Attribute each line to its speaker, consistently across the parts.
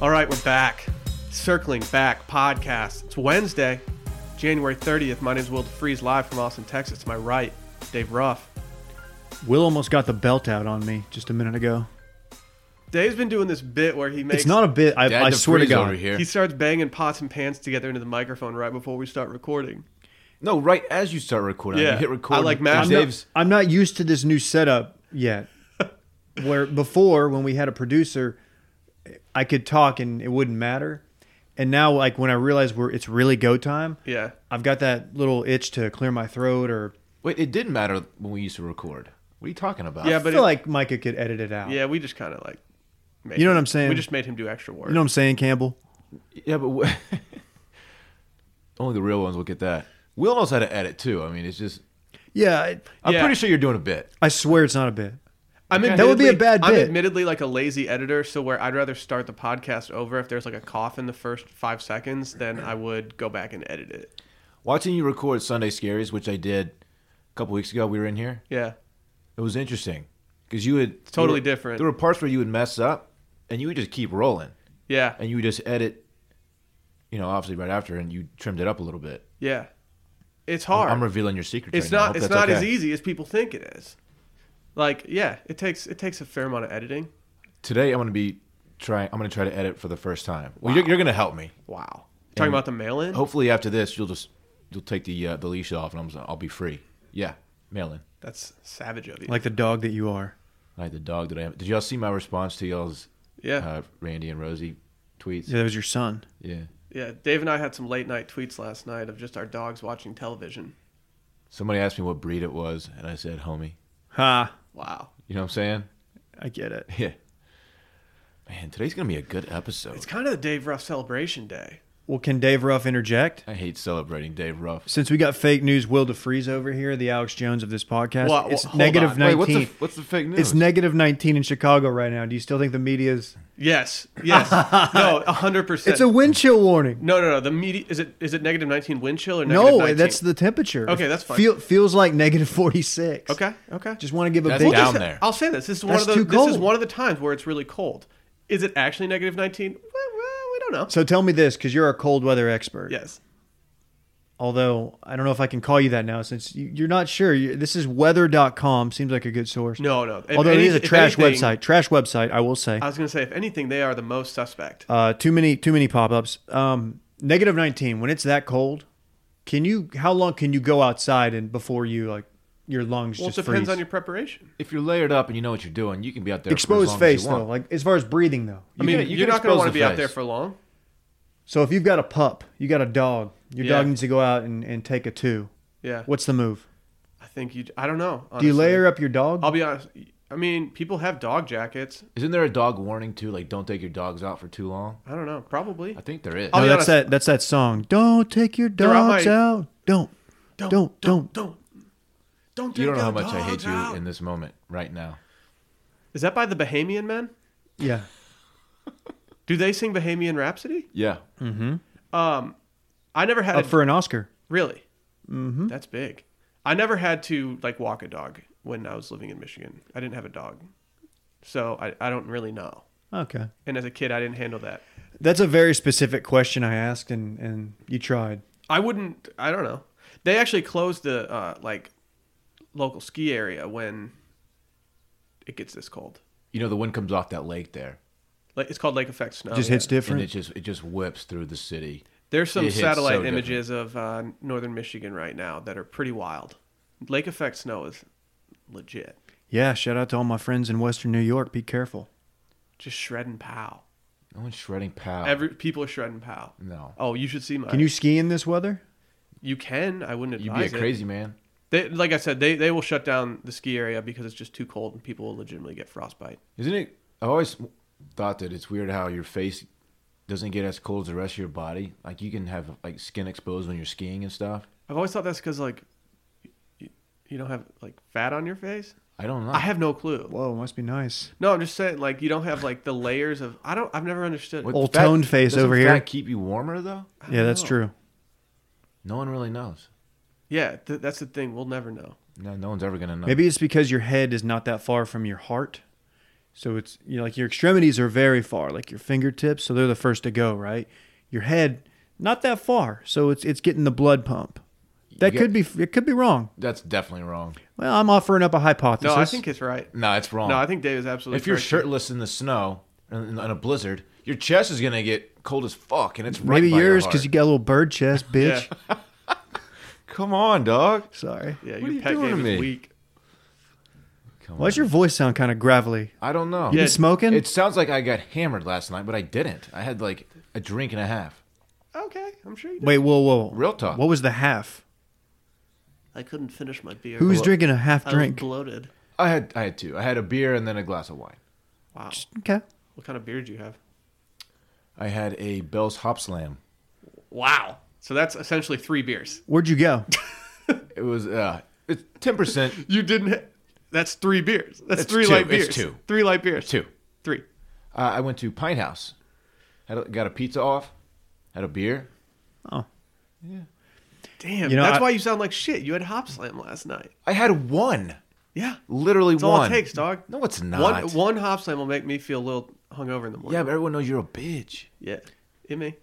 Speaker 1: All right, we're back. Circling Back podcast. It's Wednesday, January 30th. My name's Will DeFreeze, live from Austin, Texas. To my right, Dave Ruff.
Speaker 2: Will almost got the belt out on me just a minute ago.
Speaker 1: Dave's been doing this bit where he makes
Speaker 2: It's not a bit. I, I swear to
Speaker 3: DeFreeze
Speaker 2: God.
Speaker 3: over here.
Speaker 1: he starts banging pots and pans together into the microphone right before we start recording.
Speaker 3: no, right as you start recording,
Speaker 1: Yeah.
Speaker 3: you hit record.
Speaker 1: I like
Speaker 3: and
Speaker 1: mashed
Speaker 2: I'm
Speaker 1: up-
Speaker 3: Dave's.
Speaker 2: not, I'm not used to this new setup yet. Where before, when we had a producer, I could talk and it wouldn't matter. And now, like when I realize we're it's really go time,
Speaker 1: Yeah.
Speaker 2: I've got that little itch to clear my throat. Or
Speaker 3: Wait, it didn't matter when we used to record. What are you talking about?
Speaker 1: Yeah,
Speaker 2: I
Speaker 1: but
Speaker 2: feel
Speaker 1: it-
Speaker 2: like Micah could edit it out.
Speaker 1: Yeah, we just kind of like. Made
Speaker 2: You know
Speaker 1: him-
Speaker 2: what I'm saying?
Speaker 1: We just made him do extra work.
Speaker 2: You know what I'm saying, Campbell?
Speaker 3: yeah, but w- only the real ones will get that. Will knows how to edit too. I mean, it's just.
Speaker 2: Yeah, I,
Speaker 3: I'm
Speaker 1: Yeah.
Speaker 3: pretty sure you're doing a bit.
Speaker 2: I swear it's not a bit.
Speaker 1: I'm
Speaker 2: That would be a
Speaker 1: admittedly-
Speaker 2: bad
Speaker 1: I'm
Speaker 2: bit.
Speaker 1: admittedly like a lazy editor, so where I'd rather start the podcast over if there's like a cough in the first five seconds than I would go back and edit it.
Speaker 3: Watching you record Sunday Scaries, which I did a couple weeks ago. We were in here.
Speaker 1: Yeah.
Speaker 3: It was interesting because you would
Speaker 1: totally
Speaker 3: there were-
Speaker 1: different.
Speaker 3: There were parts where you would mess up, and you would just keep rolling,
Speaker 1: Yeah.
Speaker 3: and you would just edit. You know, obviously, right after, and you trimmed it up a little bit.
Speaker 1: Yeah. It's hard.
Speaker 3: I'm revealing your secrets.
Speaker 1: it's
Speaker 3: right now. I
Speaker 1: not
Speaker 3: hope
Speaker 1: it's
Speaker 3: that's
Speaker 1: not as
Speaker 3: okay.
Speaker 1: easy as people think it is. Like, yeah, it takes it takes a fair amount of editing.
Speaker 3: Today I'm gonna be trying. I'm gonna try to edit for the first time. Well, you're, you're gonna help me.
Speaker 1: Wow. Talking about the mail in?
Speaker 3: Hopefully after this you'll just you'll take the uh, the leash off and I'm just, I'll be free. Yeah, mail in
Speaker 1: That's savage of you.
Speaker 2: Like the dog that you are.
Speaker 3: like the dog that I am. Did y'all see my response to y'all's
Speaker 1: yeah.
Speaker 3: uh, Randy and Rosie tweets?
Speaker 2: Yeah, that was your son.
Speaker 3: yeah.
Speaker 1: yeah. Dave and I had some late night tweets last night of just our dogs watching television.
Speaker 3: Somebody asked me what breed it was, and I said homie.
Speaker 2: Ha!
Speaker 1: Wow.
Speaker 3: You know what I'm saying?
Speaker 2: I get it.
Speaker 3: Yeah. Man, today's gonna be a good episode.
Speaker 1: It's kind of the Dave Ruff celebration day.
Speaker 2: Well, can Dave Ruff interject?
Speaker 3: I hate celebrating Dave Ruff.
Speaker 2: Since we got fake news, Will DeFreeze over here, the Alex Jones of this podcast.
Speaker 1: Wha- wha-
Speaker 2: it's
Speaker 1: hold
Speaker 2: negative
Speaker 1: on.
Speaker 3: Wait,
Speaker 2: nineteen.
Speaker 3: what's the what's the fake news?
Speaker 2: it's negative nineteen in Chicago right now. Do you still think the media's?
Speaker 1: Yes. Yes. no, 100%.
Speaker 2: It's a wind chill warning.
Speaker 1: No, no, no. The media is it is it negative 19 wind chill or negative
Speaker 2: No,
Speaker 1: 19?
Speaker 2: that's the temperature.
Speaker 1: Okay, that's fine.
Speaker 2: Feel, feels like negative forty six.
Speaker 1: Okay. Okay.
Speaker 2: Just want to give a
Speaker 3: That's
Speaker 2: big.
Speaker 3: down
Speaker 1: Just-
Speaker 3: there.
Speaker 1: I'll say this. This is one
Speaker 2: That's
Speaker 1: of the
Speaker 2: too
Speaker 1: this is
Speaker 2: cold.
Speaker 1: one of the times where it's really cold. Is it actually negative 19? Well, well, we don't know.
Speaker 2: So tell me this, because you're a cold weather expert.
Speaker 1: Yes.
Speaker 2: Although I don't know if I can call you that now, since you, you're not sure. You, this is weather.com. Seems like a good source.
Speaker 1: No, no. If
Speaker 2: Although it
Speaker 1: any-
Speaker 2: is
Speaker 1: if
Speaker 2: a trash
Speaker 1: anything-
Speaker 2: website. Trash website, I will say.
Speaker 1: I was going to say, if anything, they are the most suspect.
Speaker 2: Uh, too many, too many pop-ups. Um, negative nineteen. When it's that cold, can you? How long can you go outside and before you like your lungs
Speaker 1: Well, it
Speaker 2: just
Speaker 1: depends
Speaker 2: freeze?
Speaker 1: on your preparation.
Speaker 3: if you're layered up and you know what you're doing, you can be out there. for as
Speaker 2: exposed
Speaker 3: long as you
Speaker 2: face
Speaker 3: want.
Speaker 2: though. Like as far as breathing though.
Speaker 1: I mean,
Speaker 3: can- you
Speaker 1: you're
Speaker 3: can
Speaker 1: not going to
Speaker 3: expose
Speaker 1: want to
Speaker 3: the
Speaker 1: be out
Speaker 3: face.
Speaker 1: there for long.
Speaker 2: So if you've got a pup, you got a dog. Your
Speaker 1: Yeah.
Speaker 2: dog needs to go out and, and take a two.
Speaker 1: Yeah.
Speaker 2: What's the move?
Speaker 1: I think you, I don't know.
Speaker 2: Do
Speaker 1: honestly.
Speaker 2: you layer up your dog?
Speaker 1: I'll be honest. I mean, people have dog jackets.
Speaker 3: Isn't there a dog warning too? Like, don't take your dogs out for too long.
Speaker 1: I don't know. Probably.
Speaker 3: I think there is.
Speaker 1: I'll
Speaker 2: no,
Speaker 1: be
Speaker 2: that's
Speaker 1: honest.
Speaker 2: that. That's that song. Don't take your
Speaker 1: They're out
Speaker 2: dogs
Speaker 1: my-
Speaker 2: out. Don't. Don't. Don't.
Speaker 1: Don't. Don't
Speaker 3: you don't know
Speaker 1: take
Speaker 3: how
Speaker 1: the
Speaker 3: much I hate
Speaker 1: dogs
Speaker 3: you
Speaker 1: out.
Speaker 3: in this moment right now.
Speaker 1: Is that by the Bahamian men?
Speaker 2: Yeah.
Speaker 1: Do they sing Bahamian Rhapsody?
Speaker 3: Yeah.
Speaker 1: Um, I never had
Speaker 2: Up
Speaker 1: a-
Speaker 2: for an Oscar.
Speaker 1: Really? Mm-hmm. That's big. I never had to like walk a dog when I was living in Michigan. I didn't have a dog, so I, I don't really know.
Speaker 2: Okay.
Speaker 1: And as a kid, I didn't handle that.
Speaker 2: That's a very specific question I asked, and and you tried.
Speaker 1: I wouldn't. I don't know. They actually closed the uh, like local ski area when it gets this cold.
Speaker 3: You know the wind comes off that lake there,
Speaker 1: Like it's called lake effect snow.
Speaker 2: Just hits different.
Speaker 3: and it just it just whips through the city.
Speaker 1: There's some
Speaker 3: It hits
Speaker 1: satellite
Speaker 3: so different.
Speaker 1: images of uh, northern Michigan right now that are pretty wild. Lake effect snow is legit.
Speaker 2: Yeah, shout out to all my friends in Western New York. Be careful.
Speaker 1: Just shred and pow.
Speaker 3: No one's shredding pow.
Speaker 1: Every people are shredding pow.
Speaker 3: no,
Speaker 1: Oh, you should see my.
Speaker 2: Can you ski in this weather?
Speaker 1: You can. I wouldn't
Speaker 3: you'd be a
Speaker 1: advise it.
Speaker 3: crazy man.
Speaker 1: They, like I said, they, they will shut down the ski area because it's just too cold and people will legitimately get frostbite.
Speaker 3: Isn't it? I always thought that it's weird how your face doesn't get as cold as the rest of your body. Like you can have like skin exposed when you're skiing and stuff.
Speaker 1: I've always thought that's because like you, you don't have like fat on your face.
Speaker 3: I don't know.
Speaker 1: I have no clue.
Speaker 2: Whoa, must be nice.
Speaker 1: No, I'm just saying like you don't have like the layers of. I don't. I've never understood.
Speaker 3: What-
Speaker 2: Old
Speaker 3: fat-
Speaker 2: toned face
Speaker 3: doesn't
Speaker 2: over
Speaker 3: fat
Speaker 2: here.
Speaker 3: Keep you warmer though.
Speaker 1: I don't
Speaker 2: Yeah, that's
Speaker 1: know.
Speaker 2: true.
Speaker 3: No one really knows.
Speaker 1: Yeah, th- that's the thing. We'll never know.
Speaker 3: No, no one's ever gonna know.
Speaker 2: Maybe it's because your head is not that far from your heart So it's you know, like your extremities are very far, like your fingertips, so they're the first to go, right? Your head, not that far, so it's it's getting the blood pump. That
Speaker 3: get-
Speaker 2: could be it could be wrong.
Speaker 3: That's definitely wrong.
Speaker 2: Well, I'm offering up a hypothesis.
Speaker 1: No, I think it's right.
Speaker 3: No, it's wrong.
Speaker 1: No, I think Dave is absolutely.
Speaker 3: if you're
Speaker 1: correct.
Speaker 3: shirtless in the snow in, in a blizzard, your chest is gonna get cold as fuck, and it's right
Speaker 2: maybe
Speaker 3: by your
Speaker 2: yours because
Speaker 3: heart.
Speaker 2: you got a little bird chest, bitch.
Speaker 1: Yeah.
Speaker 3: Come on, dog.
Speaker 2: Sorry.
Speaker 1: yeah,
Speaker 3: What
Speaker 1: your
Speaker 3: are you
Speaker 1: pet
Speaker 3: doing to
Speaker 1: game is
Speaker 3: me?
Speaker 1: weak.
Speaker 3: Come
Speaker 2: Why
Speaker 3: on.
Speaker 2: does your voice sound kind of gravelly?
Speaker 3: I don't know.
Speaker 2: You
Speaker 1: Yeah.
Speaker 2: been smoking?
Speaker 3: It sounds like I got hammered last night, but I didn't. I had like a drink and a half.
Speaker 1: Okay, I'm sure you did.
Speaker 2: Wait, whoa, whoa.
Speaker 3: Real talk.
Speaker 2: What was the half?
Speaker 1: I couldn't finish my beer.
Speaker 2: Who was drinking a half
Speaker 1: I
Speaker 2: drink?
Speaker 1: was bloated.
Speaker 3: I had I had two. I had a beer and then a glass of wine.
Speaker 1: Wow.
Speaker 2: Okay.
Speaker 1: What kind of beer did you have?
Speaker 3: I had a Bell's Hop Slam.
Speaker 1: Wow. So that's essentially three beers.
Speaker 2: Where'd you go?
Speaker 3: It was uh, it's ten percent.
Speaker 1: You didn't. ha- That's three beers. That's
Speaker 3: It's
Speaker 1: three
Speaker 3: two.
Speaker 1: light
Speaker 3: It's
Speaker 1: beers.
Speaker 3: two.
Speaker 1: Three light beers.
Speaker 3: Two.
Speaker 1: Three.
Speaker 3: Uh, I went to Pine House. Had a, got a pizza off. Had a beer.
Speaker 2: Oh.
Speaker 1: Damn.
Speaker 2: You know,
Speaker 1: that's
Speaker 2: I-
Speaker 1: why you sound like shit. You had Hop Slam last night.
Speaker 3: I had one.
Speaker 1: Yeah.
Speaker 3: Literally
Speaker 1: That's
Speaker 3: one.
Speaker 1: all it takes, dog.
Speaker 3: No, it's not.
Speaker 1: One, one Hop Slam will make me feel a little hungover in the
Speaker 3: Yeah,
Speaker 1: morning.
Speaker 3: but everyone knows you're a bitch.
Speaker 1: Yeah. It may.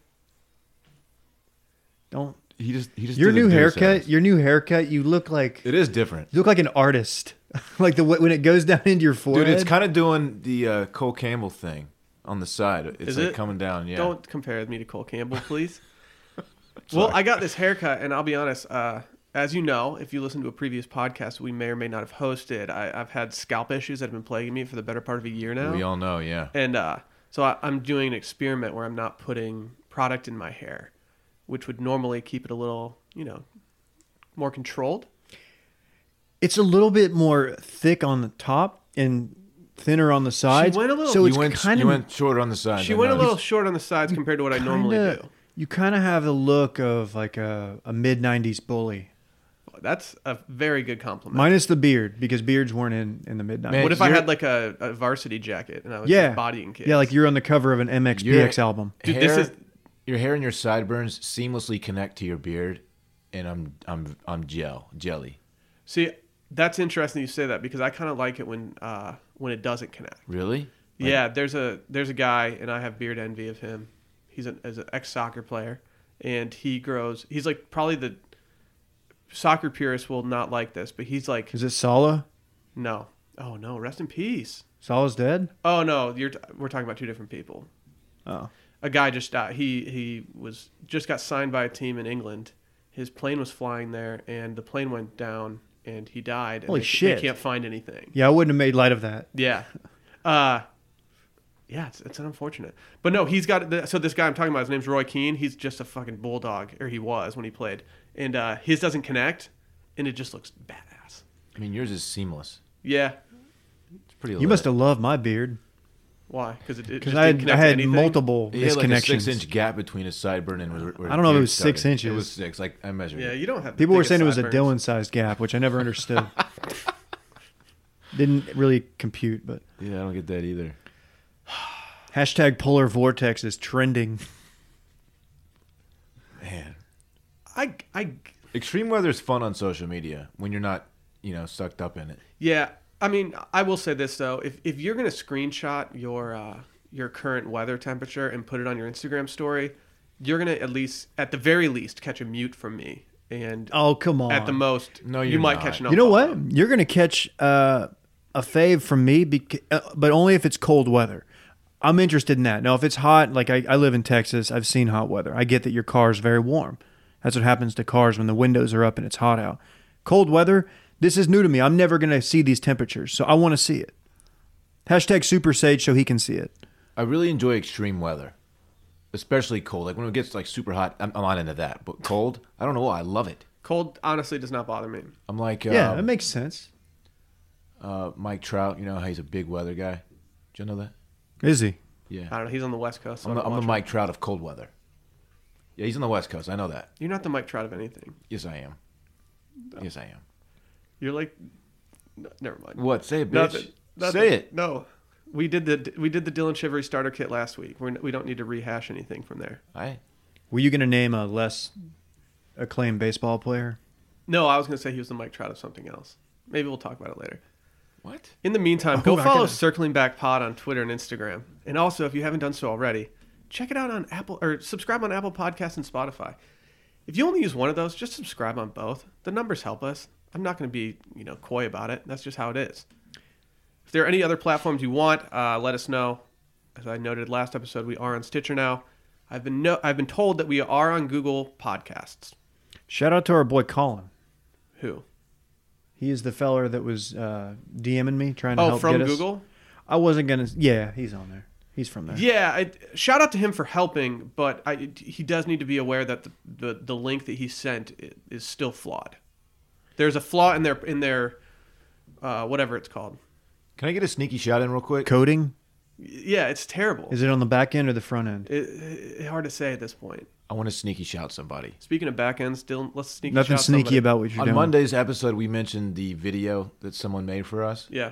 Speaker 2: Don't.
Speaker 3: He just he just
Speaker 2: Your
Speaker 3: did a
Speaker 2: new
Speaker 3: dude
Speaker 2: haircut,
Speaker 3: size.
Speaker 2: your new haircut, you look like
Speaker 3: It is different,
Speaker 2: you look like an artist. like the way- when it goes down into your
Speaker 3: dude.
Speaker 2: forehead.
Speaker 3: It's kind of doing the uh, Cole Campbell thing on the side. It's
Speaker 1: Is
Speaker 3: like
Speaker 1: it?
Speaker 3: coming down. Yeah,
Speaker 1: Don't compare me to Cole Campbell, please. well, I got this haircut, and I'll be honest. Uh, as you know, if you listen to a previous podcast we may or may not have hosted, I, I've had scalp issues that have been plaguing me for the better part of a year now.
Speaker 3: we all know. Yeah,
Speaker 1: And uh, so I, I'm doing an experiment where I'm not putting product in my hair, which would normally keep it a little, you know, more controlled.
Speaker 2: it's a little bit more thick on the top and thinner on the sides.
Speaker 1: went a little-
Speaker 2: so
Speaker 3: you
Speaker 2: it's
Speaker 3: went
Speaker 2: kind
Speaker 3: you
Speaker 2: of
Speaker 3: went shorter on the side.
Speaker 1: She
Speaker 3: I
Speaker 1: went a
Speaker 3: noticed.
Speaker 1: little short on the sides compared to what I normally do.
Speaker 2: You kind of have the look of like a, a mid '90s bully,
Speaker 1: That's a very good compliment.
Speaker 2: minus the beard because beards weren't in in the mid '90s.
Speaker 3: Man,
Speaker 1: what if I
Speaker 3: you're-
Speaker 1: had like a, a varsity jacket and I was
Speaker 2: yeah,
Speaker 1: just bodying kids?
Speaker 2: yeah, like you're on the cover of an
Speaker 3: Your
Speaker 2: MXPX album.
Speaker 1: Dude,
Speaker 3: hair-
Speaker 1: this is-
Speaker 3: your hair and your sideburns seamlessly connect to your beard, and I'm I'm I'm gel jelly.
Speaker 1: See, that's interesting you say that because I kind of like it when uh, when it doesn't connect.
Speaker 3: Really? Like,
Speaker 1: yeah, there's a there's a guy and I have beard envy of him. He's an, is an ex soccer player, and he grows. He's like probably the soccer purists will not like this, but he's like
Speaker 2: Is it Sala?
Speaker 1: no, oh no, rest in peace.
Speaker 2: Sala's dead.
Speaker 1: Oh no, you're t- we're talking about two different people.
Speaker 2: Oh,
Speaker 1: a guy just died. He he was just got signed by a team in England. His plane was flying there, and the plane went down, and he died. And
Speaker 2: Holy
Speaker 1: they,
Speaker 2: shit.
Speaker 1: They can't find anything.
Speaker 2: yeah, I wouldn't have made light of that.
Speaker 1: Yeah, uh, yeah, it's it's unfortunate, but no, he's got. The, so this guy I'm talking about, his name's Roy Keane. He's just a fucking bulldog, or he was when he played, and uh, his doesn't connect, and it just looks badass.
Speaker 3: I mean yours is seamless.
Speaker 1: Yeah,
Speaker 3: It's pretty.
Speaker 2: You must have loved my beard
Speaker 1: why? Because it, it
Speaker 2: because
Speaker 1: just
Speaker 2: I
Speaker 1: didn't
Speaker 2: had, I
Speaker 1: connect to
Speaker 2: had
Speaker 1: anything.
Speaker 2: multiple
Speaker 3: He had like a
Speaker 2: misconnections.
Speaker 3: six inch gap between his sideburn and where, where
Speaker 2: I don't know if it
Speaker 3: beard
Speaker 2: was six
Speaker 3: started. It
Speaker 2: inches.
Speaker 3: was six. Like I measured.
Speaker 1: Yeah,
Speaker 3: it.
Speaker 1: you don't have. the
Speaker 2: People were
Speaker 1: biggest
Speaker 2: saying it was a
Speaker 1: sideburns.
Speaker 2: Dylan sized gap, which I never understood. Didn't really compute, but
Speaker 3: yeah, I don't get that either.
Speaker 2: hashtag polar vortex is trending.
Speaker 3: Man,
Speaker 1: I I
Speaker 3: extreme weather is fun on social media when you're not, you know, sucked up in it.
Speaker 1: Yeah, I mean, I will say this though: if if you're gonna screenshot your uh, your current weather temperature and put it on your Instagram story, you're gonna at least, at the very least, catch a mute from me, and
Speaker 2: Oh come on!
Speaker 1: at the most,
Speaker 3: No,
Speaker 1: you
Speaker 3: you're
Speaker 1: might
Speaker 3: not.
Speaker 1: catch an.
Speaker 2: you know
Speaker 1: unfollow.
Speaker 2: what? You're gonna catch uh, a fave from me, beca- uh, but only if it's cold weather. I'm interested in that. Now, if it's hot, like I, I live in Texas, I've seen hot weather. I get that your car is very warm. That's what happens to cars when the windows are up and it's hot out. Cold weather. This is new to me. I'm never gonna see these temperatures, so I want to see it. Hashtag Super Sage so he can see it.
Speaker 3: I really enjoy extreme weather, especially cold. Like when it gets like super hot, I'm, I'm not into that. But cold, I don't know why. I love it.
Speaker 1: Cold honestly does not bother me.
Speaker 3: I'm like, um,
Speaker 2: Yeah, that makes sense.
Speaker 3: uh, Mike Trout. You know how he's a big weather guy. Do you know that?
Speaker 2: Is he?
Speaker 1: I
Speaker 3: Yeah,
Speaker 1: don't know. He's on the West Coast. So
Speaker 3: I'm
Speaker 1: I
Speaker 3: the,
Speaker 1: don't
Speaker 3: I'm the
Speaker 1: watch
Speaker 3: Mike Trout of cold weather. Yeah, he's on the West Coast. I know that.
Speaker 1: him. You're not the Mike Trout of anything.
Speaker 3: Yes, I am. Yes, I am.
Speaker 1: You're like, no, never mind.
Speaker 3: What? Say it, bitch.
Speaker 1: Nothing. Nothing.
Speaker 3: Say it.
Speaker 1: No. We did the we did the Dylan Shivery starter kit last week. We're, we don't need to rehash anything from there.
Speaker 3: I.
Speaker 2: Were you gonna name a less acclaimed baseball player?
Speaker 1: No, I was gonna say he was the Mike Trout of something else. Maybe we'll talk about it later.
Speaker 3: What?
Speaker 1: In the meantime,
Speaker 2: Oh,
Speaker 1: go
Speaker 2: I
Speaker 1: follow
Speaker 2: gotta-
Speaker 1: Circling Back Pod on Twitter and Instagram. And also, if you haven't done so already, check it out on Apple or subscribe on Apple Podcasts and Spotify. If you only use one of those, just subscribe on both. The numbers help us. I'm not going to be, you know, coy about it. That's just how it is. If there are any other platforms you want, uh, let us know. As I noted last episode, we are on Stitcher now. I've been no- I've been told that we are on Google Podcasts.
Speaker 2: Shout out to our boy Colin.
Speaker 1: Who?
Speaker 2: He is the feller that was uh, DMing me trying to
Speaker 1: Oh,
Speaker 2: help
Speaker 1: from
Speaker 2: get us.
Speaker 1: Google.
Speaker 2: I wasn't gonna. Yeah, he's on there. He's from there.
Speaker 1: Yeah, I, shout out to him for helping, but I, he does need to be aware that the, the, the link that he sent i- is still flawed. There's a flaw in their in their uh, whatever it's called.
Speaker 3: Can I get a sneaky shot in real quick?
Speaker 2: Coding
Speaker 1: Yeah, it's terrible.
Speaker 2: is it on the back end or the front end?
Speaker 1: it, it- hard to say at this point.
Speaker 3: I want to sneaky shout somebody.
Speaker 1: Speaking of back ends, Dylan, let's sneak
Speaker 2: Nothing
Speaker 1: shout
Speaker 2: sneaky
Speaker 1: somebody.
Speaker 2: about what you're
Speaker 3: On
Speaker 2: doing.
Speaker 3: Monday's episode, we mentioned the video that someone made for us.
Speaker 1: Yeah,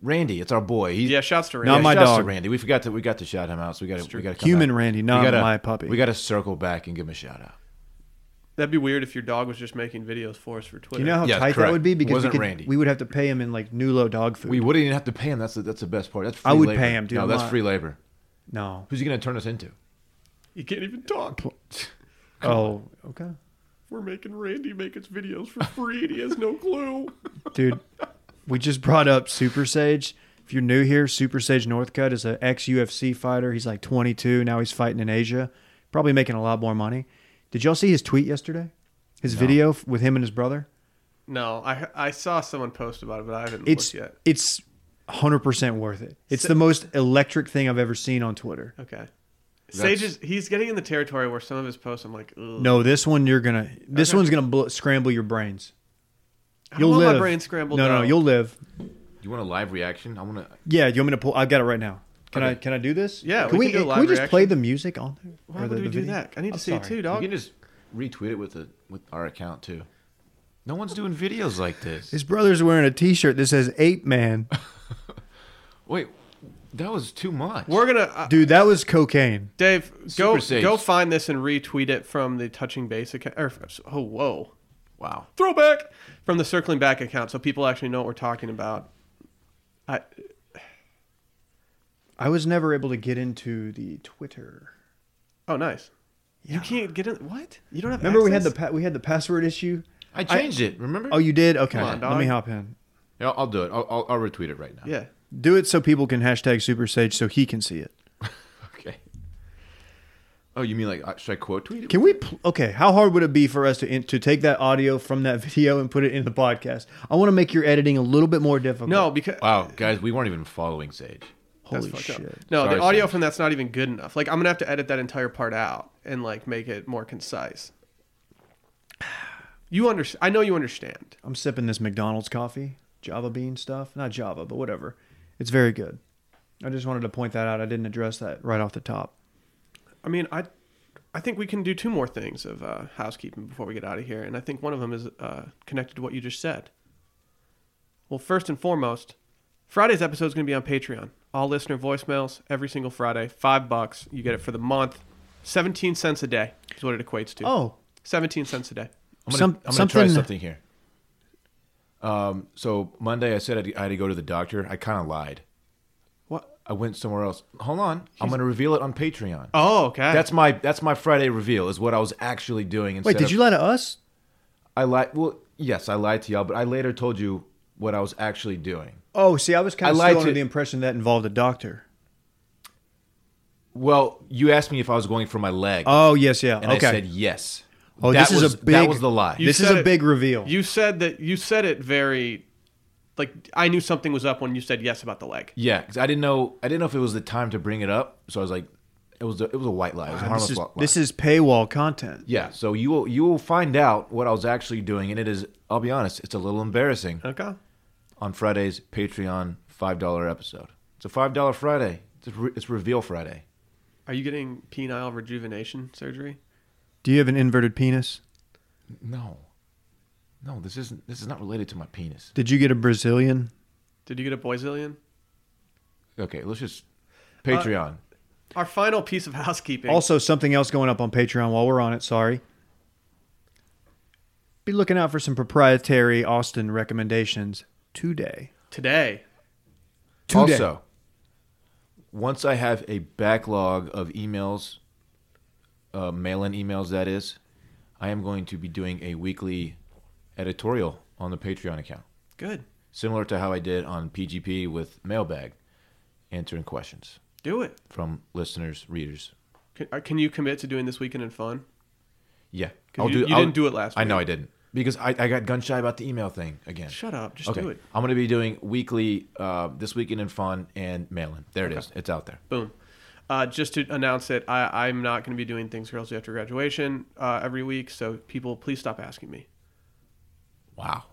Speaker 3: Randy, it's our boy. He's,
Speaker 1: yeah. Shouts to
Speaker 2: Not
Speaker 1: Randy.
Speaker 3: Yeah,
Speaker 2: my
Speaker 3: shouts to
Speaker 2: dog.
Speaker 3: Randy. We forgot to we got to shout him out. So we got to we got to
Speaker 2: Human Randy, not my puppy.
Speaker 3: We got to circle back and give him a shout out.
Speaker 1: That'd be weird if your dog was just making videos for us for
Speaker 2: Do
Speaker 1: Twitter.
Speaker 2: you know how
Speaker 3: Yeah,
Speaker 2: tight that
Speaker 3: correct.
Speaker 2: would be? Because
Speaker 3: Wasn't
Speaker 2: we, could,
Speaker 3: Randy.
Speaker 2: we would have to pay him in like Nulo dog food.
Speaker 3: We wouldn't even have to pay him. That's the, that's the best part. That's free
Speaker 2: I would
Speaker 3: labor.
Speaker 2: pay him, dude.
Speaker 3: No,
Speaker 2: I'm
Speaker 3: that's
Speaker 2: not-
Speaker 3: free labor.
Speaker 2: no.
Speaker 3: Who's he going to turn us into?
Speaker 1: you can't even talk.
Speaker 2: Oh, okay,
Speaker 1: We're making Randy make his videos for free. and He has no clue.
Speaker 2: dude. we just brought up Super Sage. If you're new here, Super Sage Northcutt is an ex UFC fighter. He's like 22 now. He's fighting in Asia, probably making a lot more money. Did y'all see his tweet yesterday? His video f- with him and his brother.
Speaker 1: No, I I saw someone post about it, but I haven't
Speaker 2: It's
Speaker 1: looked yet.
Speaker 2: it's 100 percent worth it. It's
Speaker 1: So-
Speaker 2: the most electric thing I've ever seen on Twitter.
Speaker 1: Okay. Sage
Speaker 3: That's-
Speaker 1: is he's getting in the territory where some of his posts I'm like, Ugh.
Speaker 2: No, this one you're gonna. This
Speaker 1: Okay.
Speaker 2: one's gonna bl- scramble your brains.
Speaker 1: I don't
Speaker 2: You'll
Speaker 1: want
Speaker 2: live.
Speaker 1: my brain scrambled.
Speaker 2: No, no, no,
Speaker 1: out.
Speaker 2: you'll live.
Speaker 3: You want a live reaction? I want to.
Speaker 2: Yeah, you want me to pull? I've got it right now. Can I?
Speaker 3: Okay.
Speaker 2: Can I do this?
Speaker 1: Yeah,
Speaker 2: Can
Speaker 1: we
Speaker 2: we?
Speaker 1: can do a live
Speaker 2: we just play
Speaker 1: reaction.
Speaker 2: the music on there?
Speaker 1: Why
Speaker 2: Or
Speaker 1: would
Speaker 2: the-
Speaker 1: we
Speaker 2: the
Speaker 1: do
Speaker 2: video?
Speaker 1: that? I need to
Speaker 2: I'm
Speaker 1: see it
Speaker 2: sorry.
Speaker 1: too,
Speaker 3: You
Speaker 1: dog.
Speaker 3: can just retweet it with a with our account too. No one's doing videos like this.
Speaker 2: His brother's wearing a T-shirt that says Ape Man.
Speaker 3: Wait, that was too much.
Speaker 1: We're gonna uh,
Speaker 2: Dude, that was cocaine.
Speaker 1: Dave go
Speaker 3: Super Sage.
Speaker 1: go find this and retweet it from the touching base account. Or, oh whoa,
Speaker 3: Wow.
Speaker 1: throwback from the circling back account, so people actually know what we're talking about. I
Speaker 2: I was never able to get into the Twitter.
Speaker 1: oh nice. You
Speaker 2: Yeah.
Speaker 1: can't get in. What? You don't have.
Speaker 2: Remember we had the
Speaker 1: access?
Speaker 2: pa- we had the password issue.
Speaker 3: I changed it. Remember?
Speaker 2: Oh, you did. Okay,
Speaker 1: Come on,
Speaker 2: let me
Speaker 1: dog.
Speaker 2: hop in.
Speaker 3: Yeah, I'll, I'll do it. I'll, I'll, I'll retweet it right now.
Speaker 1: yeah.
Speaker 2: Do it so people can hashtag Super Sage so he can see it.
Speaker 3: Okay. Oh, you mean like uh, should I quote tweet it?
Speaker 2: Can we? Pl- okay, how hard would it be for us to in- to take that audio from that video and put it in the podcast? I want to make your editing a little bit more difficult.
Speaker 1: No, because
Speaker 3: Wow, guys, we weren't even following Sage.
Speaker 1: That's
Speaker 2: holy
Speaker 1: fucked
Speaker 2: shit.
Speaker 1: up. No,
Speaker 3: Sorry,
Speaker 1: the audio
Speaker 3: Sage.
Speaker 1: from that's not even good enough. Like I'm gonna have to edit that entire part out and like make it more concise. You understand? I know you understand.
Speaker 2: I'm sipping this McDonald's coffee, Java bean stuff. Not Java, but whatever. It's very good. I just wanted to point that out. I didn't address that right off the top.
Speaker 1: I mean, I, I think we can do two more things of uh, housekeeping before we get out of here, and I think one of them is uh, connected to what you just said. Well, first and foremost, Friday's episode is going to be on Patreon. All listener voicemails every single Friday, five bucks. You get it for the month, seventeen cents a day is what it equates to.
Speaker 2: Oh,
Speaker 1: Seventeen cents a day.
Speaker 3: I'm gonna,
Speaker 2: Some-
Speaker 3: I'm gonna try
Speaker 2: something-
Speaker 3: something here. Um, so Monday I said I'd, I had to go to the doctor. I kind of lied.
Speaker 1: What?
Speaker 3: I went somewhere else. Hold on, I'm gonna reveal it on Patreon.
Speaker 1: Oh, okay.
Speaker 3: That's my that's my Friday reveal is what I was actually doing. Instead
Speaker 2: wait, did
Speaker 3: of-
Speaker 2: you lie to us?
Speaker 3: I lied. Well, yes, I lied to y'all, but I later told you what I was actually doing.
Speaker 2: Oh, see, I was kind
Speaker 3: I
Speaker 2: of
Speaker 3: lied
Speaker 2: still
Speaker 3: to-
Speaker 2: under the impression that involved a doctor.
Speaker 3: Well, you asked me if I was going for my leg,
Speaker 2: Oh, yes, yeah.
Speaker 3: and
Speaker 2: okay.
Speaker 3: I said yes.
Speaker 2: oh,
Speaker 3: that
Speaker 2: this
Speaker 3: was,
Speaker 2: is a big.
Speaker 3: that was the lie.
Speaker 1: You
Speaker 2: this is
Speaker 1: said
Speaker 2: a
Speaker 1: it-
Speaker 2: big reveal.
Speaker 1: You said that you said it very like I knew something was up when you said yes about the leg.
Speaker 3: Yeah, because I didn't know I didn't know if it was the time to bring it up, so I was like, it was a, it was a white lie. It was a
Speaker 2: this
Speaker 3: harmless
Speaker 2: is
Speaker 3: li- lie.
Speaker 2: this is paywall content.
Speaker 3: yeah. So you will you will find out what I was actually doing, and it is I'll be honest, it's a little embarrassing
Speaker 1: Okay.
Speaker 3: on Friday's Patreon five dollar episode. It's a five dollar Friday. It's, re- it's reveal Friday.
Speaker 1: Are you getting penile rejuvenation surgery?
Speaker 2: Do you have an inverted penis?
Speaker 3: No, no, this isn't this is not related to my penis.
Speaker 2: Did you get a Brazilian?
Speaker 1: Did you get a boyzillion?
Speaker 3: Okay, let's just Patreon.
Speaker 1: Our final piece of housekeeping.
Speaker 2: Also, something else going up on Patreon while we're on it. Sorry. Be looking out for some proprietary Austin recommendations today.
Speaker 1: today.
Speaker 2: Today.
Speaker 3: Also, once I have a backlog of emails, uh, mail-in emails, that is, I am going to be doing a weekly editorial on the Patreon account,
Speaker 1: Good.
Speaker 3: similar to how I did on PGP with Mailbag, answering questions
Speaker 1: Do it.
Speaker 3: from listeners, readers.
Speaker 1: Can, uh, can you commit to doing this weekend in fun?
Speaker 3: Yeah,
Speaker 1: 'Cause you- you didn't do it last
Speaker 3: I know
Speaker 1: week.
Speaker 3: I didn't because I, I got gun shy about the email thing again.
Speaker 1: Shut up. Just
Speaker 3: okay,
Speaker 1: do it.
Speaker 3: I'm going to be doing weekly uh, this weekend in fun and mail-in. There it is. It's out there.
Speaker 1: Boom. Uh, just to announce it, I, I'm not going to be doing things girls do after graduation uh, every week. So people, please stop asking me.
Speaker 3: Wow,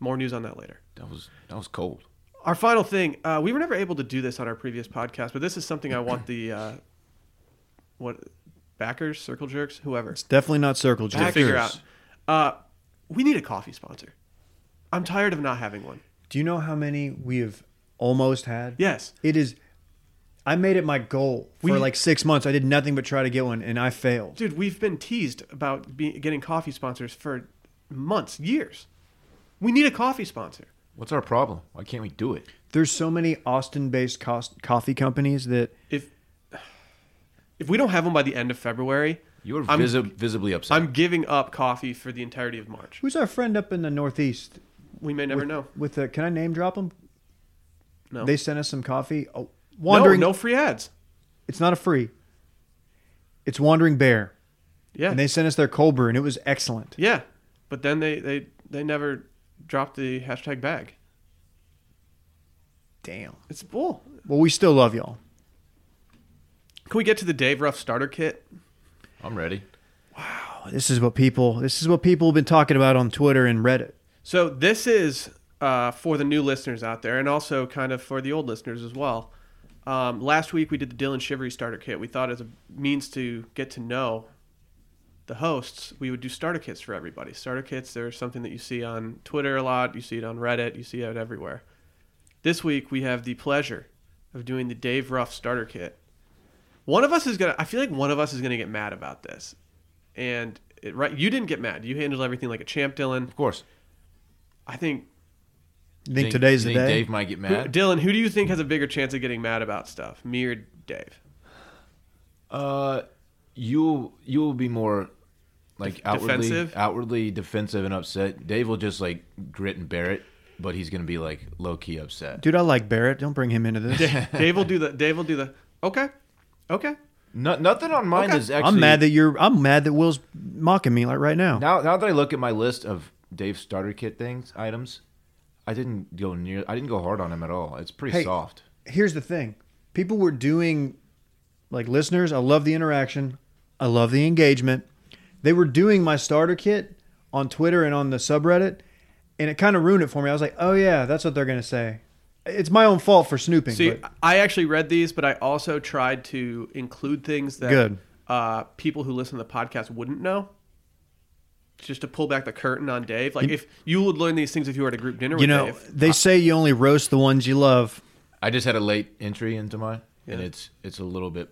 Speaker 1: More news on that later.
Speaker 3: that was that was cold.
Speaker 1: Our final thing, uh, we were never able to do this on our previous podcast, but this is something I want the uh, what backers, circle jerks, whoever
Speaker 2: It's definitely not circle
Speaker 1: to
Speaker 2: jerk.
Speaker 1: figure out. Uh, we need a coffee sponsor. I'm tired of not having one.
Speaker 2: Do you know how many we have almost had?
Speaker 1: Yes,
Speaker 2: It is. I made it my goal for
Speaker 1: We-
Speaker 2: like six months. I did nothing but try to get one, and I failed.
Speaker 1: dude, we've been teased about be- getting coffee sponsors for months, years. We need a coffee sponsor.
Speaker 3: What's our problem? Why can't we do it?
Speaker 2: There's so many Austin-based cost- coffee companies that
Speaker 1: If if we don't have one by the end of February,
Speaker 3: You are
Speaker 1: I'm-
Speaker 3: visi- visibly upset.
Speaker 1: I'm giving up coffee for the entirety of March.
Speaker 2: Who's our friend up in the Northeast?
Speaker 1: We may never
Speaker 2: with,
Speaker 1: know.
Speaker 2: With the, can I name drop them?
Speaker 1: No.
Speaker 2: They sent us some coffee. Oh,
Speaker 1: No,
Speaker 2: wandering.
Speaker 1: no free ads.
Speaker 2: It's not a free. It's Wandering Bear,
Speaker 1: Yeah.
Speaker 2: and they sent us their cold brew, and it was excellent.
Speaker 1: Yeah, but then they they they never dropped the hashtag bag.
Speaker 2: Damn.
Speaker 1: It's bull.
Speaker 2: Well, we still love y'all.
Speaker 1: Can we get to the Dave Ruff starter kit?
Speaker 3: I'm ready.
Speaker 2: Oh, this is what people. This is what people have been talking about on Twitter and Reddit.
Speaker 1: So this is uh, for the new listeners out there, and also kind of for the old listeners as well. Um, last week we did the Dylan Shivery starter kit. We thought as a means to get to know the hosts, we would do starter kits for everybody. Starter kits, they're something that you see on Twitter a lot, you see it on Reddit, you see it everywhere. This week we have the pleasure of doing the Dave Ruff starter kit. One of us is gonna. I feel like one of us is gonna get mad about this, and it, right, you didn't get mad. You handled everything like a champ, Dylan.
Speaker 3: Of course.
Speaker 1: I think
Speaker 2: You think, today's the
Speaker 3: think
Speaker 2: day?
Speaker 3: Dave might get
Speaker 1: Who-
Speaker 3: mad.
Speaker 1: Dylan, who do you think has a bigger chance of getting mad about stuff, me or Dave?
Speaker 3: Uh, you you will be more like outwardly
Speaker 1: defensive?
Speaker 3: outwardly defensive and upset. Dave will just like grit and bear it, but he's gonna be like low key upset.
Speaker 2: Dude, I like Barrett. Don't bring him into this.
Speaker 1: Dave will do the. Dave will do the. Okay, okay.
Speaker 3: No, nothing on mine
Speaker 1: Okay.
Speaker 3: is actually.
Speaker 2: I'm mad that you're. I'm mad that Will's mocking me like right now.
Speaker 3: now now that I look at my list of Dave's starter kit things items, I didn't go near. I didn't go hard on him at all. It's pretty
Speaker 2: Hey.
Speaker 3: soft.
Speaker 2: here's the thing people were doing like listeners i love the interaction i love the engagement they were doing my starter kit on twitter and on the subreddit and it kind of ruined it for me i was like oh yeah that's what they're going to say it's my own fault for snooping
Speaker 1: See,
Speaker 2: but
Speaker 1: I actually read these, but I also tried to include things that
Speaker 2: Good.
Speaker 1: Uh, people who listen to the podcast wouldn't know. Just to pull back the curtain on Dave, like if you would learn these things if you were at a group dinner
Speaker 2: you
Speaker 1: with
Speaker 2: know
Speaker 1: Dave.
Speaker 2: they say you only roast the ones you love
Speaker 3: I just had a late entry into mine, and
Speaker 1: Yeah.
Speaker 3: it's it's a little bit.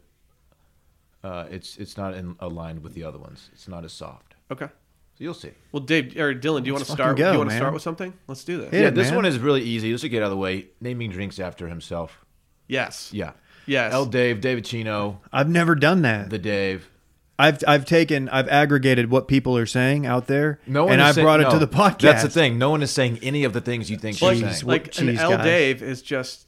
Speaker 3: Uh, it's it's not in, aligned with the other ones. It's not as soft.
Speaker 1: Okay.
Speaker 3: So you'll see.
Speaker 1: Well, Dave or Dylan, do you want
Speaker 2: Let's
Speaker 1: to
Speaker 2: fucking
Speaker 1: start?
Speaker 2: go,
Speaker 1: do you want to
Speaker 2: man.
Speaker 1: start with something? Let's do this.
Speaker 2: Hit
Speaker 3: yeah,
Speaker 2: it,
Speaker 3: this
Speaker 2: man.
Speaker 3: one is really easy. Just to get out of the way, naming drinks after himself.
Speaker 1: Yes.
Speaker 3: Yeah.
Speaker 1: Yes.
Speaker 3: L. Dave, David Chino,
Speaker 2: i've never done that
Speaker 3: the Dave.
Speaker 2: i've i've taken i've aggregated what people are saying out there
Speaker 3: No one
Speaker 2: and
Speaker 3: is
Speaker 2: i
Speaker 3: saying-
Speaker 2: brought it to
Speaker 3: no.
Speaker 2: the podcast
Speaker 3: That's the thing. No one is saying any of the things you think
Speaker 1: Like,
Speaker 3: she's
Speaker 2: Jeez.
Speaker 3: saying.
Speaker 1: like
Speaker 2: What-
Speaker 1: an
Speaker 2: jeez,
Speaker 1: L
Speaker 2: guys.
Speaker 1: Dave is just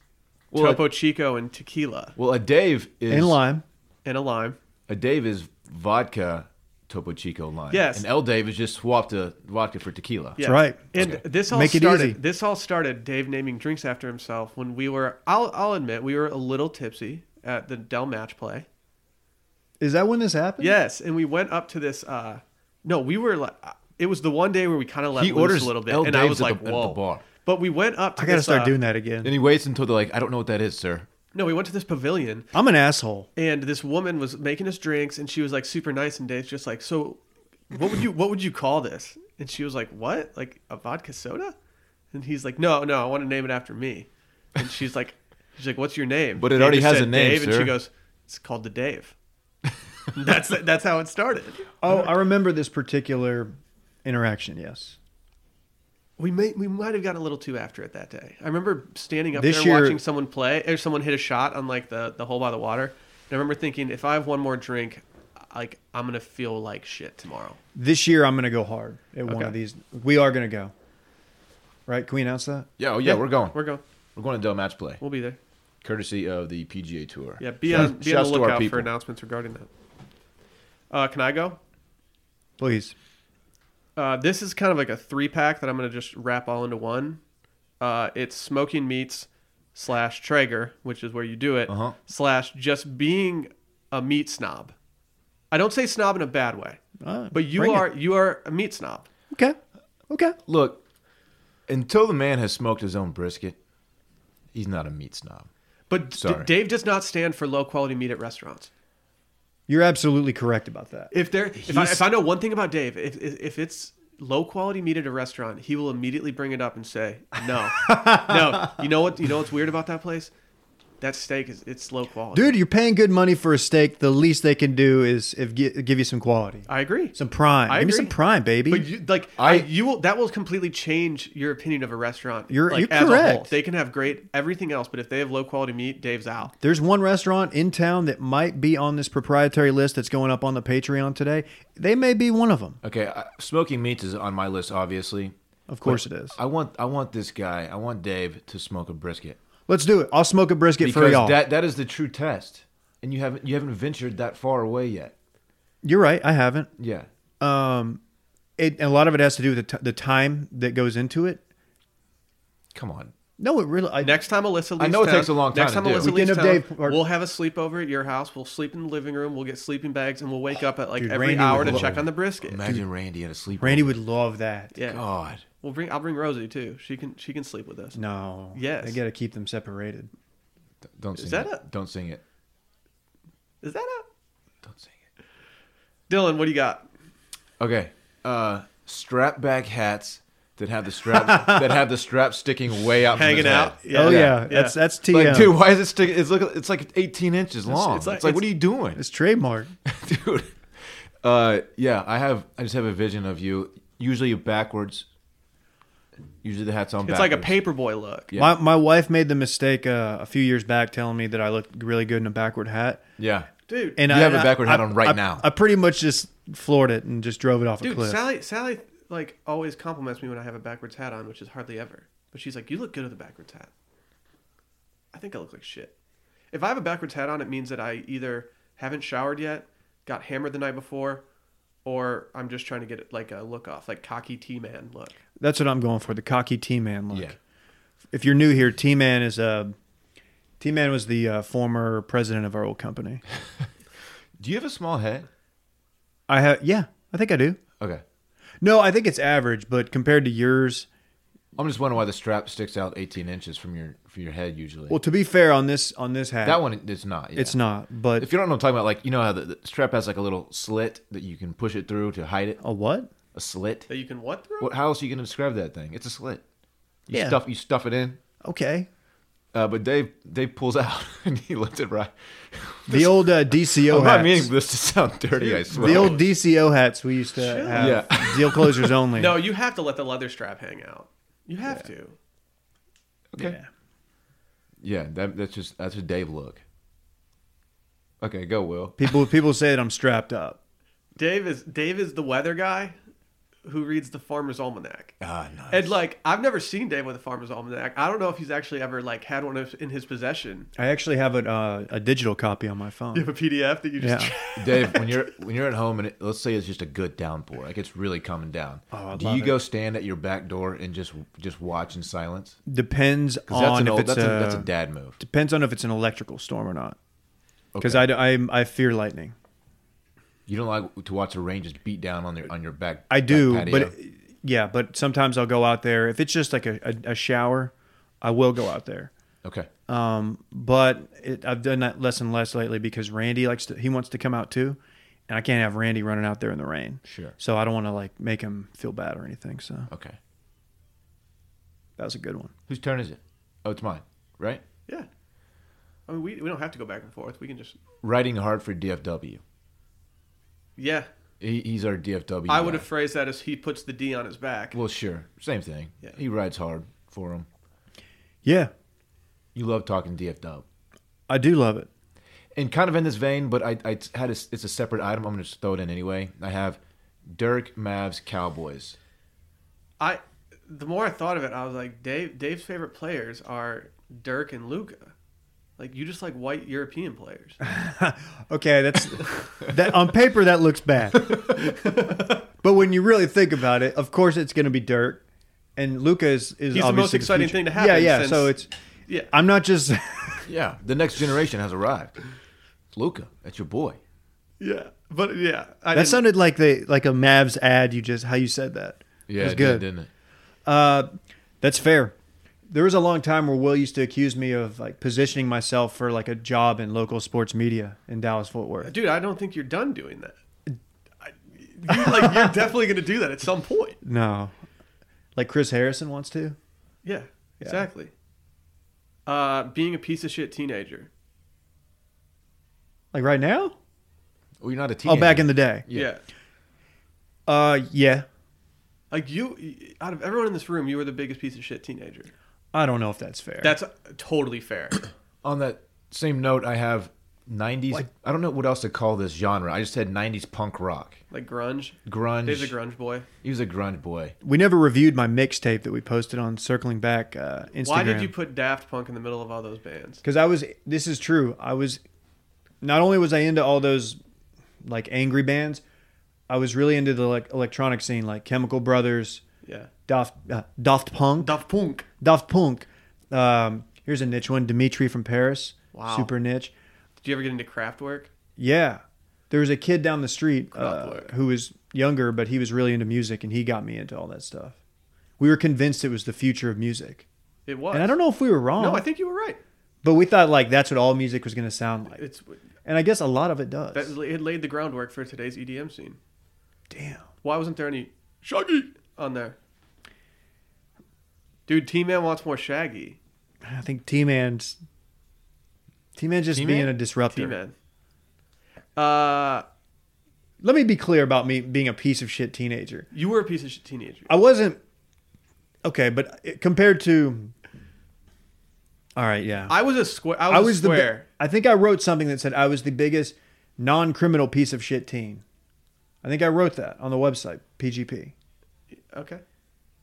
Speaker 3: Well,
Speaker 1: Topo Chico and tequila
Speaker 3: Well, a Dave is
Speaker 2: in lime
Speaker 1: and a lime.
Speaker 3: A Dave is vodka, Topo Chico lime.
Speaker 1: Yes.
Speaker 3: And L. Dave is just swapped to vodka for tequila.
Speaker 1: Yeah.
Speaker 2: right.
Speaker 1: And
Speaker 3: Okay.
Speaker 1: this all
Speaker 2: Make it
Speaker 1: started.
Speaker 2: easy.
Speaker 1: This all started. Dave naming drinks after himself when we were. I'll I'll admit we were a little tipsy at the Dell match play.
Speaker 2: is that when this happened
Speaker 1: Yes, and we went up to this. uh No, we were like. It was the one day where we kind of let
Speaker 3: He
Speaker 1: loose
Speaker 3: orders
Speaker 1: a little bit,
Speaker 3: El
Speaker 1: and I
Speaker 3: Dave's
Speaker 1: was
Speaker 3: at
Speaker 1: like,
Speaker 3: the- at the
Speaker 1: "Whoa!"
Speaker 3: bar.
Speaker 1: But we went up. To
Speaker 2: i gotta
Speaker 1: this,
Speaker 2: start
Speaker 1: uh,
Speaker 2: doing that again
Speaker 3: And he waits until they're like, I don't know what that is, sir.
Speaker 1: No, we went to this pavilion,
Speaker 2: i'm an asshole
Speaker 1: and this woman was making us drinks and she was like super nice and Dave's just like so what would you what would you call this and she was like what like a vodka soda and he's like no no I want to name it after me and she's like she's like what's your name
Speaker 3: But it
Speaker 1: Dave
Speaker 3: already
Speaker 1: just
Speaker 3: has
Speaker 1: said
Speaker 3: a name,
Speaker 1: Dave and she
Speaker 3: sir.
Speaker 1: goes it's called the Dave And that's that's how it started
Speaker 2: Oh, I remember this particular interaction. Yes,
Speaker 1: We may we might have got a little too after it that day. I remember standing up
Speaker 2: This
Speaker 1: there
Speaker 2: year-
Speaker 1: watching someone play or someone hit a shot on like the the hole by the water. And I remember thinking, if I have one more drink, like I'm gonna feel like shit tomorrow.
Speaker 2: This year, I'm going to go hard at one
Speaker 1: Okay.
Speaker 2: of these. We are going to go. Right? Can we announce that?
Speaker 3: Yeah, oh yeah, we're going.
Speaker 1: We're going.
Speaker 3: We're going to Dell Match Play,
Speaker 1: We'll be there.
Speaker 3: courtesy of the PGA Tour.
Speaker 1: Yeah, be
Speaker 3: Shout-
Speaker 1: on be on
Speaker 3: shouts
Speaker 1: the
Speaker 3: to our
Speaker 1: lookout for
Speaker 3: people.
Speaker 1: announcements regarding that. Uh, can I go?
Speaker 2: Please.
Speaker 1: Uh, this is kind of like a three pack that I'm gonna just wrap all into one. Uh, it's smoking meats slash Traeger, which is where you do it,
Speaker 3: Uh-huh.
Speaker 1: slash just being a meat snob. I don't say snob in a bad way,
Speaker 2: Uh,
Speaker 1: but you
Speaker 2: bring it.
Speaker 1: are you are a meat snob.
Speaker 2: Okay. Okay.
Speaker 3: Look, until the man has smoked his own brisket, he's not a meat snob.
Speaker 1: But D-
Speaker 3: Sorry.
Speaker 1: Dave does not stand for low quality meat at restaurants.
Speaker 2: You're absolutely correct about that.
Speaker 1: If there, if I,
Speaker 3: He's-
Speaker 1: if I know one thing about Dave, if if if it's low quality meat at a restaurant, he will immediately bring it up and say, "No, no." You know what? You know what's weird about that place? That steak is it's low quality.
Speaker 2: Dude, you're paying good money for a steak. The least they can do is if gi- give you some quality,
Speaker 1: I agree.
Speaker 2: some prime.
Speaker 1: I
Speaker 2: give me
Speaker 1: agree.
Speaker 2: some prime, baby.
Speaker 1: But you, like I,
Speaker 3: I-
Speaker 1: you will that will completely change your opinion of a restaurant.
Speaker 2: You're-
Speaker 1: like,
Speaker 2: you're
Speaker 1: as A whole.
Speaker 2: correct.
Speaker 1: They can have great everything else, but if they have low quality meat, Dave's out.
Speaker 2: There's one restaurant in town that might be on this proprietary list that's going up on the Patreon today. They may be one of them.
Speaker 3: Okay, I, smoking meats is on my list, obviously.
Speaker 2: Of course it is.
Speaker 3: I want I want this guy, I want Dave to smoke a brisket
Speaker 2: Let's do it. I'll smoke a brisket for
Speaker 3: because
Speaker 2: y'all.
Speaker 3: that that is the true test, and you haven't you haven't ventured that far away yet.
Speaker 2: You're right. I haven't.
Speaker 3: Yeah,
Speaker 2: Um, it and a lot of it has to do with the, t- the time that goes into it.
Speaker 3: come on.
Speaker 2: No, it really. I,
Speaker 1: Next time Alyssa leaves
Speaker 3: I know it
Speaker 1: town-
Speaker 3: takes a long time
Speaker 1: Next time
Speaker 3: to do.
Speaker 1: Alyssa
Speaker 2: Weekend
Speaker 1: leaves
Speaker 2: of
Speaker 1: town,
Speaker 2: Dave part-
Speaker 1: we'll have a sleepover at your house. We'll sleep in the living room. We'll get sleeping bags, and we'll wake up at like
Speaker 2: Dude,
Speaker 1: every
Speaker 2: Randy
Speaker 1: hour
Speaker 2: would
Speaker 1: to
Speaker 2: love
Speaker 1: check
Speaker 2: it.
Speaker 1: on the brisket.
Speaker 3: Imagine Randy at a sleep.
Speaker 2: Randy would love that.
Speaker 1: Yeah,
Speaker 3: Oh God,
Speaker 1: we'll bring. I'll bring Rosie too. She can. She can sleep with us.
Speaker 2: No.
Speaker 1: Yes.
Speaker 2: They got to keep them separated.
Speaker 3: don't sing
Speaker 1: Is that
Speaker 3: it.
Speaker 1: a-
Speaker 3: Don't sing it.
Speaker 1: Is that a
Speaker 3: Don't sing it.
Speaker 1: Dylan? What do you got?
Speaker 3: Okay, uh, strap back hats that have the strap that have the strap sticking way out, from
Speaker 1: Hanging
Speaker 3: his head.
Speaker 1: out? Yeah.
Speaker 2: oh yeah.
Speaker 1: Yeah.
Speaker 2: that's that's TM.
Speaker 3: Like, dude, why is it sticking? It's look, it's like 18 inches long.
Speaker 1: it's
Speaker 3: It's
Speaker 1: like-
Speaker 3: like, what are you doing?
Speaker 2: it's trademark.
Speaker 3: dude. Uh, yeah, I have. I just have a vision of you. Usually backwards. Usually the hat's on.
Speaker 1: It's like a paperboy look.
Speaker 3: Yeah.
Speaker 2: My my wife made the mistake uh, a few years back telling me that I looked really good in a backward hat.
Speaker 3: Yeah.
Speaker 1: Dude,
Speaker 2: And
Speaker 3: You
Speaker 2: I
Speaker 3: have a
Speaker 2: and I-
Speaker 3: backward hat
Speaker 2: I-
Speaker 3: on right
Speaker 2: I-
Speaker 3: now.
Speaker 2: I pretty much just floored it and just drove it off a
Speaker 1: dude,
Speaker 2: cliff.
Speaker 1: Sally, Sally, like always compliments me when I have a backwards hat on, which is hardly ever. But she's like, "You look good with a backwards hat." I think I look like shit. If I have a backwards hat on, it means that I either haven't showered yet, got hammered the night before, or I'm just trying to get like a look off, like cocky T man look.
Speaker 2: That's what I'm going for. The cocky T man look.
Speaker 3: Yeah.
Speaker 2: If you're new here, T man is a T man was the uh, former president of our old company.
Speaker 3: Do you have a small head?
Speaker 2: I have yeah, I think I do.
Speaker 3: Okay.
Speaker 2: No, I think it's average, but compared to yours,
Speaker 3: I'm just wondering why the strap sticks out 18 inches from your from your head usually.
Speaker 2: well, to be fair on this on this hat,
Speaker 3: that one it's not. yeah.
Speaker 2: it's not. But
Speaker 3: If you don't know what I'm talking about, like you know how the, the strap has like a little slit that you can push it through to hide it.
Speaker 2: a what?
Speaker 3: A slit.
Speaker 1: That you can what through?
Speaker 3: What? How else are you gonna describe that thing? It's a slit. You
Speaker 2: Yeah.
Speaker 3: stuff you stuff it in.
Speaker 2: Okay,
Speaker 3: Uh, but Dave Dave pulls out and he lets it right.
Speaker 2: the old uh, DCO
Speaker 3: I'm
Speaker 2: hats.
Speaker 3: not meaning this to sound dirty. I swear.
Speaker 2: the old DCO hats we used to have.
Speaker 3: Yeah.
Speaker 2: Deal closers only.
Speaker 1: No, you have to let the leather strap hang out. You have to.
Speaker 3: Okay.
Speaker 2: Yeah.
Speaker 3: Yeah, that, that's just that's a Dave look. Okay, go Will.
Speaker 2: People people say that I'm strapped up.
Speaker 1: Dave is Dave is the weather guy who reads the Farmer's Almanac.
Speaker 3: Ah, nice.
Speaker 1: And like I've never seen Dave with a farmer's almanac. I don't know if he's actually ever like had one of- in his possession.
Speaker 2: I actually have a uh, a digital copy on my phone.
Speaker 1: You have a PDF that you just
Speaker 2: Yeah.
Speaker 3: Dave, when you're when you're at home and it, let's say it's just a good downpour, like it's really coming down.
Speaker 2: Oh, I'd
Speaker 3: do
Speaker 2: love
Speaker 3: you
Speaker 2: it.
Speaker 3: go stand at your back door and just just watch in silence?
Speaker 2: Depends
Speaker 3: 'Cause that's
Speaker 2: on
Speaker 3: an
Speaker 2: if
Speaker 3: old
Speaker 2: it's
Speaker 3: that's
Speaker 2: a,
Speaker 3: a, that's a dad move.
Speaker 2: depends on if it's an electrical storm or not. Because
Speaker 3: Okay.
Speaker 2: I, I I fear lightning.
Speaker 3: you don't like to watch the rain just beat down on your on your back.
Speaker 2: I
Speaker 3: back
Speaker 2: do,
Speaker 3: patio?
Speaker 2: but yeah, but sometimes I'll go out there if it's just like a, a, a shower. I will go out there,
Speaker 3: okay,
Speaker 2: um, but it, I've done that less and less lately because Randy likes to, he wants to come out too, and I can't have Randy running out there in the rain.
Speaker 3: Sure.
Speaker 2: So I don't want to like make him feel bad or anything. So
Speaker 3: okay.
Speaker 2: that was a good one.
Speaker 3: Whose turn is it? Oh, it's mine. Right,
Speaker 1: yeah. I mean, we, we don't have to go back and forth. We can just
Speaker 3: writing hard for DFW.
Speaker 1: yeah.
Speaker 3: He, he's our DFW.
Speaker 1: I would
Speaker 3: guy.
Speaker 1: have phrased that as he puts the D on his back.
Speaker 3: Well, sure, same thing.
Speaker 1: Yeah.
Speaker 3: He rides hard for him.
Speaker 2: Yeah,
Speaker 3: You love talking DFW.
Speaker 2: I do love it.
Speaker 3: and kind of in this vein, but I, I had a, it's a separate item. I'm gonna just throw it in anyway. I have Dirk, Mavs, Cowboys.
Speaker 1: I the more I thought of it, I was like, Dave Dave's favorite players are Dirk and Luca. Like you just like white European players.
Speaker 2: Okay, that's that on paper that looks bad. but when you really think about it, of course it's going to be Dirk and Luca is,
Speaker 1: He's
Speaker 2: is
Speaker 1: the most
Speaker 2: obviously
Speaker 1: exciting
Speaker 2: future.
Speaker 1: thing to happen
Speaker 2: Yeah, yeah. so
Speaker 1: since-
Speaker 2: it's
Speaker 1: Yeah.
Speaker 2: I'm not just
Speaker 3: Yeah, the next generation has arrived. Luca, that's your boy.
Speaker 1: Yeah. But yeah. I
Speaker 2: that
Speaker 1: didn't-
Speaker 2: sounded like the like a Mavs ad. You just how you said that. it was
Speaker 3: it did,
Speaker 2: good.
Speaker 3: didn't it?
Speaker 2: Uh, that's fair. There was a long time where Will used to accuse me of like positioning myself for like a job in local sports media in Dallas Fort Worth.
Speaker 1: dude, I don't think you're done doing that. I, you, like you're definitely gonna do that at some point.
Speaker 2: No, like Chris Harrison wants to.
Speaker 1: Yeah, exactly. Uh, being a piece of shit teenager.
Speaker 2: Like right now?
Speaker 3: Well, you're not a teenager.
Speaker 2: Oh, back in the day.
Speaker 1: Yeah.
Speaker 3: Yeah.
Speaker 2: Uh, yeah.
Speaker 1: Like you, out of everyone in this room, you were the biggest piece of shit teenager.
Speaker 2: I don't know if that's fair.
Speaker 1: That's totally fair.
Speaker 3: on that same note, I have '90s. I don't know what else to call this genre. I just said '90s punk rock,
Speaker 1: Like grunge.
Speaker 3: grunge.
Speaker 1: Dave's a grunge boy.
Speaker 3: He was a grunge boy.
Speaker 2: we never reviewed my mixtape that we posted on Circling Back uh, Instagram.
Speaker 1: Why did you put Daft Punk in the middle of all those bands?
Speaker 2: Because I was. This is true. I was. Not only was I into all those, like angry bands, I was really into the like electronic scene, like Chemical Brothers,
Speaker 1: Yeah.
Speaker 2: Daft uh, Daft Punk,
Speaker 1: Daft Punk.
Speaker 2: Daft Punk. Um, here's a niche one, Dimitri from Paris.
Speaker 1: Wow.
Speaker 2: Super niche.
Speaker 1: Did you ever get into Kraftwerk?
Speaker 2: Yeah. There was a kid down the street uh,
Speaker 1: Kraftwerk.
Speaker 2: who was younger, but he was really into music, and he got me into all that stuff. We were convinced it was the future of music,
Speaker 1: It was.
Speaker 2: and I don't know if we were wrong.
Speaker 1: No, I think you were right.
Speaker 2: but we thought like that's what all music was going to sound like,
Speaker 1: It's
Speaker 2: and I guess a lot of it does.
Speaker 1: that, it laid the groundwork for today's EDM scene.
Speaker 2: Damn,
Speaker 1: Why wasn't there any Shaggy on there? Dude, T Man wants more Shaggy.
Speaker 2: I think T Man's T Man just
Speaker 3: T-Man?
Speaker 2: being a disruptor.
Speaker 1: T Man. Uh,
Speaker 2: Let me be clear about me being a piece of shit teenager.
Speaker 1: you were a piece of shit teenager.
Speaker 2: I wasn't okay, but it- compared to, all right, yeah,
Speaker 1: I was a square. I was,
Speaker 2: I was
Speaker 1: a
Speaker 2: the. bi-
Speaker 1: square.
Speaker 2: I think I wrote something that said I was the biggest non-criminal piece of shit teen. I think I wrote that on the website PGP.
Speaker 1: okay.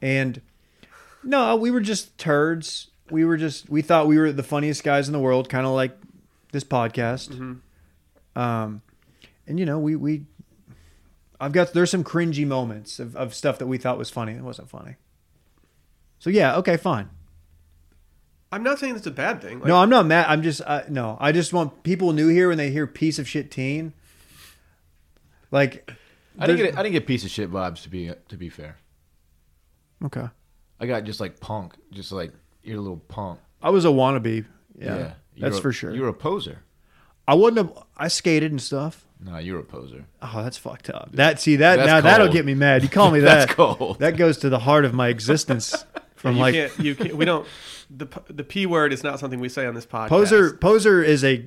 Speaker 2: And no, we were just turds. We were just we thought we were the funniest guys in the world, kind of like this podcast. Um, and you know we we. I've got there's some cringy moments of, of stuff that we thought was funny. It wasn't funny. So yeah, okay, fine.
Speaker 1: I'm not saying that's a bad thing. Like,
Speaker 2: no, I'm not mad. I'm just uh, no. I just want people new here when they hear piece of shit teen. Like,
Speaker 3: I didn't,
Speaker 2: there's-
Speaker 3: get, I didn't get piece of shit vibes to be to be fair.
Speaker 2: Okay,
Speaker 3: I got just like punk, just like you're a little punk.
Speaker 2: I was a wannabe. Yeah,
Speaker 3: You're
Speaker 2: that's
Speaker 3: a-
Speaker 2: for sure.
Speaker 3: You're a poser.
Speaker 2: I wouldn't have. I skated and stuff.
Speaker 3: No, you're a poser.
Speaker 2: Oh, that's fucked up. That see that
Speaker 3: That's
Speaker 2: now that'll
Speaker 3: cold.
Speaker 2: get me mad. You call me that.
Speaker 3: That's cold.
Speaker 2: That goes to the heart of my existence. From
Speaker 1: you
Speaker 2: like
Speaker 1: can't. You can't. We don't. The p- the p word is not something we say on this podcast.
Speaker 2: poser, poser is a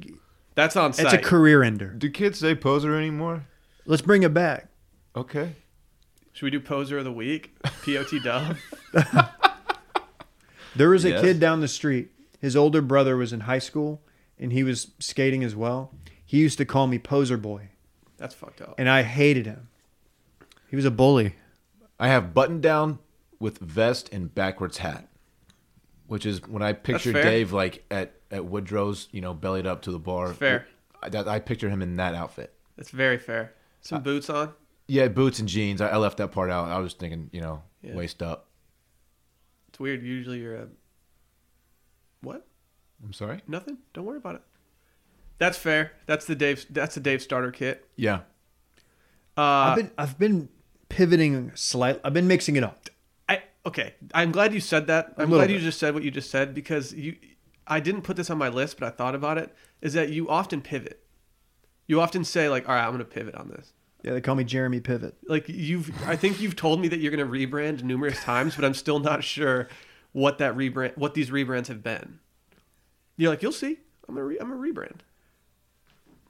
Speaker 1: That's on
Speaker 2: it's
Speaker 1: site.
Speaker 2: a career ender.
Speaker 3: Do kids say poser anymore?
Speaker 2: Let's bring it back.
Speaker 3: Okay.
Speaker 1: Should we do poser of the week? Pot dub.
Speaker 2: There was a
Speaker 3: Yes.
Speaker 2: kid down the street. His older brother was in high school, and he was skating as well. He used to call me poser boy,
Speaker 1: That's fucked up.
Speaker 2: and I hated him. He was a bully.
Speaker 3: I have button down with vest and backwards hat, which is when I picture
Speaker 1: fair.
Speaker 3: Dave like at, at Woodrow's, you know, bellied up to the bar.
Speaker 1: Fair.
Speaker 3: I, that- I picture him in that outfit.
Speaker 1: That's very fair.
Speaker 2: Uh,
Speaker 1: Some boots on.
Speaker 3: Yeah, boots and jeans. I, I left that part out. I was thinking, you know,
Speaker 1: Yeah.
Speaker 3: waist up.
Speaker 1: It's weird. Usually you're a what?
Speaker 3: I'm sorry.
Speaker 1: Nothing. Don't worry about it. That's fair. That's the Dave. That's the Dave starter kit.
Speaker 3: Yeah.
Speaker 1: Uh,
Speaker 2: I've been I've been pivoting slightly. I've been mixing it up.
Speaker 1: I okay. I'm glad you said that. I'm
Speaker 2: little
Speaker 1: glad you
Speaker 2: bit.
Speaker 1: just said what you just said because you. I didn't put this on my list, but I thought about it. Is that you often pivot? You often say like, "All right, I'm going to pivot on this."
Speaker 2: Yeah, they call me Jeremy Pivot.
Speaker 1: Like you've, I think you've told me that you're going to rebrand numerous times, but I'm still not sure what that rebrand, what these rebrands have been. You're like, you'll see. I'm gonna, re- I'm gonna rebrand.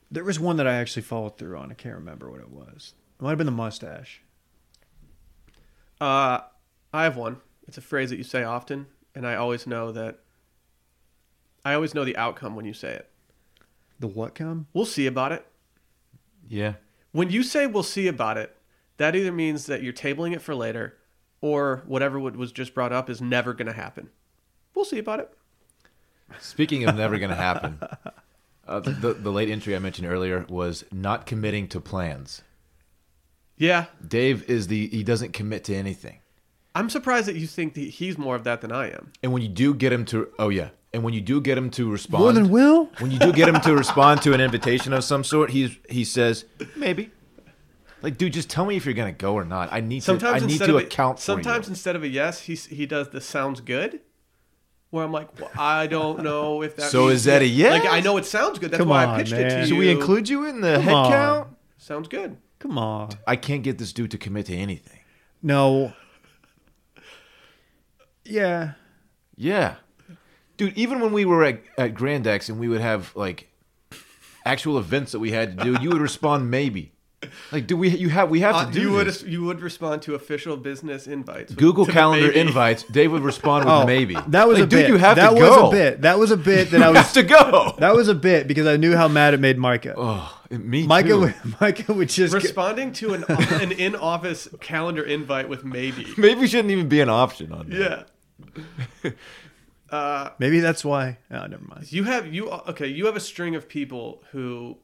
Speaker 2: There was one that I actually followed through on. I can't remember what it was. It might have been the mustache.
Speaker 1: Uh, I have one. It's a phrase that you say often, and I always know that. I always know the outcome when you say it.
Speaker 2: The what come?
Speaker 1: We'll see about it.
Speaker 3: Yeah.
Speaker 1: When you say we'll see about it, that either means that you're tabling it for later, or whatever what was just brought up is never going to happen. We'll see about it.
Speaker 3: Speaking of never going to happen, uh, the, the late entry I mentioned earlier was not committing to plans.
Speaker 1: Yeah,
Speaker 3: Dave is the, he doesn't commit to anything.
Speaker 1: I'm surprised that you think that he's more of that than I am.
Speaker 3: And when you do get him to, oh yeah. And when you do get him to respond,
Speaker 2: More than Will?
Speaker 3: When you do get him to respond to an invitation of some sort, he's, he says, maybe. Like, dude, just tell me if you're going to go or not. I need
Speaker 1: Sometimes
Speaker 3: to, I need
Speaker 1: instead
Speaker 3: to
Speaker 1: of a-
Speaker 3: account for you.
Speaker 1: sometimes instead of a yes, he s- he does the sounds good. Where I'm like, well, I don't know if that.
Speaker 3: So
Speaker 1: means-
Speaker 3: is that a yes?
Speaker 1: Like I know it sounds good. That's
Speaker 2: Come
Speaker 1: why I
Speaker 2: on,
Speaker 1: pitched it to
Speaker 2: man.
Speaker 1: you.
Speaker 3: Should we include you in the
Speaker 2: Come
Speaker 3: head
Speaker 2: on.
Speaker 3: count?
Speaker 1: Sounds good.
Speaker 2: Come on.
Speaker 3: I can't get this dude to commit to anything.
Speaker 2: No. Yeah.
Speaker 3: Yeah. Dude, even when we were at, at Grand X and we would have like actual events that we had to do, you would respond maybe. Like, do we you have we have
Speaker 1: Uh,
Speaker 3: to do
Speaker 1: you would
Speaker 3: this.
Speaker 1: you would respond to official business invites. with-
Speaker 3: Google
Speaker 1: to the
Speaker 3: Calendar
Speaker 1: baby.
Speaker 3: invites. Dave would respond with maybe.
Speaker 2: Oh, That was
Speaker 3: like,
Speaker 2: a
Speaker 3: dude,
Speaker 2: bit.
Speaker 3: you have
Speaker 2: that was
Speaker 3: to go.
Speaker 2: a bit. That was a bit that I
Speaker 3: You have
Speaker 2: was.
Speaker 3: to go.
Speaker 2: that was a bit because I knew how mad it made Micah.
Speaker 3: Oh, me
Speaker 2: Micah,
Speaker 3: too.
Speaker 2: would, Micah would just. get-
Speaker 1: Responding to an an in office calendar invite with maybe.
Speaker 3: maybe shouldn't even be an option on that.
Speaker 1: Yeah. Uh,
Speaker 2: maybe that's why. Oh, never mind.
Speaker 1: you have you okay you have a string of people who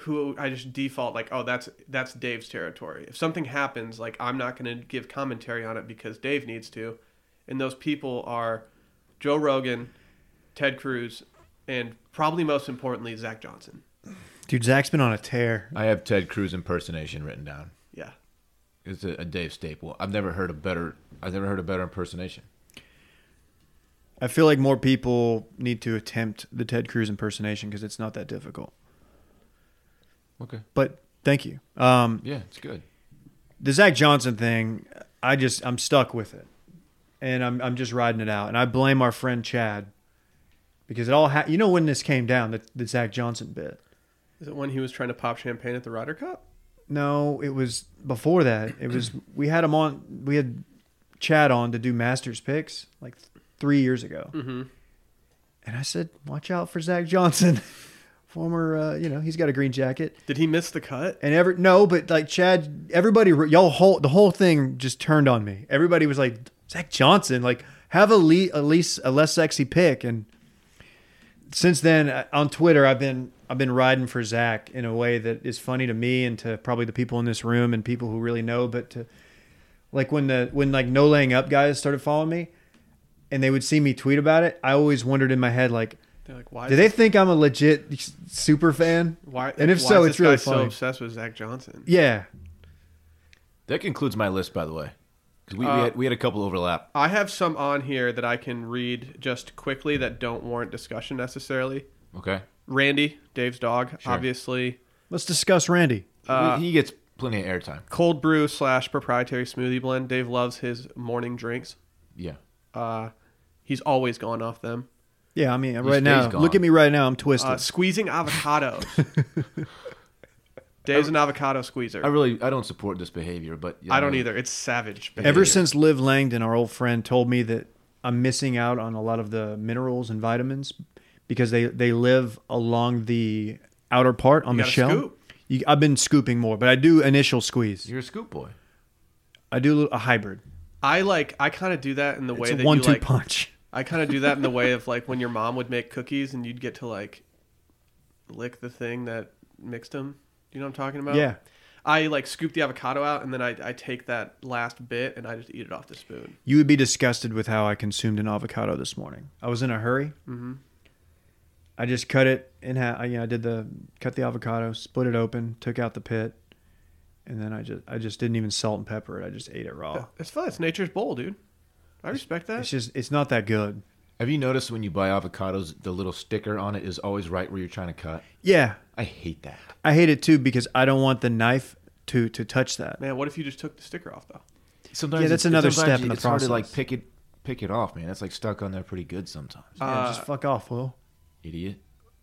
Speaker 1: who i just default like oh that's that's dave's territory if something happens like i'm not going to give commentary on it because dave needs to and those people are joe rogan ted cruz and probably most importantly zach johnson
Speaker 2: Dude, Zach's been on a tear.
Speaker 3: I have Ted Cruz impersonation written down.
Speaker 1: yeah
Speaker 3: It's a, a Dave staple. I've never heard a better I've never heard a better impersonation.
Speaker 2: I feel like more people need to attempt the Ted Cruz impersonation because it's not that difficult.
Speaker 3: Okay.
Speaker 2: But thank you. Um,
Speaker 3: Yeah, it's good.
Speaker 2: the Zach Johnson thing, I just I'm stuck with it, and I'm I'm just riding it out. And I blame our friend Chad because it all ha- you know when this came down the, the Zach Johnson bit.
Speaker 1: is it when he was trying to pop champagne at the Ryder Cup?
Speaker 2: No, it was before that. It was we had him on. We had Chad on to do Masters picks like th- three years ago,
Speaker 1: Mm-hmm.
Speaker 2: and I said, "Watch out for Zach Johnson, former. Uh, you know, he's got a green jacket."
Speaker 1: Did he miss the cut?
Speaker 2: And every no, but like Chad, everybody, y'all whole the whole thing just turned on me. Everybody was like Zach Johnson, like have a le- at least a less sexy pick. And since then, uh, on Twitter, I've been I've been riding for Zach in a way that is funny to me and to probably the people in this room and people who really know. But to like when the when like no laying up guys started following me, and they would see me tweet about it, I always wondered in my head like,
Speaker 1: They're like, why?
Speaker 2: do
Speaker 1: is
Speaker 2: they think I'm a legit s- super fan?
Speaker 1: Why?
Speaker 2: And if
Speaker 1: why
Speaker 2: so,
Speaker 1: is
Speaker 2: it's
Speaker 1: this guy
Speaker 2: really
Speaker 1: so
Speaker 2: funny.
Speaker 1: obsessed with Zach Johnson.
Speaker 2: Yeah,
Speaker 3: That concludes my list, by the way, because we, we,
Speaker 1: Uh,
Speaker 3: had, we had a couple overlap.
Speaker 1: I have some on here that I can read just quickly that don't warrant discussion necessarily.
Speaker 3: Okay,
Speaker 1: Randy, Dave's dog,
Speaker 3: Sure.
Speaker 1: obviously.
Speaker 2: let's discuss Randy.
Speaker 1: Uh,
Speaker 3: he gets plenty of airtime.
Speaker 1: Cold brew slash proprietary smoothie blend. Dave loves his morning drinks.
Speaker 3: Yeah,
Speaker 1: Uh, he's always gone off them.
Speaker 2: Yeah, I mean,
Speaker 3: stays
Speaker 2: right now,
Speaker 3: gone.
Speaker 2: look at me right now. I'm twisted.
Speaker 1: Uh, squeezing avocados. Dave's an avocado squeezer.
Speaker 3: I really I don't support this behavior, but yeah,
Speaker 1: I don't either. It's savage. but-
Speaker 2: Ever since Liv Langdon, our old friend, told me that I'm missing out on a lot of the minerals and vitamins because they they live along the outer part on
Speaker 1: You
Speaker 2: the
Speaker 1: gotta
Speaker 2: shell.
Speaker 1: scoop.
Speaker 2: You, I've been scooping more, but I do initial squeeze.
Speaker 3: You're a scoop boy.
Speaker 2: I do a hybrid.
Speaker 1: I like. I kind of do that in the way
Speaker 2: It's a
Speaker 1: that you
Speaker 2: one-two
Speaker 1: like.
Speaker 2: punch.
Speaker 1: I kind of do that in the way of like when your mom would make cookies and you'd get to like lick the thing that mixed them. You know what I'm talking about?
Speaker 2: Yeah.
Speaker 1: I like scoop the avocado out and then I, I take that last bit and I just eat it off the spoon.
Speaker 2: You would be disgusted with how I consumed an avocado this morning. I was in a hurry. I just cut it in half. I, you know, I did the cut the avocado, split it open, took out the pit, and then I just I just didn't even salt and pepper it. I just ate it raw.
Speaker 1: It's fun. It's nature's bowl, dude. I respect that.
Speaker 2: Oh. It's just it's not that good.
Speaker 3: Have you noticed when you buy avocados, the little sticker on it is always right where you're trying to cut?
Speaker 2: Yeah,
Speaker 3: I hate that.
Speaker 2: I hate it too because I don't want the knife to to touch that.
Speaker 1: Man, what if you just took the sticker off though?
Speaker 3: Sometimes
Speaker 2: Yeah, that's
Speaker 3: it's-
Speaker 2: another
Speaker 3: sometimes
Speaker 2: step in the
Speaker 3: it's hard to like
Speaker 2: process.
Speaker 3: pick it pick it off, man. That's like stuck on there pretty good sometimes.
Speaker 2: Yeah,
Speaker 1: Uh,
Speaker 2: just fuck off, Will.
Speaker 3: Idiot.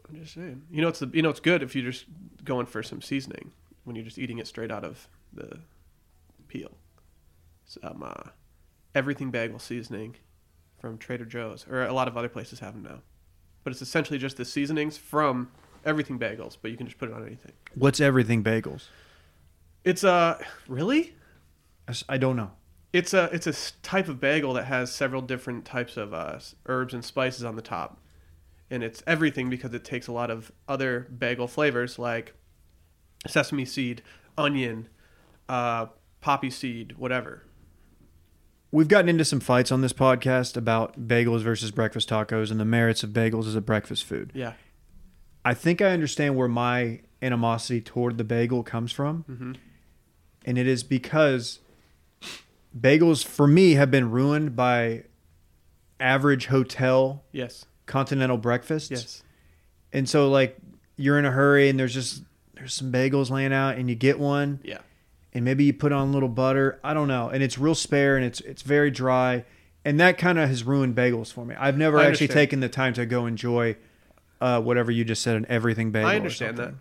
Speaker 1: I'm just saying. You know, it's the, you know, it's good if you're just going for some seasoning when you're just eating it straight out of the peel. Some uh, everything bagel seasoning from Trader Joe's, or a lot of other places have them now. But it's essentially just the seasonings from everything bagels, but you can just put it on anything.
Speaker 2: What's everything bagels?
Speaker 1: It's uh, really.
Speaker 2: I s- I don't know.
Speaker 1: It's a it's a s- type of bagel that has several different types of uh, s- herbs and spices on the top, and it's everything because it takes a lot of other bagel flavors like sesame seed, onion, uh, poppy seed, whatever.
Speaker 2: We've gotten into some fights on this podcast about bagels versus breakfast tacos and the merits of bagels as a breakfast food.
Speaker 1: Yeah,
Speaker 2: I think I understand where my animosity toward the bagel comes from.
Speaker 1: Mm-hmm.
Speaker 2: And it is because bagels, for me, have been ruined by average hotel
Speaker 1: yes,
Speaker 2: continental breakfasts.
Speaker 1: yes,
Speaker 2: And so, like, you're in a hurry and there's just there's some bagels laying out and you get one
Speaker 1: yeah,
Speaker 2: and maybe you put on a little butter. I don't know. And it's real spare and it's it's very dry. And that kind of has ruined bagels for me. I've never
Speaker 1: I
Speaker 2: actually
Speaker 1: understand.
Speaker 2: taken the time to go enjoy uh, whatever you just said an everything bagel. or
Speaker 1: I understand that.
Speaker 2: something.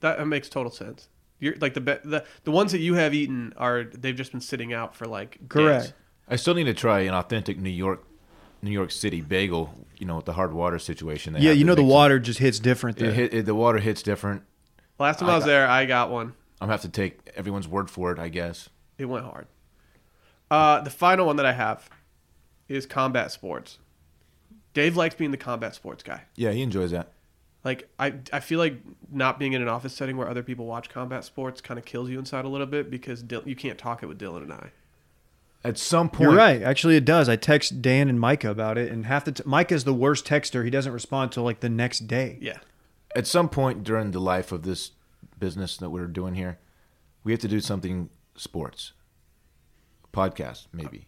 Speaker 1: that. That makes total sense. You're like the be- the the ones that you have eaten are they've just been sitting out for like days.
Speaker 2: Correct.
Speaker 3: I still need to try an authentic New York, New York City bagel. You know, with the hard water situation. they
Speaker 2: Yeah,
Speaker 3: have
Speaker 2: you
Speaker 3: that
Speaker 2: know the
Speaker 3: makes it-
Speaker 2: water just hits different there.
Speaker 3: It hit, it, the water hits different.
Speaker 1: Last time I,
Speaker 3: I
Speaker 1: was
Speaker 3: got-
Speaker 1: there, I got one.
Speaker 3: I'm gonna have to take everyone's word for it, I guess.
Speaker 1: It went hard. Uh, the final one that I have is combat sports. Dave likes being the combat sports guy.
Speaker 3: Yeah, he enjoys that.
Speaker 1: Like I, I feel like not being in an office setting where other people watch combat sports kind of kills you inside a little bit because Dil- you can't talk it with Dylan and I.
Speaker 3: At some point,
Speaker 2: You're right. Actually, it does. I text Dan and Micah about it, and half the t- Micah's the worst texter. He doesn't respond till like the next day.
Speaker 1: Yeah,
Speaker 3: at some point during the life of this business that we're doing here, we have to do something sports, podcast maybe,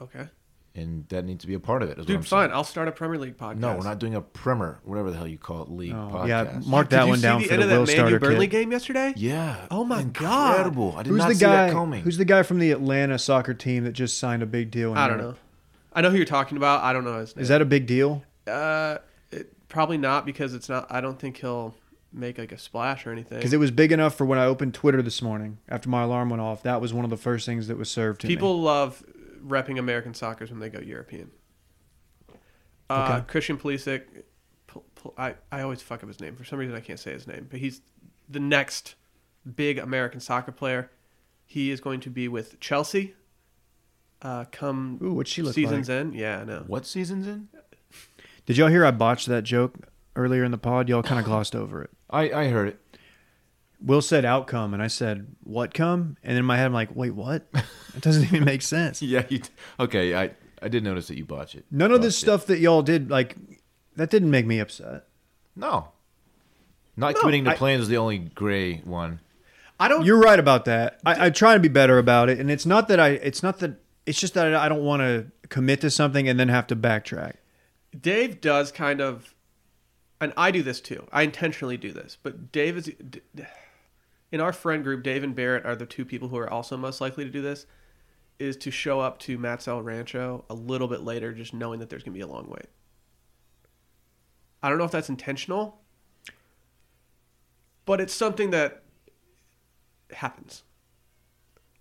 Speaker 1: okay,
Speaker 3: and that needs to be a part of it. is what I'm
Speaker 1: dude,
Speaker 3: saying.
Speaker 1: fine. I'll start a Premier League podcast.
Speaker 3: No, we're not doing a primer, whatever the hell you call it, league
Speaker 2: Oh,
Speaker 3: podcast.
Speaker 2: yeah,
Speaker 1: Dude,
Speaker 2: mark
Speaker 1: did
Speaker 2: that
Speaker 1: you
Speaker 2: one
Speaker 1: see
Speaker 2: down
Speaker 1: the
Speaker 2: for
Speaker 1: end
Speaker 2: the
Speaker 1: of that
Speaker 2: Will
Speaker 1: Man U
Speaker 2: starter
Speaker 1: Burnley
Speaker 2: kid.
Speaker 1: game yesterday.
Speaker 3: Yeah.
Speaker 1: Oh my God.
Speaker 3: incredible. I did
Speaker 2: Who's
Speaker 3: not
Speaker 2: the
Speaker 3: see
Speaker 2: guy?
Speaker 3: that coming.
Speaker 2: Who's the guy from the Atlanta soccer team that just signed a big deal? In
Speaker 1: I don't know.
Speaker 2: Europe?
Speaker 1: I know who you're talking about. I don't know his name.
Speaker 2: Is that a big deal?
Speaker 1: Uh, it, probably not because it's not. I don't think he'll make like a splash or anything.
Speaker 2: Because it was big enough for when I opened Twitter this morning after my alarm went off. That was one of the first things that was served to me.
Speaker 1: People love repping American soccer's when they go European. Uh,
Speaker 2: Okay.
Speaker 1: Christian Pulisic, Pul- Pul- I, I always fuck up his name. For some reason, I can't say his name, but he's the next big American soccer player. He is going to be with Chelsea uh, come
Speaker 2: Ooh, what's she look
Speaker 1: season's end. Yeah, I know.
Speaker 3: What season's in?
Speaker 2: Did y'all hear I botched that joke earlier in the pod? Y'all kind of glossed over it.
Speaker 3: I, I heard it.
Speaker 2: Will said outcome, and I said what come, and in my head I'm like, wait, what? It doesn't even make sense.
Speaker 3: Yeah. You d- okay. I, I did notice that you botched it.
Speaker 2: None of this
Speaker 3: Botched it.
Speaker 2: stuff that y'all did, like, that didn't make me upset.
Speaker 3: No. Not committing to
Speaker 2: I-
Speaker 3: plans is the only gray one.
Speaker 1: I don't.
Speaker 2: You're right about that. I, I try to be better about it, and it's not that I, it's not that, it's just that I, I don't want to commit to something and then have to backtrack.
Speaker 1: Dave does kind of, and I do this too. I intentionally do this, but Dave is d- d- in our friend group. Dave and Barrett are the two people who are also most likely to do this. Is to show up to Matt's El Rancho a little bit later, just knowing that there's gonna be a long wait. I don't know if that's intentional, but it's something that happens.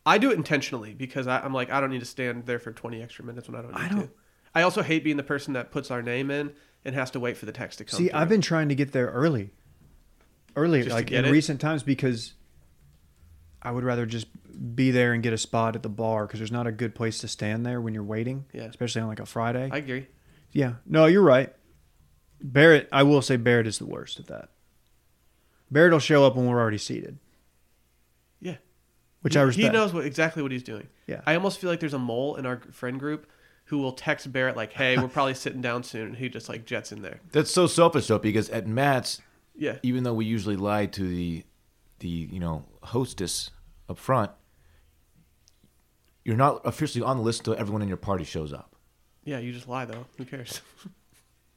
Speaker 1: I do it intentionally because I, I'm like I don't need to stand there for 20 extra minutes when I don't need
Speaker 2: I don't-
Speaker 1: to. I also hate being the person that puts our name in and has to wait for the text to come.
Speaker 2: See,
Speaker 1: through.
Speaker 2: I've been trying to get there early, early,
Speaker 1: Just to
Speaker 2: like
Speaker 1: get
Speaker 2: in
Speaker 1: it?
Speaker 2: recent times, because I would rather just be there and get a spot at the bar because there's not a good place to stand there when you're waiting,
Speaker 1: Yeah.
Speaker 2: especially on like a Friday.
Speaker 1: I agree.
Speaker 2: Yeah. No, you're right. Barrett, I will say Barrett is the worst at that. Barrett will show up when we're already seated,
Speaker 1: Yeah,
Speaker 2: which
Speaker 1: he,
Speaker 2: I respect.
Speaker 1: He knows what, exactly what he's doing.
Speaker 2: Yeah.
Speaker 1: I almost feel like there's a mole in our friend group who will text Barrett like, "Hey, we're probably sitting down soon," and he just like jets in there.
Speaker 3: That's so selfish though, because at Matt's,
Speaker 1: Yeah,
Speaker 3: even though we usually lie to the, the you know hostess up front, you're not officially on the list until everyone in your party shows up.
Speaker 1: yeah. You just lie though. Who cares?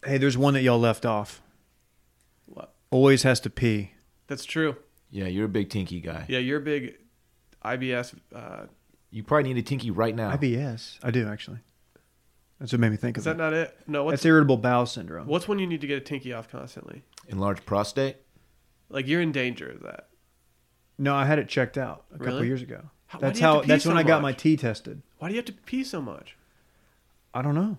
Speaker 2: Hey, there's one that y'all left off.
Speaker 1: what?
Speaker 2: Always has to pee.
Speaker 1: That's true.
Speaker 3: Yeah, you're a big Tinky guy.
Speaker 1: Yeah, you're a big IBS. Uh,
Speaker 3: You probably need a Tinky right now.
Speaker 2: IBS. I do actually. That's what made me think
Speaker 1: is
Speaker 2: of
Speaker 1: that
Speaker 2: it.
Speaker 1: not it? No. What's
Speaker 2: That's irritable bowel syndrome.
Speaker 1: what's when you need to get a tinky off constantly?
Speaker 3: enlarged prostate.
Speaker 1: Like you're in danger of that.
Speaker 2: No, I had it checked out a couple
Speaker 1: Really?
Speaker 2: years ago.
Speaker 1: How- why
Speaker 2: that's
Speaker 1: do you have
Speaker 2: how.
Speaker 1: to pee
Speaker 2: That's
Speaker 1: so
Speaker 2: when I got
Speaker 1: much?
Speaker 2: my T tested.
Speaker 1: Why do you have to pee so much?
Speaker 2: I don't know.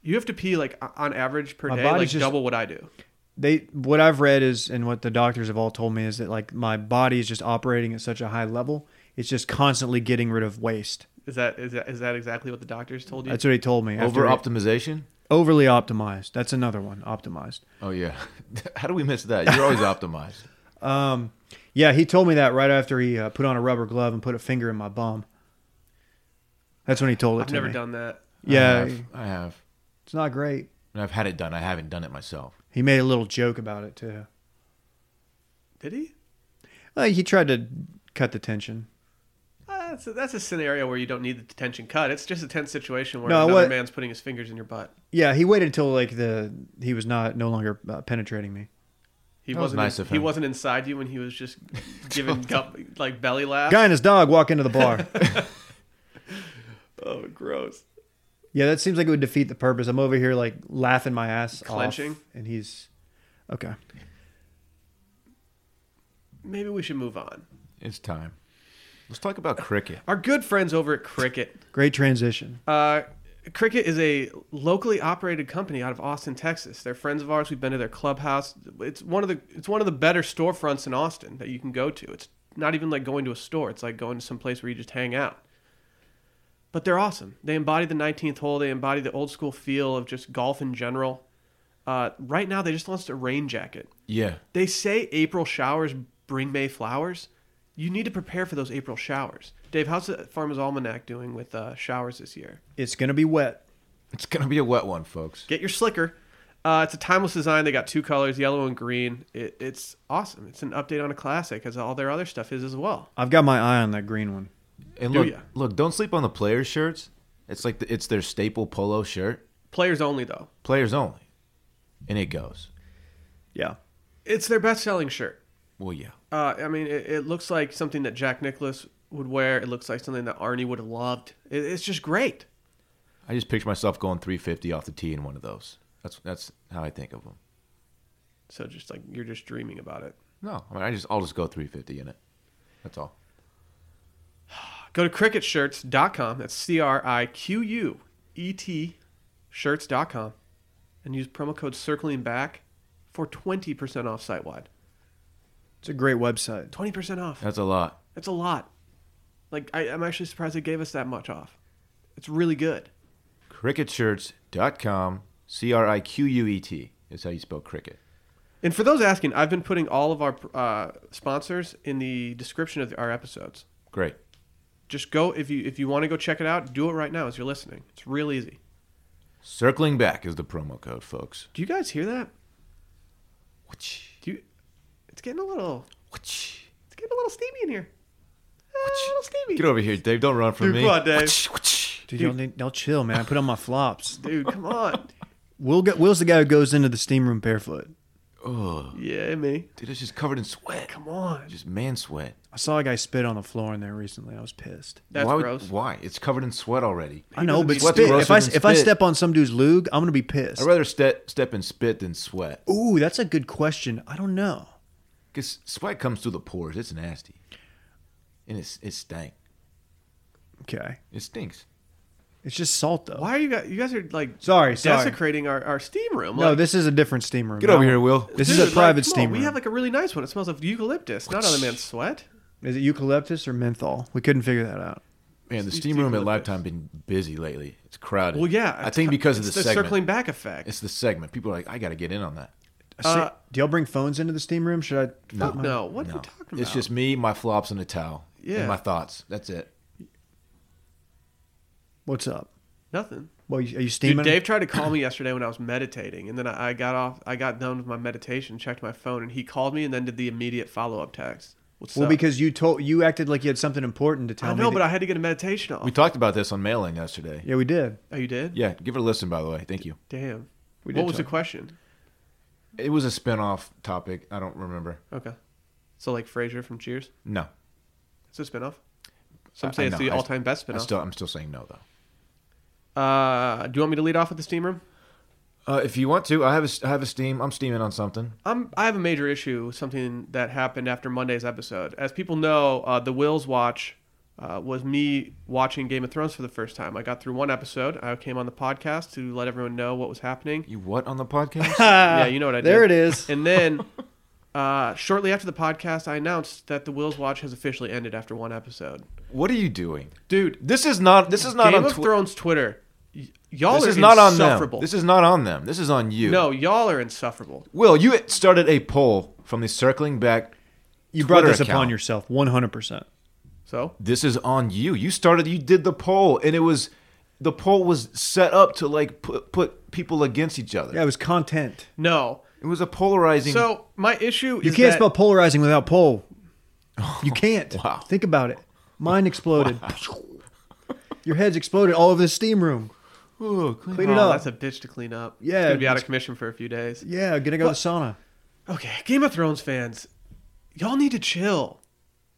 Speaker 1: You have to pee like o- on average per
Speaker 2: My
Speaker 1: day,
Speaker 2: body's
Speaker 1: like
Speaker 2: just-
Speaker 1: double what I do.
Speaker 2: They what I've read is, and what the doctors have all told me is that like my body is just operating at such a high level, it's just constantly getting rid of waste.
Speaker 1: Is that is that is that exactly what the doctors told you?
Speaker 2: That's what he told me.
Speaker 3: Over
Speaker 2: After it-
Speaker 3: optimization.
Speaker 2: overly optimized. That's another one. Optimized.
Speaker 3: Oh yeah. How do we miss that? You're always optimized.
Speaker 2: Um, yeah, he told me that right after he uh, put on a rubber glove and put a finger in my bum. That's when he told it
Speaker 1: I've
Speaker 2: to
Speaker 1: never
Speaker 2: me.
Speaker 1: done that.
Speaker 2: Yeah,
Speaker 3: I have. I have.
Speaker 2: it's not great.
Speaker 3: And I've had it done. I haven't done it myself.
Speaker 2: He made a little joke about it too.
Speaker 1: Did he?
Speaker 2: Like he tried to cut the tension.
Speaker 1: Uh, that's, a, that's a scenario where you don't need the tension cut. It's just a tense situation where
Speaker 2: No,
Speaker 1: another
Speaker 2: what-
Speaker 1: man's putting his fingers in your butt.
Speaker 2: Yeah, he waited until like the he was not no longer uh, penetrating me.
Speaker 1: He
Speaker 3: That was
Speaker 1: wasn't.
Speaker 3: nice of
Speaker 1: He
Speaker 3: him.
Speaker 1: wasn't inside you when he was just giving gup, like belly laughs.
Speaker 2: Guy and his dog walk into the bar.
Speaker 1: Oh, gross.
Speaker 2: yeah, that seems like it would defeat the purpose. I'm over here like laughing my ass off,
Speaker 1: Clenching.
Speaker 2: and he's okay.
Speaker 1: Maybe we should move on.
Speaker 3: It's time. Let's talk about cricket.
Speaker 1: Our good friends over at Cricket.
Speaker 2: Great transition.
Speaker 1: Uh, Cricket is a locally operated company out of Austin, Texas. They're friends of ours. We've been to their clubhouse. It's one of the it's one of the better storefronts in Austin that you can go to. It's not even like going to a store. It's like going to some place where you just hang out. But they're awesome. They embody the 19th hole. They embody the old school feel of just golf in general. Uh, right now, they just launched a rain jacket.
Speaker 3: Yeah.
Speaker 1: They say April showers bring May flowers. You need to prepare for those April showers. Dave, how's the Farmer's Almanac doing with uh, showers this year?
Speaker 2: It's gonna be wet.
Speaker 3: It's gonna be a wet one, folks.
Speaker 1: Get your slicker. Uh, it's a timeless design. They got two colors, yellow and green. It, it's awesome. It's an update on a classic, as all their other stuff is as well.
Speaker 2: I've got my eye on that green one.
Speaker 3: And
Speaker 1: Do
Speaker 3: look,
Speaker 1: ya?
Speaker 3: look, don't sleep on the players' shirts. It's like the, it's their staple polo shirt.
Speaker 1: Players only, though.
Speaker 3: Players only. And it goes.
Speaker 2: Yeah.
Speaker 1: It's their best selling shirt.
Speaker 3: Well, yeah.
Speaker 1: Uh, I mean, it, it looks like something that Jack Nicholas would wear. It looks like something that Arnie would have loved. It, it's just great.
Speaker 3: I just picture myself going 350 off the tee in one of those. That's that's how I think of them.
Speaker 1: So just like you're just dreaming about it.
Speaker 3: No, I mean I just I'll just go 350 in it. That's all.
Speaker 1: Go to cricketshirts.com. That's C R I Q U E T shirts.com and use promo code circling back for 20% off site wide.
Speaker 2: It's a great website.
Speaker 1: 20% off.
Speaker 3: That's a lot.
Speaker 1: That's a lot. Like I, I'm actually surprised they gave us that much off. It's really good.
Speaker 3: Cricketshirts.com. C R I Q U E T is how you spell cricket.
Speaker 1: And for those asking, I've been putting all of our uh, sponsors in the description of our episodes.
Speaker 3: Great.
Speaker 1: Just go if you if you want to go check it out. Do it right now as you're listening. It's real easy.
Speaker 3: Circling back is the promo code, folks.
Speaker 1: Do you guys hear that?
Speaker 3: Whoosh,
Speaker 1: Do you, it's getting a little
Speaker 3: whoosh.
Speaker 1: it's getting a little steamy in here. Ah, a little steamy.
Speaker 3: Get over here, Dave. Don't run from
Speaker 1: Dude,
Speaker 3: me.
Speaker 1: come on, Dave.
Speaker 3: Whoosh, whoosh.
Speaker 2: Dude, y'all, need, y'all chill, man. I put on my flops.
Speaker 1: Dude, come on.
Speaker 2: Will go, Will's the guy who goes into the steam room barefoot.
Speaker 3: Oh,
Speaker 1: yeah, me.
Speaker 3: dude, it's just covered in sweat.
Speaker 1: Come on.
Speaker 3: Just man sweat.
Speaker 2: I saw a guy spit on the floor in there recently. I was pissed.
Speaker 1: That's
Speaker 3: why would-
Speaker 1: gross.
Speaker 3: Why? It's covered in sweat already.
Speaker 2: I know,
Speaker 1: doesn't
Speaker 2: but
Speaker 1: need
Speaker 3: sweat.
Speaker 2: spit.
Speaker 3: Grosser
Speaker 2: If I
Speaker 3: than
Speaker 2: if I
Speaker 3: spit.
Speaker 2: step on some dude's lug, I'm gonna be pissed.
Speaker 3: I'd rather step step in spit than sweat.
Speaker 2: Ooh, that's a good question. I don't know.
Speaker 3: Cause sweat comes through the pores. It's nasty, and it's it stank.
Speaker 2: Okay,
Speaker 3: It stinks.
Speaker 2: it's just salt though.
Speaker 1: Why are you guys? You guys are like
Speaker 2: Sorry, sorry.
Speaker 1: desecrating our, our steam room.
Speaker 2: no,
Speaker 1: Like,
Speaker 2: this is a different steam room.
Speaker 3: Get over
Speaker 2: No.
Speaker 3: here, Will.
Speaker 2: This
Speaker 1: dude,
Speaker 2: is a
Speaker 1: like,
Speaker 2: private
Speaker 1: come on,
Speaker 2: steam
Speaker 1: We
Speaker 2: room.
Speaker 1: have like a really nice one. It smells of eucalyptus, not other man's sweat.
Speaker 2: is it eucalyptus or menthol? We couldn't figure that out.
Speaker 3: Man, the
Speaker 1: These
Speaker 3: steam room
Speaker 1: people
Speaker 3: at
Speaker 1: are
Speaker 3: Lifetime been busy lately. It's crowded.
Speaker 1: Well, yeah.
Speaker 3: I think because of the,
Speaker 1: it's the
Speaker 3: segment.
Speaker 1: circling back effect.
Speaker 3: It's the segment. People are like, I got to get in on that.
Speaker 2: I see-
Speaker 1: Uh,
Speaker 2: Do y'all bring phones into the steam room? Should I?
Speaker 1: Fuck no. What are
Speaker 3: No.
Speaker 1: you talking about?
Speaker 3: It's just me, my flops, and a towel.
Speaker 1: Yeah.
Speaker 3: And my thoughts. That's it.
Speaker 2: What's up?
Speaker 1: nothing.
Speaker 2: Well, you, are you steaming?
Speaker 1: Dude, Dave tried to call me yesterday when I was meditating, and then I, I got off. I got done with my meditation, checked my phone, and he called me, and then did the immediate follow up text. What's
Speaker 2: well,
Speaker 1: up?
Speaker 2: because you told you acted like you had something important to tell
Speaker 1: I
Speaker 2: me.
Speaker 1: know,
Speaker 2: that-
Speaker 1: but I had to get a meditation off.
Speaker 3: We talked about this on mail in yesterday.
Speaker 2: yeah, we did.
Speaker 1: oh, you did?
Speaker 3: Yeah, give it a listen, by the way. Thank you.
Speaker 1: Damn.
Speaker 2: We
Speaker 1: what
Speaker 2: did
Speaker 1: was the
Speaker 2: talk.
Speaker 1: question?
Speaker 3: It was a spin off topic. I don't remember.
Speaker 1: Okay. So like Frasier from Cheers,
Speaker 3: No.
Speaker 1: it's a spinoff.
Speaker 3: I-
Speaker 1: Some
Speaker 3: I
Speaker 1: say it's
Speaker 3: know.
Speaker 1: the
Speaker 3: I-
Speaker 1: all-time best
Speaker 3: I
Speaker 1: spinoff.
Speaker 3: still, I'm still saying no, though.
Speaker 1: uh, do you want me to lead off with the steam room?
Speaker 3: Uh, if you want to, I have a, I have a steam. I'm steaming on something.
Speaker 1: I'm, I have a major issue with something that happened after Monday's episode. As people know, uh, the Wills watch uh, was me watching Game of Thrones for the first time. I got through one episode. I came on the podcast to let everyone know what was happening.
Speaker 3: You what on the podcast?
Speaker 1: yeah, you know what I did.
Speaker 2: There it is.
Speaker 1: And then uh, shortly after the podcast, I announced that the Wills watch has officially ended after one episode.
Speaker 3: what are you doing?
Speaker 1: Dude,
Speaker 3: This is not. This is not
Speaker 1: Game
Speaker 3: on.
Speaker 1: of
Speaker 3: Twi-
Speaker 1: Thrones Twitter, y- y'all
Speaker 3: this
Speaker 1: are
Speaker 3: is not on them.
Speaker 1: insufferable.
Speaker 3: This is not on them. This is on you.
Speaker 1: no, y'all are insufferable.
Speaker 3: Will, you started a poll from the circling back.
Speaker 2: You brought
Speaker 3: Twitter
Speaker 2: this upon
Speaker 3: account.
Speaker 2: yourself 100%.
Speaker 1: So
Speaker 3: This is on you. You started. You did the poll, and it was the poll was set up to like put put people against each other.
Speaker 2: Yeah, it was content.
Speaker 1: no.
Speaker 3: It was a polarizing.
Speaker 1: So my issue is
Speaker 2: You can't
Speaker 1: that- Oh,
Speaker 2: spell polarizing without pole. You can't.
Speaker 3: Wow.
Speaker 2: Think about it. Mine exploded. Your head's exploded all over the steam room.
Speaker 3: Ooh, clean-
Speaker 2: Clean
Speaker 1: Oh,
Speaker 2: it up.
Speaker 1: that's a bitch to clean up.
Speaker 2: Yeah,
Speaker 1: it's gonna be out of
Speaker 2: it's-
Speaker 1: commission for a few days.
Speaker 2: yeah, gonna go to the sauna.
Speaker 1: Okay, Game of Thrones fans, y'all need to chill.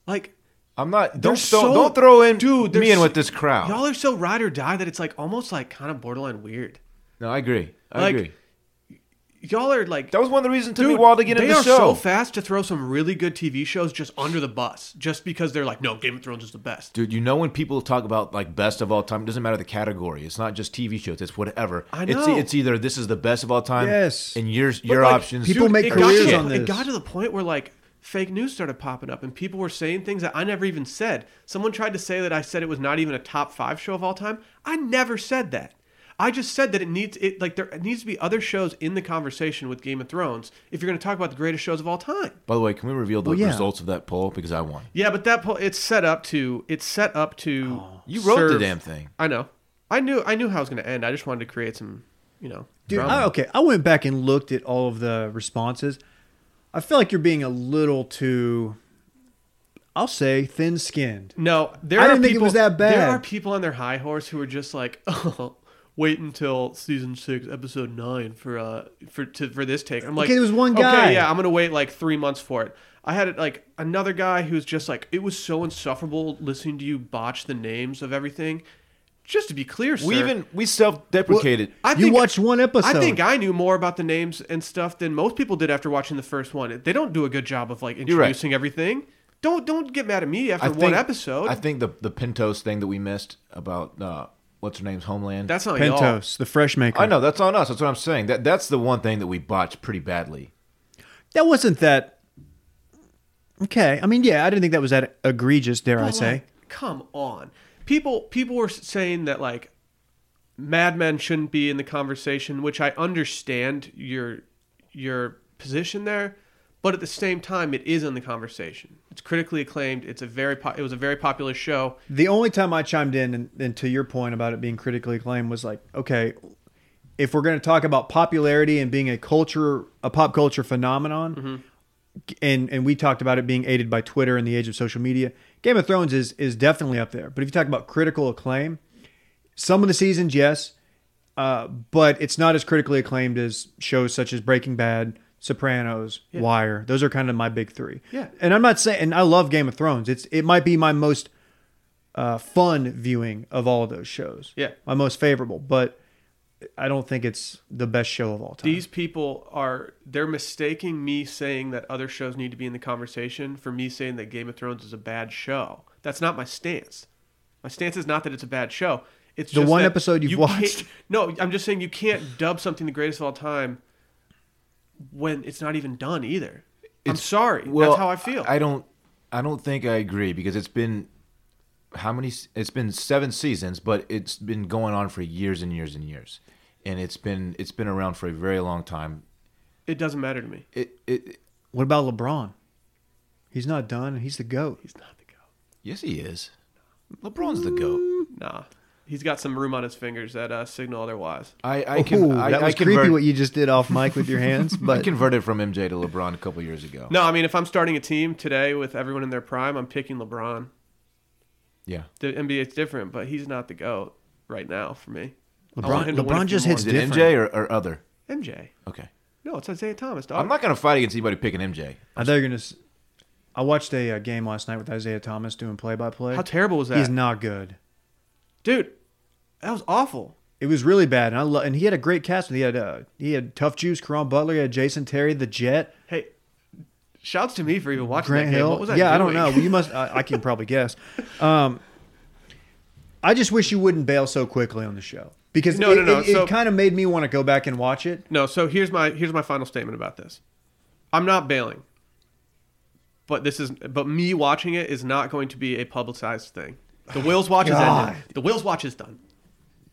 Speaker 1: Like,
Speaker 3: I'm not.
Speaker 1: they're
Speaker 3: Don't throw,
Speaker 1: so-
Speaker 3: don't throw in
Speaker 1: Dude, they're
Speaker 3: me in
Speaker 1: so-
Speaker 3: with this crowd.
Speaker 1: y'all are so ride or die that it's like almost like kind of borderline weird.
Speaker 3: no, I agree. I
Speaker 1: Like,
Speaker 3: agree.
Speaker 1: Y'all are like,
Speaker 3: That was one of the reasons it took
Speaker 1: dude,
Speaker 3: me a while to get
Speaker 1: they
Speaker 3: into the
Speaker 1: are
Speaker 3: show.
Speaker 1: so fast to throw some really good TV shows just under the bus, just because they're like, no, Game of Thrones is the best.
Speaker 3: Dude, you know when people talk about like best of all time, it doesn't matter the category. It's not just TV shows. It's whatever.
Speaker 1: I
Speaker 3: It's,
Speaker 1: know.
Speaker 3: it's either this is the best of all time.
Speaker 2: Yes.
Speaker 3: And your your
Speaker 1: like,
Speaker 3: options.
Speaker 2: people
Speaker 1: Dude,
Speaker 2: make
Speaker 1: it
Speaker 2: careers
Speaker 1: got to,
Speaker 2: on
Speaker 1: It
Speaker 2: this.
Speaker 1: got to the point where like fake news started popping up and people were saying things that I never even said. Someone tried to say that I said it was not even a top five show of all time. I never said that. I just said that it needs it like there needs to be other shows in the conversation with Game of Thrones if you're going to talk about the greatest shows of all time.
Speaker 3: By the way, can we reveal the
Speaker 2: Well, yeah.
Speaker 3: results of that poll because I won?
Speaker 1: Yeah, but that po- it's set up to it's set up to
Speaker 2: Oh,
Speaker 3: You wrote the
Speaker 1: serve-
Speaker 3: damn thing.
Speaker 1: I know. I knew I knew how it was going to end. I just wanted to create some, you know.
Speaker 2: Dude,
Speaker 1: drama.
Speaker 2: I, okay, I went back and looked at all of the responses. I feel like you're being a little too, I'll say, thin-skinned.
Speaker 1: No, there
Speaker 2: I
Speaker 1: are
Speaker 2: didn't think it
Speaker 1: people,
Speaker 2: was that
Speaker 1: There
Speaker 2: bad.
Speaker 1: are people on their high horse who are just like, oh, wait until season six, episode nine for uh for to for this take. I'm like,
Speaker 2: Okay, there was one guy."
Speaker 1: Okay, yeah, I'm gonna wait like three months for it. I had like another guy who's just like, it was so insufferable listening to you botch the names of everything. Just to be clear, sir,
Speaker 3: We even we self deprecated.
Speaker 1: I
Speaker 2: you watched one episode.
Speaker 1: I think I knew more about the names and stuff than most people did after watching the first one. They don't do a good job of like
Speaker 3: right.
Speaker 1: introducing everything. Don't don't get mad at me after one episode.
Speaker 3: I think the the Pintos thing that we missed about uh, what's her name's homeland.
Speaker 1: That's not y'all.
Speaker 2: Pentos, the fresh maker.
Speaker 3: I know that's on us. That's what I'm saying. That that's the one thing that we botched pretty badly.
Speaker 2: That wasn't that. Okay, I mean, yeah, I didn't think that was that egregious. Dare I
Speaker 1: But,
Speaker 2: say?
Speaker 1: like, come on. People people were saying that like Mad Men shouldn't be in the conversation, which I understand your your position there, but at the same time, it is in the conversation. It's critically acclaimed. It's a very po- it was a very popular show.
Speaker 2: The only time I chimed in, and, and to your point about it being critically acclaimed, was like, okay, if we're going to talk about popularity and being a culture, a pop culture phenomenon,
Speaker 1: Mm-hmm.
Speaker 2: and and we talked about it being aided by Twitter and the age of social media, Game of Thrones is is definitely up there. But if you talk about critical acclaim, some of the seasons, yes, uh, but it's not as critically acclaimed as shows such as Breaking Bad. Sopranos, Wire, those are kind of my big three.
Speaker 1: Yeah.
Speaker 2: and I'm not saying, and I love Game of Thrones. It's it might be my most uh, fun viewing of all of those shows.
Speaker 1: Yeah.
Speaker 2: My most favorable, but I don't think it's the best show of all time.
Speaker 1: These people are they're mistaking me saying that other shows need to be in the conversation for me saying that Game of Thrones is a bad show. That's not my stance. My stance is not that it's a bad show. It's
Speaker 2: The
Speaker 1: just
Speaker 2: one
Speaker 1: that
Speaker 2: episode you've
Speaker 1: you can't-
Speaker 2: watched.
Speaker 1: No, I'm just saying you can't dub something the greatest of all time when it's not even done either. I'm sorry. That's how I feel.
Speaker 3: I don't. I don't think I agree because it's been how many? s- It's been seven seasons, but it's been going on for years and years and years, and it's been it's been around for a very long time.
Speaker 1: it doesn't matter to me.
Speaker 3: It it
Speaker 2: what about LeBron? He's not done. He's the goat.
Speaker 1: He's not the goat.
Speaker 3: yes, he is. LeBron's the goat.
Speaker 1: Nah. He's got some room on his fingers that uh, signal otherwise.
Speaker 3: I I can
Speaker 2: Ooh,
Speaker 3: I,
Speaker 2: Oh, that
Speaker 3: I
Speaker 2: was
Speaker 3: convert,
Speaker 2: creepy what you just did off mic with your hands,
Speaker 3: I
Speaker 2: but
Speaker 3: converted from MJ to LeBron a couple years ago.
Speaker 1: No, I mean if I'm starting a team today with everyone in their prime, I'm picking LeBron.
Speaker 3: Yeah.
Speaker 1: the NBA's different, but he's not the goat right now for me. I want
Speaker 2: LeBron,
Speaker 1: him to win a
Speaker 2: LeBron
Speaker 1: few
Speaker 2: just
Speaker 1: more.
Speaker 2: hits
Speaker 3: Is it
Speaker 2: different.
Speaker 3: MJ or, or other?
Speaker 1: MJ.
Speaker 3: Okay.
Speaker 1: No, it's Isaiah Thomas, dog.
Speaker 3: I'm not gonna fight against anybody picking MJ.
Speaker 2: I thought you were gonna. s- I watched a, uh game last night with Isaiah Thomas doing play by play.
Speaker 1: How terrible was that,
Speaker 2: He's not good.
Speaker 1: dude? That was awful.
Speaker 2: It was really bad, and I lo- and he had a great cast. He had uh, he had Tough Juice, Karan Butler, he had Jason Terry, the Jet,
Speaker 1: Hey, shouts to me for even watching
Speaker 2: Grant
Speaker 1: that
Speaker 2: Hill.
Speaker 1: game. What was I
Speaker 2: yeah,
Speaker 1: doing?
Speaker 2: I don't know. You must. I, I can probably guess. Um, I just wish you wouldn't bail so quickly on the show because
Speaker 1: No,
Speaker 2: it,
Speaker 1: no, no.
Speaker 2: it- it
Speaker 1: So-
Speaker 2: kind of made me want to go back and watch it.
Speaker 1: No, so here's my here's my final statement about this. I'm not bailing. But this is but me watching it is not going to be a publicized thing. The Will's watch is
Speaker 2: God.
Speaker 1: ended. The Will's watch is done.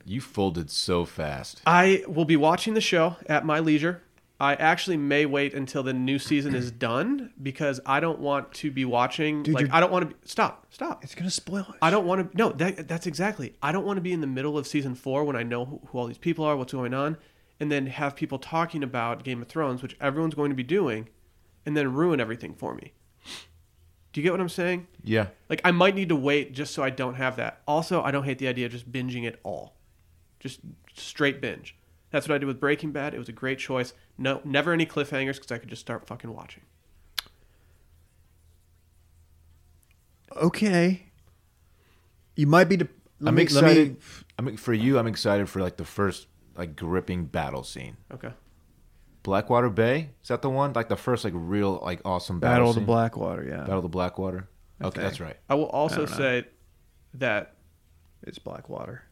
Speaker 3: You folded so fast.
Speaker 1: I will be watching the show at my leisure. I actually may wait until the new season is done because I don't want to be watching like
Speaker 2: you're-
Speaker 1: I don't want to be, stop. Stop.
Speaker 2: It's gonna spoil it.
Speaker 1: I don't want to. No, that, that's exactly. I don't want to be in the middle of season four when I know who, who all these people are, what's going on, and then have people talking about Game of Thrones, which everyone's going to be doing, and then ruin everything for me. Do you get what I'm saying?
Speaker 3: Yeah.
Speaker 1: Like, I might need to wait just so I don't have that. Also, I don't hate the idea of just binging it all, just straight binge. That's what I did with Breaking Bad. It was a great choice. No, never any cliffhangers because I could just start fucking watching.
Speaker 2: Okay. You might be. De- let
Speaker 3: I'm
Speaker 2: me, let me-
Speaker 3: excited. I mean, for you, I'm excited for like the first like gripping battle scene.
Speaker 1: Okay.
Speaker 3: Blackwater Bay is that the one? Like the first like real like awesome battle.
Speaker 2: Battle of the
Speaker 3: scene?
Speaker 2: Blackwater. Yeah,
Speaker 3: Battle of the Blackwater. Okay, that's right.
Speaker 1: I will also
Speaker 2: don't know.
Speaker 1: say that
Speaker 2: it's Blackwater.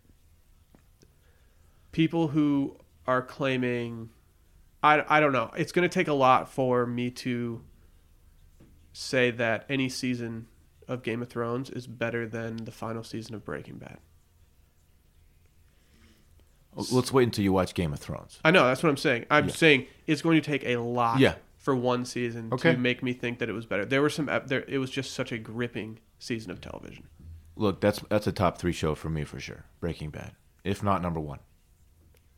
Speaker 1: people who are claiming I, I don't know it's going to take a lot for me to say that any season of game of thrones is better than the final season of breaking bad
Speaker 3: Let's wait until you watch Game of Thrones.
Speaker 1: i know that's what i'm saying i'm saying it's going to take a lot
Speaker 3: Yeah.
Speaker 1: for one season
Speaker 3: Okay.
Speaker 1: to make me think that it was better there were some ep- there it was just such a gripping season of television
Speaker 3: Look, that's that's a top three show for me for sure. Breaking Bad, if not number one.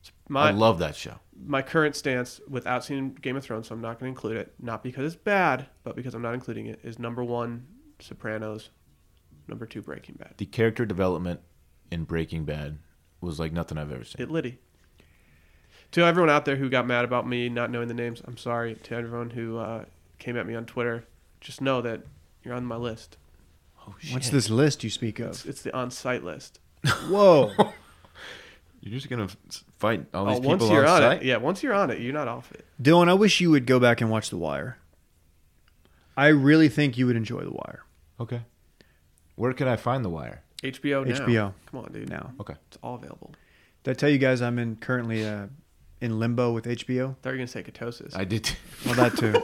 Speaker 3: I
Speaker 1: my
Speaker 3: love that show.
Speaker 1: my current stance without seeing game of thrones so i'm not going to include it not because it's bad but because i'm not including it is number 1 sopranos number 2 breaking bad
Speaker 3: The character development in Breaking Bad was like nothing I've ever seen.
Speaker 1: It Liddy. To everyone out there who got mad about me not knowing the names, I'm sorry. To everyone who uh, came at me on Twitter, just know that you're on my list.
Speaker 3: oh
Speaker 2: What's this list you speak
Speaker 1: It's,
Speaker 2: of?
Speaker 1: it's the on-site list.
Speaker 2: Whoa.
Speaker 3: You're just gonna fight all
Speaker 1: Oh, once you're on, it, yeah. Once you're on it, you're not off it.
Speaker 2: Dylan, I wish you would go back and watch The Wire. I really think you would enjoy The Wire
Speaker 3: Okay. Where can I find The Wire?
Speaker 1: HBO now.
Speaker 2: HBO.
Speaker 1: Come on, dude.
Speaker 2: now.
Speaker 3: Okay.
Speaker 1: It's all available.
Speaker 2: Did I tell you guys I'm in currently uh, in limbo with HBO?
Speaker 1: Thought you were gonna say ketosis.
Speaker 3: I did.
Speaker 2: Well, that too.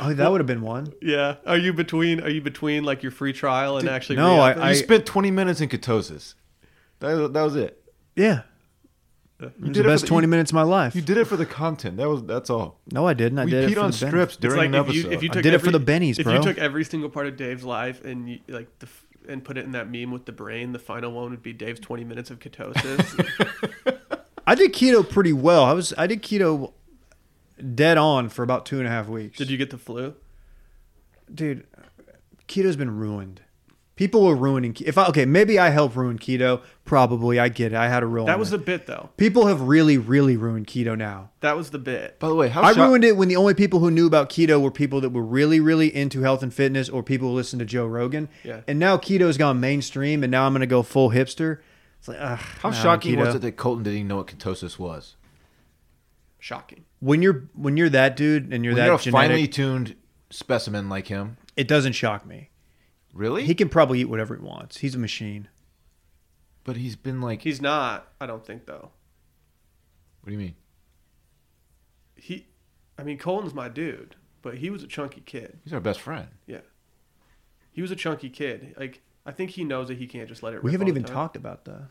Speaker 2: oh, that would have been one.
Speaker 1: yeah. Are you between? Are you between like your free trial and actually?
Speaker 2: no,
Speaker 1: re-upping?
Speaker 2: I-
Speaker 3: you spent 20 minutes in ketosis. That, that was it.
Speaker 2: Yeah.
Speaker 1: You
Speaker 2: It
Speaker 3: did
Speaker 2: was
Speaker 3: it
Speaker 2: the
Speaker 3: for
Speaker 2: best
Speaker 3: the-
Speaker 2: 20 minutes of my life.
Speaker 3: You did it for the content. That was that's all.
Speaker 2: No, I didn't. I
Speaker 3: we
Speaker 2: did it
Speaker 3: peed
Speaker 2: for
Speaker 3: on
Speaker 2: the benefit.
Speaker 3: strips
Speaker 1: It's
Speaker 3: during an
Speaker 1: if you-
Speaker 3: episode.
Speaker 1: if you
Speaker 2: I
Speaker 1: took
Speaker 2: did it
Speaker 1: every-
Speaker 2: for the bennies,
Speaker 1: if
Speaker 2: bro.
Speaker 1: you took every single part of Dave's life and you, like the, f- and put it in that meme with the brain, the final one would be Dave's 20 minutes of ketosis.
Speaker 2: I did keto pretty well. I was I did keto dead on for about two and a half weeks.
Speaker 1: Did you get the flu?
Speaker 2: dude, keto's been ruined. People were ruining. ke- If I okay, maybe I helped ruin keto. Probably, I get it. I had a real.
Speaker 1: That was the bit though.
Speaker 2: people have really, really ruined keto now.
Speaker 1: That was the bit.
Speaker 3: By the way, how
Speaker 2: I
Speaker 3: shock-
Speaker 2: ruined it when the only people who knew about keto were people that were really, really into health and fitness, or people who listened to Joe Rogan.
Speaker 1: Yeah.
Speaker 2: And now keto's gone mainstream, and now I'm gonna go full hipster. It's like, ugh,
Speaker 3: How
Speaker 2: nah,
Speaker 3: shocking
Speaker 2: keto.
Speaker 3: was it that Colton didn't even know what ketosis was?
Speaker 1: Shocking.
Speaker 2: When you're when you're that dude and you're
Speaker 3: When
Speaker 2: that
Speaker 3: you're a
Speaker 2: genetic,
Speaker 3: finely tuned specimen like him,
Speaker 2: it doesn't shock me.
Speaker 3: really?
Speaker 2: He can probably eat whatever he wants. He's a machine.
Speaker 3: but he's been like.
Speaker 1: He's not. I don't think though.
Speaker 3: what do you mean?
Speaker 1: He, I mean, Colton's my dude, but he was a chunky kid.
Speaker 3: He's our best friend.
Speaker 1: Yeah, he was a chunky kid. Like I think he knows that he can't just let it. Rip
Speaker 2: We haven't
Speaker 1: all the
Speaker 2: even
Speaker 1: time.
Speaker 2: talked about the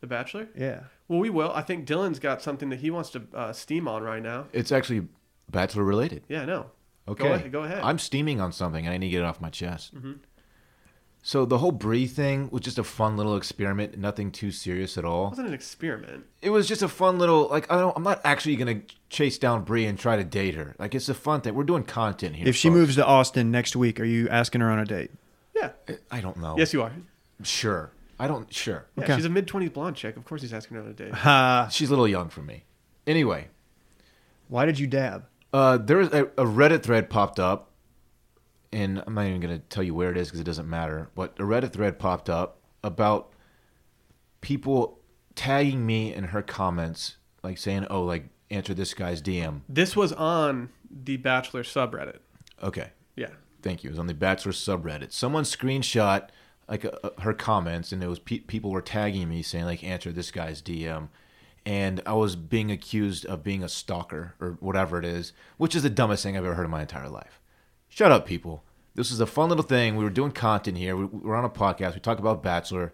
Speaker 1: The Bachelor.
Speaker 2: yeah.
Speaker 1: Well, we will. I think Dylan's got something that he wants to uh, steam on right now.
Speaker 3: It's actually bachelor related.
Speaker 1: Yeah, no.
Speaker 3: Okay.
Speaker 1: Go ahead. Mm-hmm. Go ahead.
Speaker 3: I'm steaming on something and I need to get it off my chest. So the whole breathe thing was just a fun little experiment, nothing too serious at
Speaker 1: It
Speaker 3: all.
Speaker 1: wasn't an experiment.
Speaker 3: It was just a fun little like I don't I'm not actually gonna chase down Bree and try to date her. Like it's a fun thing. We're doing content here.
Speaker 2: If she
Speaker 3: folks.
Speaker 2: moves to Austin next week, are you asking her on a date?
Speaker 1: Yeah.
Speaker 3: I don't know.
Speaker 1: Yes, you are.
Speaker 3: Sure. I don't sure.
Speaker 1: Yeah,
Speaker 2: Oh. Okay.
Speaker 1: She's a mid twenties blonde chick. Of course, he's asking her on a date.
Speaker 2: Ha!
Speaker 3: She's a little young for me. Anyway,
Speaker 2: Why did you dab?
Speaker 3: Uh, there was a, a Reddit thread popped up, and I'm not even going to tell you where it is because it doesn't matter. But a Reddit thread popped up about people tagging me in her comments, like saying, "Oh, like answer this guy's DM."
Speaker 1: This was on the Bachelor subreddit.
Speaker 3: Okay,
Speaker 1: Yeah.
Speaker 3: thank you. It was on the Bachelor subreddit. Someone screenshot like uh, uh, her comments, and it was pe- people were tagging me saying, "Like answer this guy's DM." And I was being accused of being a stalker or whatever it is, which is the dumbest thing I've ever heard in my entire life. Shut up, people. This is a fun little thing. We were doing content here. We, we were on a podcast. We talked about Bachelor.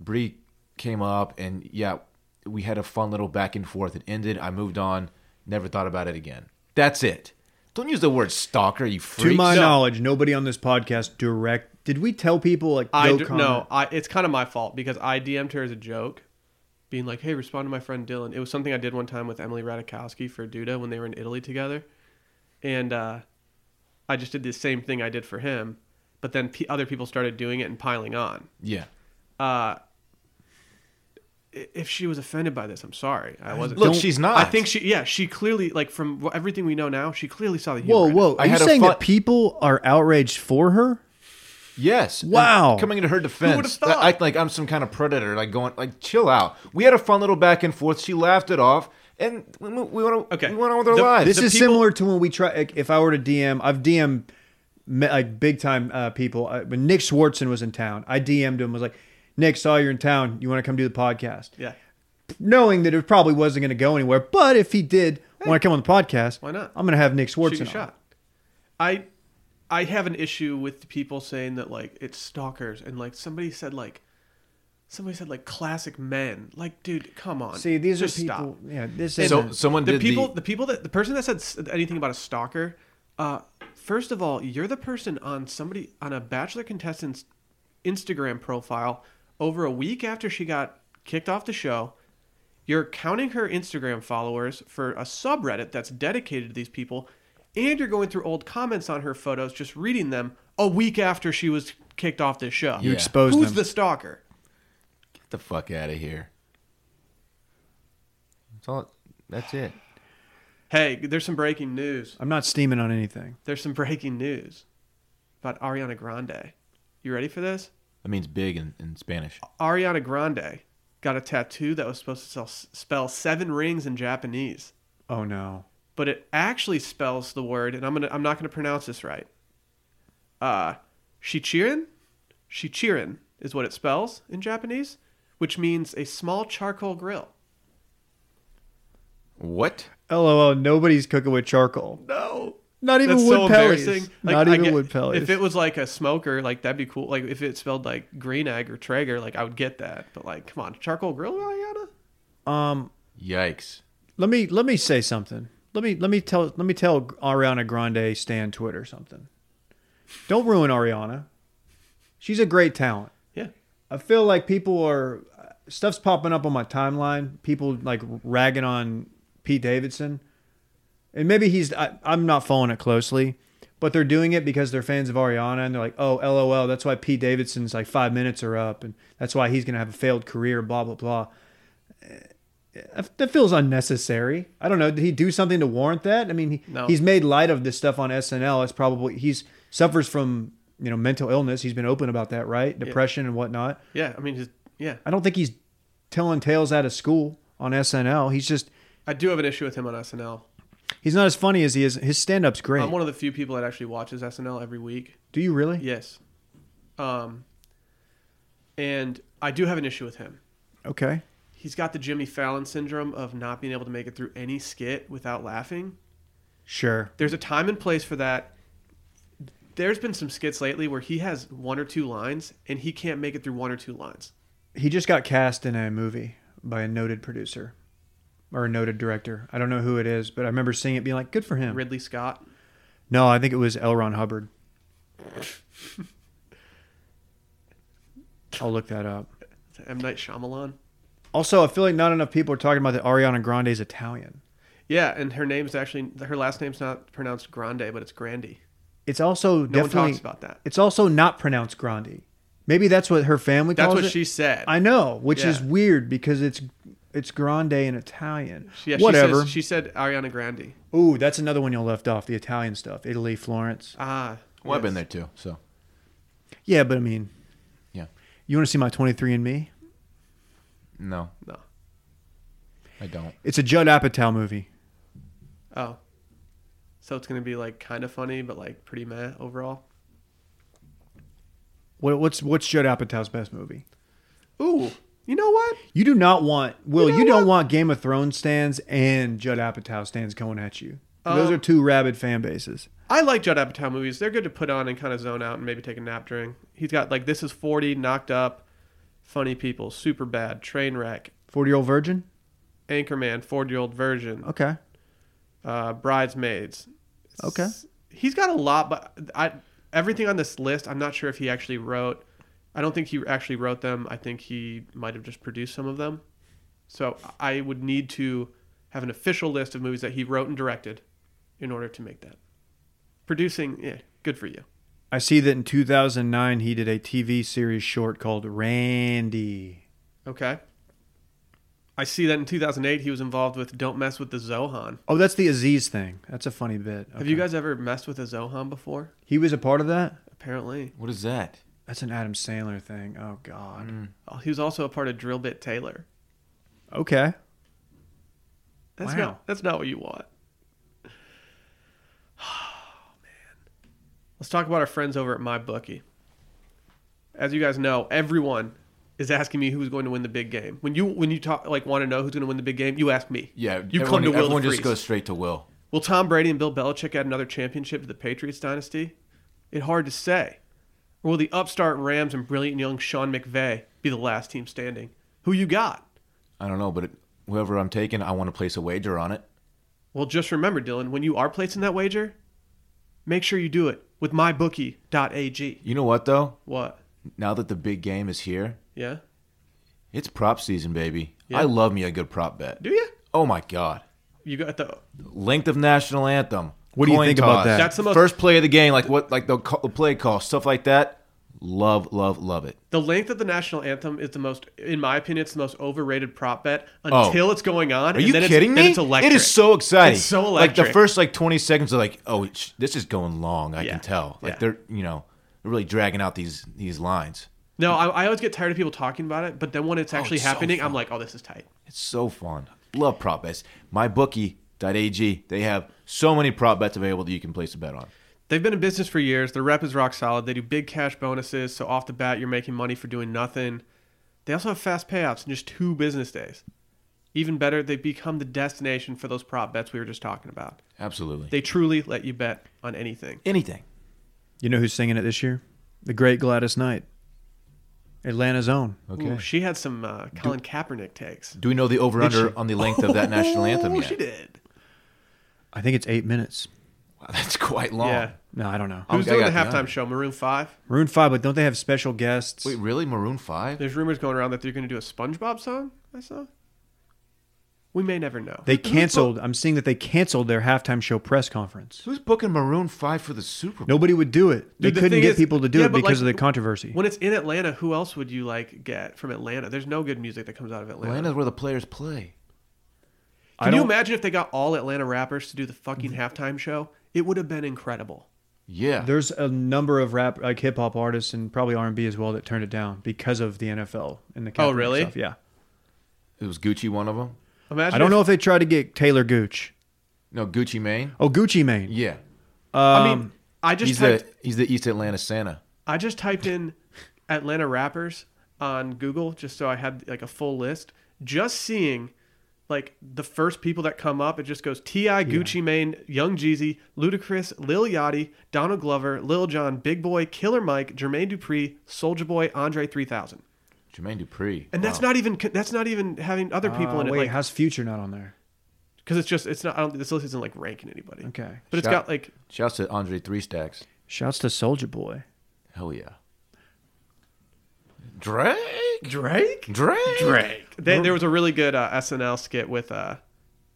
Speaker 3: Bree came up, and yeah, we had a fun little back and forth. It ended. I moved on. Never thought about it again. That's it. Don't use the word stalker, you freak.
Speaker 2: To my
Speaker 1: No.
Speaker 2: knowledge, nobody on this podcast direct. Did we tell people like
Speaker 1: I
Speaker 2: no
Speaker 1: d-
Speaker 2: comment?
Speaker 1: no, I it's kind of my fault because I DM'd her as a joke, being like, "Hey, respond to my friend Dylan." It was something I did one time with Emily Radikowski for Duda when they were in Italy together, and uh, I just did the same thing I did for him, but then p- other people started doing it and piling on.
Speaker 3: Yeah.
Speaker 1: Uh, i- if she was offended by this, I'm sorry. I wasn't.
Speaker 3: Look, she's not.
Speaker 1: I think she, yeah, she clearly, like from wh- everything we know now, she clearly saw the humor.
Speaker 2: Whoa,
Speaker 1: in it.
Speaker 2: whoa! Are
Speaker 3: I
Speaker 2: you
Speaker 3: had a
Speaker 2: saying
Speaker 3: fun-
Speaker 2: that people are outraged for her?
Speaker 3: Yes. and
Speaker 2: Wow.
Speaker 3: Coming into her
Speaker 1: would've
Speaker 3: defense,
Speaker 1: thought?
Speaker 3: I- acting like I'm some kind of predator, like going, like chill out. We had a fun little back and forth. She laughed it off, and we, we went,
Speaker 1: Okay.
Speaker 3: we went on with our
Speaker 1: The-
Speaker 3: lives.
Speaker 2: This
Speaker 1: The
Speaker 2: is
Speaker 1: people-
Speaker 2: similar to when we try. like, If I were to DM, I've DM me- like big time uh, people. Uh, when Nick Swartzen was in town, I DM'd him was like, "Nick, saw you're in town. You want to come do the podcast?"
Speaker 1: Yeah.
Speaker 2: Knowing that it probably wasn't going to go anywhere, but if he did want to come on the podcast,
Speaker 1: why not?
Speaker 2: I'm going to have Nick Swartzen.
Speaker 1: shoot your
Speaker 2: on.
Speaker 1: shot. I I have an issue with the people saying that like it's stalkers and like somebody said like somebody said like classic men. Like, dude, come on.
Speaker 2: See, these
Speaker 1: Just
Speaker 2: are people.
Speaker 1: stop.
Speaker 2: Yeah, this is
Speaker 3: so someone
Speaker 1: The
Speaker 3: did
Speaker 1: people, the,
Speaker 3: the,
Speaker 1: people that the person that said s- anything about a stalker. Uh, first of all, you're the person on somebody on a bachelor contestant's Instagram profile over a week after she got kicked off the show. You're counting her Instagram followers for a subreddit that's dedicated to these people, and you're going through old comments on her photos, just reading them a week after she was kicked off this show.
Speaker 2: you
Speaker 3: Yeah.
Speaker 2: expose
Speaker 1: Who's
Speaker 2: them.
Speaker 1: the stalker?
Speaker 3: Get the fuck out of here. That's all. That's it.
Speaker 1: Hey, there's some breaking news.
Speaker 2: I'm not steaming on anything.
Speaker 1: There's some breaking news about Ariana Grande. You ready for this?
Speaker 3: That means big in, in Spanish.
Speaker 1: Ariana Grande got a tattoo that was supposed to sell, spell seven rings in Japanese,
Speaker 2: Oh no.
Speaker 1: but it actually spells the word, and I'm gonna I'm not gonna pronounce this right. Uh, shichirin, shichirin is what it spells in Japanese, which means a small charcoal grill.
Speaker 3: What?
Speaker 2: LOL. Nobody's cooking with charcoal.
Speaker 1: No.
Speaker 2: Not even
Speaker 1: That's
Speaker 2: wood
Speaker 1: so
Speaker 2: pellets.
Speaker 1: embarrassing. Like,
Speaker 2: Not
Speaker 1: I
Speaker 2: even
Speaker 1: get-
Speaker 2: wood pellets.
Speaker 1: If it was like a smoker, like that'd be cool. Like if it spelled like green egg or Traeger, like I would get that. But like, come on, charcoal grill, Ariana.
Speaker 2: um,
Speaker 3: Yikes.
Speaker 2: let me let me say something. Let me let me tell let me tell Ariana Grande Stan Twitter something. Don't ruin Ariana. She's a great talent.
Speaker 1: Yeah.
Speaker 2: I feel like people are stuff's popping up on my timeline. People like ragging on Pete Davidson, and maybe he's I, I'm not following it closely, but they're doing it because they're fans of Ariana and they're like, oh, lol, that's why Pete Davidson's like five minutes are up, and that's why he's gonna have a failed career, blah blah blah. Eh, That feels unnecessary. I don't know. Did he do something to warrant that? I mean, he,
Speaker 1: No.
Speaker 2: he's made light of this stuff on SNL. It's probably he's suffers from you know mental illness. He's been open about that, right? Depression and whatnot.
Speaker 1: Yeah. I mean, his, yeah.
Speaker 2: I don't think he's telling tales out of school on SNL. He's just
Speaker 1: I do have an issue with him on SNL.
Speaker 2: he's not as funny as he is. His stand up's great.
Speaker 1: I'm one of the few people that actually watches SNL every week.
Speaker 2: Do you really?
Speaker 1: Yes. Um. And I do have an issue with him.
Speaker 2: Okay.
Speaker 1: He's got the Jimmy Fallon syndrome of not being able to make it through any skit without laughing.
Speaker 2: Sure.
Speaker 1: There's a time and place for that. There's been some skits lately where he has one or two lines and he can't make it through one or two lines.
Speaker 2: He just got cast in a movie by a noted producer or a noted director. I don't know who it is, but I remember seeing it being like, good for him.
Speaker 1: Ridley Scott.
Speaker 2: No, I think it was L. Ron Hubbard. I'll look that up.
Speaker 1: M. Night Shyamalan.
Speaker 2: Also, I feel like not enough people are talking about that Ariana Grande's Italian.
Speaker 1: Yeah, and her name's actually her last name's not pronounced Grande, but it's Grandy.
Speaker 2: It's also
Speaker 1: No
Speaker 2: definitely
Speaker 1: one talks about that.
Speaker 2: It's also not pronounced Grandi. Maybe that's what her family
Speaker 1: That's
Speaker 2: calls
Speaker 1: what
Speaker 2: it.
Speaker 1: she said.
Speaker 2: I know, which is
Speaker 1: Yeah.
Speaker 2: weird because it's it's Grande in Italian.
Speaker 1: yeah, she
Speaker 2: Whatever.
Speaker 1: says- she said Ariana Grande.
Speaker 2: Ooh, that's another one you all left off the Italian stuff. Italy, Florence.
Speaker 1: Ah,
Speaker 3: Well, Oh, I've been there
Speaker 1: yes.
Speaker 3: too. So
Speaker 2: Yeah, but I mean,
Speaker 3: Yeah.
Speaker 2: You want to see my 23 and Me?
Speaker 3: No.
Speaker 1: No.
Speaker 3: I don't.
Speaker 2: It's a Judd Apatow movie.
Speaker 1: Oh. So it's gonna be like kind of funny, but like pretty meh overall.
Speaker 2: What, what's what's Judd Apatow's best movie?
Speaker 1: Ooh, you know what?
Speaker 2: You do not want Will. You,
Speaker 1: You know
Speaker 2: don't
Speaker 1: what?
Speaker 2: want Game of Thrones stands and Judd Apatow stands coming at you. Those
Speaker 1: Um,
Speaker 2: are two rabid fan bases.
Speaker 1: I like Judd Apatow movies. They're good to put on and kind of zone out and maybe take a nap during. He's got like This Is Forty, Knocked Up, Funny People, Super Bad, Trainwreck,
Speaker 2: Forty year old virgin.
Speaker 1: Anchorman, Forty Year Old Virgin,
Speaker 2: Okay.
Speaker 1: uh, Bridesmaids.
Speaker 2: Okay.
Speaker 1: S- He's got a lot, but I everything on this list, I'm not sure if he actually wrote. I don't think he actually wrote them. I think he might have just produced some of them. So I would need to have an official list of movies that he wrote and directed in order to make that. Producing, yeah, good for you.
Speaker 2: I see that in 2009 he did a TV series short called Randy.
Speaker 1: Okay. I see that in 2008 he was involved with Don't Mess with the Zohan.
Speaker 2: Oh, that's the Aziz thing. That's a funny bit.
Speaker 1: Have you
Speaker 2: Okay.
Speaker 1: guys ever messed with a Zohan before?
Speaker 2: He was a part of that.
Speaker 1: Apparently.
Speaker 3: What is that?
Speaker 2: That's an Adam Sandler thing. Oh God.
Speaker 1: Oh, he was also a part of Drill Bit Taylor.
Speaker 2: Okay.
Speaker 1: That's
Speaker 2: Wow.
Speaker 1: not that's not what you want. Oh man. Let's talk about our friends over at MyBookie. As you guys know, everyone is asking me who's going to win the big game. When you when you talk like want to know who's going to win the big game, you ask me.
Speaker 3: Yeah,
Speaker 1: you
Speaker 3: everyone,
Speaker 1: come to Will
Speaker 3: everyone
Speaker 1: to
Speaker 3: just
Speaker 1: freeze.
Speaker 3: goes straight to Will.
Speaker 1: Will Tom Brady and Bill Belichick add another championship to the Patriots dynasty? It's hard to say. Or will the upstart Rams and brilliant young Sean McVay be the last team standing? Who you got?
Speaker 3: I don't know, but it, whoever I'm taking, I want to place a wager on it.
Speaker 1: Well, just remember, Dylan, when you are placing that wager, make sure you do it with mybookie.ag.
Speaker 3: You know what though?
Speaker 1: What?
Speaker 3: Now that the big game is here,
Speaker 1: Yeah?
Speaker 3: it's prop season, baby.
Speaker 1: Yeah.
Speaker 3: I love me a good prop bet.
Speaker 1: Do you?
Speaker 3: Oh my god.
Speaker 1: You got the.
Speaker 3: Length of national anthem.
Speaker 2: What do you
Speaker 3: coin
Speaker 2: think about
Speaker 3: toss,
Speaker 2: that?
Speaker 1: That's the most-
Speaker 3: first play of the game, like what like the, ca- the play call, stuff like that. Love, love, love it.
Speaker 1: The length of the national anthem is the most, in my opinion, it's the most overrated prop bet until it's going on.
Speaker 3: Oh. Are you
Speaker 1: then
Speaker 3: kidding
Speaker 1: it's,
Speaker 3: me?
Speaker 1: Then it's electric.
Speaker 3: It is so exciting.
Speaker 1: It's so
Speaker 3: Like the
Speaker 1: electric.
Speaker 3: first like 20 seconds are like, oh, sh- this is going long. I
Speaker 1: Yeah.
Speaker 3: can tell. Like
Speaker 1: Yeah.
Speaker 3: they're you know they're really dragging out these these lines.
Speaker 1: No, I, I always get tired of people talking about it, but then when it's actually
Speaker 3: it's so
Speaker 1: happening, I'm
Speaker 3: fun.
Speaker 1: like, oh, this is tight.
Speaker 3: It's so fun. Love prop bets. MyBookie.ag. They have so many prop bets available that you can place a bet on.
Speaker 1: They've been in business for years. Their rep is rock solid. They do big cash bonuses, so off the bat, you're making money for doing nothing. They also have fast payouts in just two business days. Even better, they've become the destination for those prop bets we were just talking about.
Speaker 3: Absolutely.
Speaker 1: They truly let you bet on anything.
Speaker 3: Anything.
Speaker 2: You know who's singing it this year? The great Gladys Knight. Atlanta's own.
Speaker 3: Okay.
Speaker 1: Ooh, she had some uh, Colin Kaepernick takes.
Speaker 3: Do we know the over
Speaker 2: she?
Speaker 3: under on the length of that national anthem
Speaker 1: Ooh,
Speaker 3: yet?
Speaker 1: Oh, she did.
Speaker 2: I think it's eight minutes.
Speaker 3: Wow, that's quite long.
Speaker 1: Yeah.
Speaker 2: No, I don't know.
Speaker 3: Oh.
Speaker 1: Who's
Speaker 3: I
Speaker 1: doing the
Speaker 3: got the
Speaker 1: halftime
Speaker 3: honor.
Speaker 1: show? Maroon 5?
Speaker 2: Maroon Five, but don't they have special guests?
Speaker 3: Wait, really? Maroon Five?
Speaker 1: There's rumors going around that they're going to do a SpongeBob song, I saw. We may never know.
Speaker 2: They canceled. I'm seeing that they canceled their halftime show press conference.
Speaker 3: Who's booking Maroon Five for the Super Bowl?
Speaker 2: Nobody would do it. They
Speaker 1: Dude, the
Speaker 2: couldn't
Speaker 1: thing
Speaker 2: get
Speaker 1: is-
Speaker 2: people to do
Speaker 1: yeah,
Speaker 2: it
Speaker 1: but,
Speaker 2: because
Speaker 1: like,
Speaker 2: of the controversy.
Speaker 1: When it's in Atlanta, who else would you like get from Atlanta? There's no good music that comes out of Atlanta.
Speaker 3: Atlanta's where the players play.
Speaker 2: I
Speaker 1: Can you
Speaker 2: don't-
Speaker 1: imagine if they got all Atlanta rappers to do the fucking halftime show? It would have been incredible.
Speaker 3: Yeah.
Speaker 2: There's a number of rap, like hip hop artists, and probably R and B as well, that turned it down because of the NFL and the.
Speaker 1: Oh,
Speaker 2: Kaepernick
Speaker 1: really?
Speaker 2: Stuff. Yeah.
Speaker 3: It was Gucci one of them.
Speaker 1: Imagine.
Speaker 2: I don't
Speaker 1: if-
Speaker 2: know if they tried to get Taylor Gooch.
Speaker 3: No, Gucci Mane.
Speaker 2: Oh, Gucci Mane. Um,
Speaker 3: Yeah.
Speaker 1: I mean, I
Speaker 3: He's
Speaker 1: just
Speaker 3: the
Speaker 1: typed,
Speaker 3: he's the East Atlanta Santa.
Speaker 1: I just typed in Atlanta rappers on Google just so I had like a full list. Just seeing like the first people that come up, it just goes Ti, Gucci Mane, Young Jeezy, Ludacris, Lil Yachty, Donald Glover, Lil Jon, Big Boy, Killer Mike, Jermaine Dupri, Soldier Boy, Andre 3000.
Speaker 3: Jermaine Dupri.
Speaker 1: And that's
Speaker 3: Wow.
Speaker 1: not even that's not even having other people
Speaker 2: Uh,
Speaker 1: in it.
Speaker 2: Wait,
Speaker 1: like,
Speaker 2: how's Future not on there?
Speaker 1: because it's just it's not. I don't. This list isn't like ranking anybody.
Speaker 2: Okay.
Speaker 1: but it's
Speaker 3: Shout-
Speaker 1: got like
Speaker 3: Shouts to Andre Three Stacks.
Speaker 2: Shouts to Soldier Boy.
Speaker 3: Hell yeah. Drake.
Speaker 1: Drake.
Speaker 3: Drake.
Speaker 1: Drake. They, there was a really good uh, SNL skit with uh,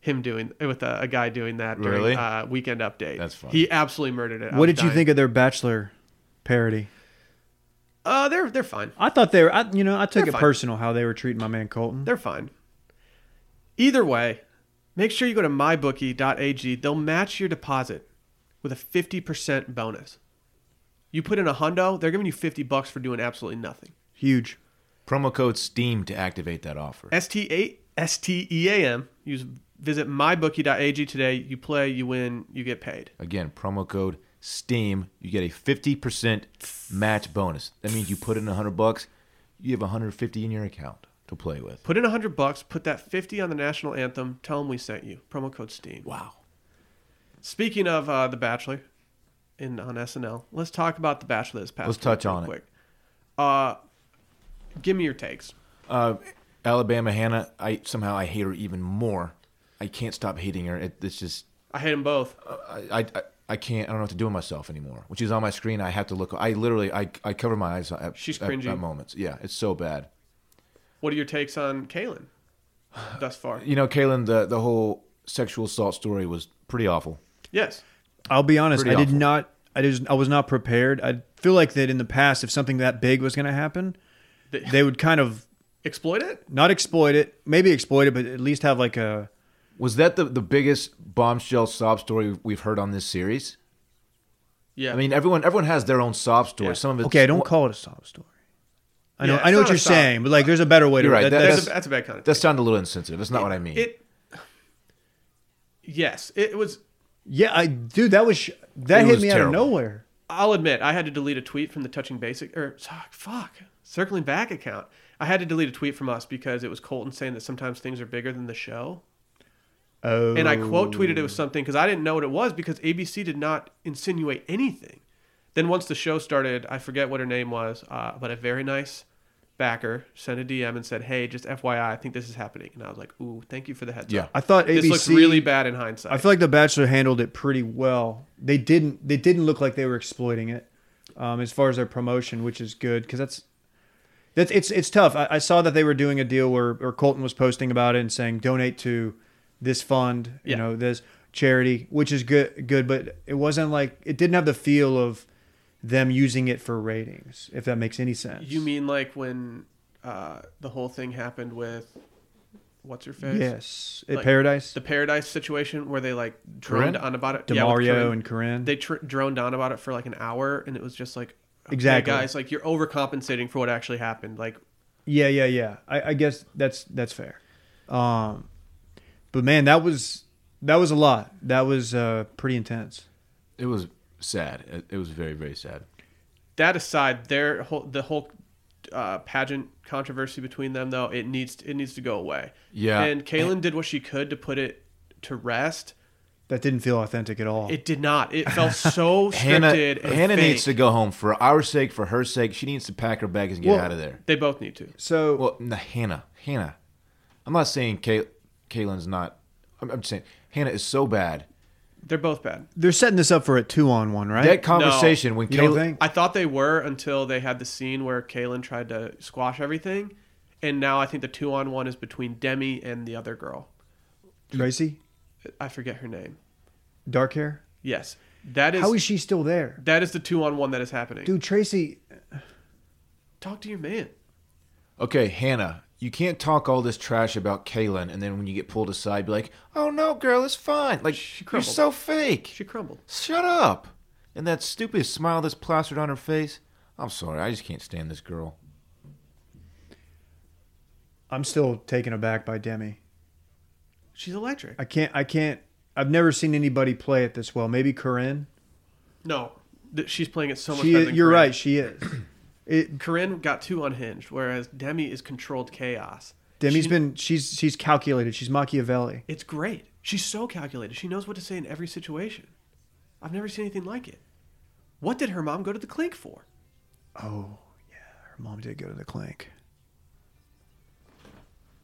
Speaker 1: him doing with uh, a guy doing that during
Speaker 3: Really?
Speaker 1: uh, Weekend Update.
Speaker 3: That's funny.
Speaker 1: He absolutely murdered it. I
Speaker 2: what
Speaker 1: was
Speaker 2: did you
Speaker 1: dying.
Speaker 2: think of their Bachelor parody?
Speaker 1: Uh, they're they're fine.
Speaker 2: I thought they were. I, you know, I took
Speaker 1: They're
Speaker 2: it
Speaker 1: fine.
Speaker 2: personal how they were treating my man Colton.
Speaker 1: They're fine. Either way, make sure you go to mybookie.ag. They'll match your deposit with a fifty percent bonus. You put in a hundo, they're giving you fifty bucks for doing absolutely nothing.
Speaker 2: Huge.
Speaker 3: Promo code STEAM to activate that offer.
Speaker 1: S T A S T E A M. Use visit mybookie.ag today. You play, you win, you get paid.
Speaker 3: Again, promo code STEAM. You get a 50% match bonus. That means you put in 100 bucks, you have 150 in your account to play with.
Speaker 1: Put in a hundred bucks. Put that fifty on the national anthem. Tell them we sent you. Promo code Steam.
Speaker 3: Wow.
Speaker 1: Speaking of uh, The Bachelor, in on SNL, let's talk about The Bachelor this past.
Speaker 3: Let's
Speaker 1: week
Speaker 3: touch
Speaker 1: real
Speaker 3: on it.
Speaker 1: quick. Uh, give me your takes.
Speaker 3: Uh, Alabama Hannah, I somehow I hate her even more. I can't stop hating her. It, it's just
Speaker 1: I hate them both.
Speaker 3: I, I I- I can't. I don't know what to do with myself anymore. When she's on my screen, I have to look. I literally I, I cover my eyes at,
Speaker 1: She's
Speaker 3: at,
Speaker 1: cringy.
Speaker 3: at moments. Yeah, it's so bad.
Speaker 1: What are your takes on Kalen thus far?
Speaker 3: You know, Kaylin, the the whole sexual assault story was pretty awful.
Speaker 1: Yes.
Speaker 2: I'll be honest.
Speaker 3: Pretty
Speaker 2: I did
Speaker 3: awful.
Speaker 2: not. I just. I was not prepared. I feel like that in the past, if something that big was going to happen,
Speaker 1: They-
Speaker 2: they would kind of
Speaker 1: Exploit it.
Speaker 2: not exploit it. Maybe exploit it, but at least have like a.
Speaker 3: Was that the, the biggest bombshell sob story we've heard on this series?
Speaker 1: Yeah.
Speaker 3: I mean, everyone everyone has their own sob story.
Speaker 1: Yeah.
Speaker 3: Some of it's
Speaker 2: Okay, I don't call it a sob story. I know.
Speaker 1: Yeah,
Speaker 2: I
Speaker 1: it's
Speaker 2: know
Speaker 1: not
Speaker 2: what
Speaker 1: a
Speaker 2: you're
Speaker 1: sob-
Speaker 2: saying, but like, there's a better way to.
Speaker 3: You're right, that-
Speaker 1: that's,
Speaker 3: that's-
Speaker 1: a, that's a bad kind of.
Speaker 3: That sounded a little insensitive. That's not what I mean.
Speaker 1: it. Yes, it was.
Speaker 2: yeah, I dude, that was sh- that
Speaker 3: It
Speaker 2: hit
Speaker 3: was
Speaker 2: me
Speaker 3: terrible.
Speaker 2: out of nowhere.
Speaker 1: I'll admit, I had to delete a tweet from the Touching Basic or fuck, fuck, circling back account. I had to delete a tweet from us because it was Colton saying that sometimes things are bigger than the show.
Speaker 2: Oh,
Speaker 1: And I quote tweeted it was something because I didn't know what it was because ABC did not insinuate anything. Then once the show started, I forget what her name was, uh, but a very nice backer sent a DM and said, "Hey, just FYI, I think this is happening." And I was like, "Ooh, thank you for the heads
Speaker 3: Yeah.
Speaker 1: up."
Speaker 2: I thought
Speaker 1: this
Speaker 2: ABC.
Speaker 1: looks really bad in hindsight.
Speaker 2: I feel like The Bachelor handled it pretty well. They didn't. They didn't look like they were exploiting it, um, as far as their promotion, which is good because that's that's it's it's tough. I, I saw that they were doing a deal where or Colton was posting about it and saying donate to this fund, you
Speaker 1: Yeah.
Speaker 2: know, this charity, which is good good, but it wasn't like it didn't have the feel of them using it for ratings, if that makes any sense.
Speaker 1: You mean like when uh, the whole thing happened with what's her face?
Speaker 2: yes, at
Speaker 1: uh, Like,
Speaker 2: Paradise,
Speaker 1: The Paradise situation where they like droned
Speaker 3: Corinne?
Speaker 1: on about it. Yeah, with
Speaker 2: Demario
Speaker 1: Corinne.
Speaker 2: and Corinne.
Speaker 1: they tr- droned on about it for like an hour, and it was just like, okay,
Speaker 2: Exactly.
Speaker 1: guys, like you're overcompensating for what actually happened. Like,
Speaker 2: Yeah, yeah, yeah. I, I guess that's that's fair. Um, but man, that was that was a lot. That was uh, pretty intense.
Speaker 3: it was sad. It, it was very very sad.
Speaker 1: that aside, their whole the whole uh, pageant controversy between them though it needs it needs to go away.
Speaker 3: Yeah.
Speaker 1: and Kaylin did what she could to put it to rest.
Speaker 2: That didn't feel authentic at all.
Speaker 1: It did not. It felt so scripted.
Speaker 3: Hannah
Speaker 1: and
Speaker 3: Hannah needs to
Speaker 1: fake.
Speaker 3: go home for our sake, for her sake. She needs to pack her bags and get
Speaker 2: Well-
Speaker 3: out of there.
Speaker 1: They both need to.
Speaker 2: so
Speaker 3: Well, no, Hannah, Hannah. I'm not saying Kay, Kaylin's not. I'm, I'm just saying Hannah is so bad.
Speaker 1: They're both bad.
Speaker 2: they're setting this up for a two on one, right?
Speaker 3: That conversation when
Speaker 2: you don't
Speaker 3: Kaylin,
Speaker 2: think?
Speaker 1: I thought they were until they had the scene where Kaylin tried to squash everything, and now I think the two on one is between Demi and the other girl.
Speaker 2: Tracy,
Speaker 1: I forget her name.
Speaker 2: dark hair.
Speaker 1: Yes, that is,
Speaker 2: How is she still there,
Speaker 1: that is the two on one that is happening.
Speaker 2: dude? Tracy,
Speaker 1: Talk to your man.
Speaker 3: okay, Hannah, you can't talk all this trash about Kaylin, and then when you get pulled aside, be like, "Oh no, girl, it's fine." Like
Speaker 1: She
Speaker 3: you're
Speaker 1: crumbled.
Speaker 3: so fake.
Speaker 1: She crumbled.
Speaker 3: Shut up. And that stupid smile that's plastered on her face. I'm sorry, I just can't stand this girl.
Speaker 2: I'm still taken aback by Demi.
Speaker 1: She's electric.
Speaker 2: I can't. I can't. I've never seen anybody play it this well. Maybe Corinne.
Speaker 1: No, th- she's playing it so much
Speaker 2: She,
Speaker 1: better. Than
Speaker 2: you're
Speaker 1: Corinne.
Speaker 2: right. She is. It,
Speaker 1: Corinne got too unhinged, whereas Demi is controlled chaos.
Speaker 2: Demi's
Speaker 1: She-
Speaker 2: been. She's she's calculated. She's Machiavelli.
Speaker 1: It's great. She's so calculated. She knows what to say in every situation. I've never seen anything like it. What did her mom go to the clink for?
Speaker 2: Oh yeah, her mom did go to the clinic.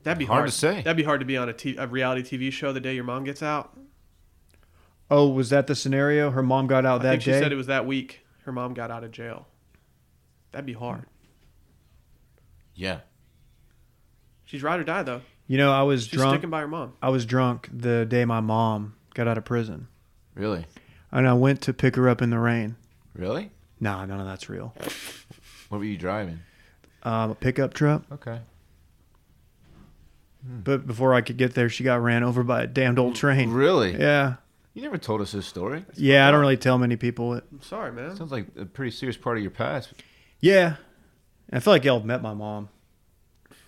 Speaker 1: That'd be hard,
Speaker 3: Hard to say.
Speaker 1: That'd be hard to be on a, t- a reality TV show the day your mom gets out.
Speaker 2: Oh, was that the scenario? Her mom got out
Speaker 1: I
Speaker 2: Oh, that
Speaker 1: think she
Speaker 2: day.
Speaker 1: said it was that week her mom got out of jail. That'd be hard.
Speaker 3: Yeah.
Speaker 1: She's ride or die though.
Speaker 2: you know, I was
Speaker 1: She's
Speaker 2: drunk.
Speaker 1: sticking by her mom.
Speaker 2: I was drunk the day my mom got out of prison,
Speaker 3: Really?
Speaker 2: and I went to pick her up in the rain.
Speaker 3: Really?
Speaker 2: Nah, none of that's real.
Speaker 3: What were you driving?
Speaker 2: Um, a pickup truck.
Speaker 3: Okay.
Speaker 1: Hmm.
Speaker 2: But before I could get there, she got ran over by a damned old train.
Speaker 3: Really?
Speaker 2: Yeah,
Speaker 3: You never told us this story.
Speaker 2: yeah. I don't really tell many people it.
Speaker 1: I'm sorry, man.
Speaker 3: Sounds like a pretty serious part of your past.
Speaker 2: Yeah, And I feel like y'all have met my mom.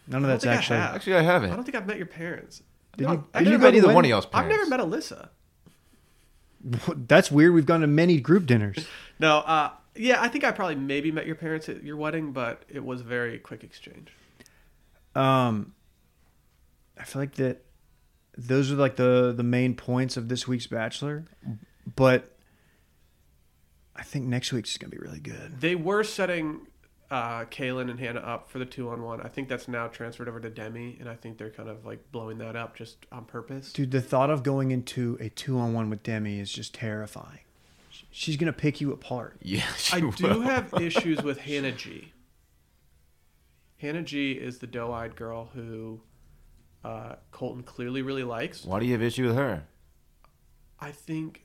Speaker 2: None of
Speaker 1: I don't
Speaker 2: that's
Speaker 1: think I
Speaker 2: actually.
Speaker 1: have.
Speaker 3: Actually, I haven't.
Speaker 1: I don't think I've met your parents.
Speaker 2: Did
Speaker 1: No,
Speaker 2: you-
Speaker 1: I've
Speaker 2: did
Speaker 1: never
Speaker 2: you
Speaker 1: met
Speaker 2: go to
Speaker 1: either
Speaker 2: one-
Speaker 1: one-
Speaker 3: of y'all's
Speaker 1: I've
Speaker 3: parents.
Speaker 1: never met Alyssa.
Speaker 2: That's weird. We've gone to many group dinners.
Speaker 1: No, uh, yeah, I think I probably maybe met your parents at your wedding, but it was a very quick exchange.
Speaker 2: Um, I feel like that. Those are like the the main points of this week's Bachelor, but I think next week's is gonna be really good.
Speaker 1: They were setting uh, Kaylin and Hannah up for the two on one. I think that's now transferred over to Demi, and I think they're kind of like blowing that up just on purpose.
Speaker 2: Dude, the thought of going into a two on one with Demi is just terrifying. Sh- She's gonna pick you apart.
Speaker 3: Yeah,
Speaker 1: I
Speaker 3: she
Speaker 1: do
Speaker 3: will.
Speaker 1: have issues with Hannah G. Hannah G is the doe eyed girl who uh, Colton clearly really likes.
Speaker 3: Why do you have issue with her?
Speaker 1: I think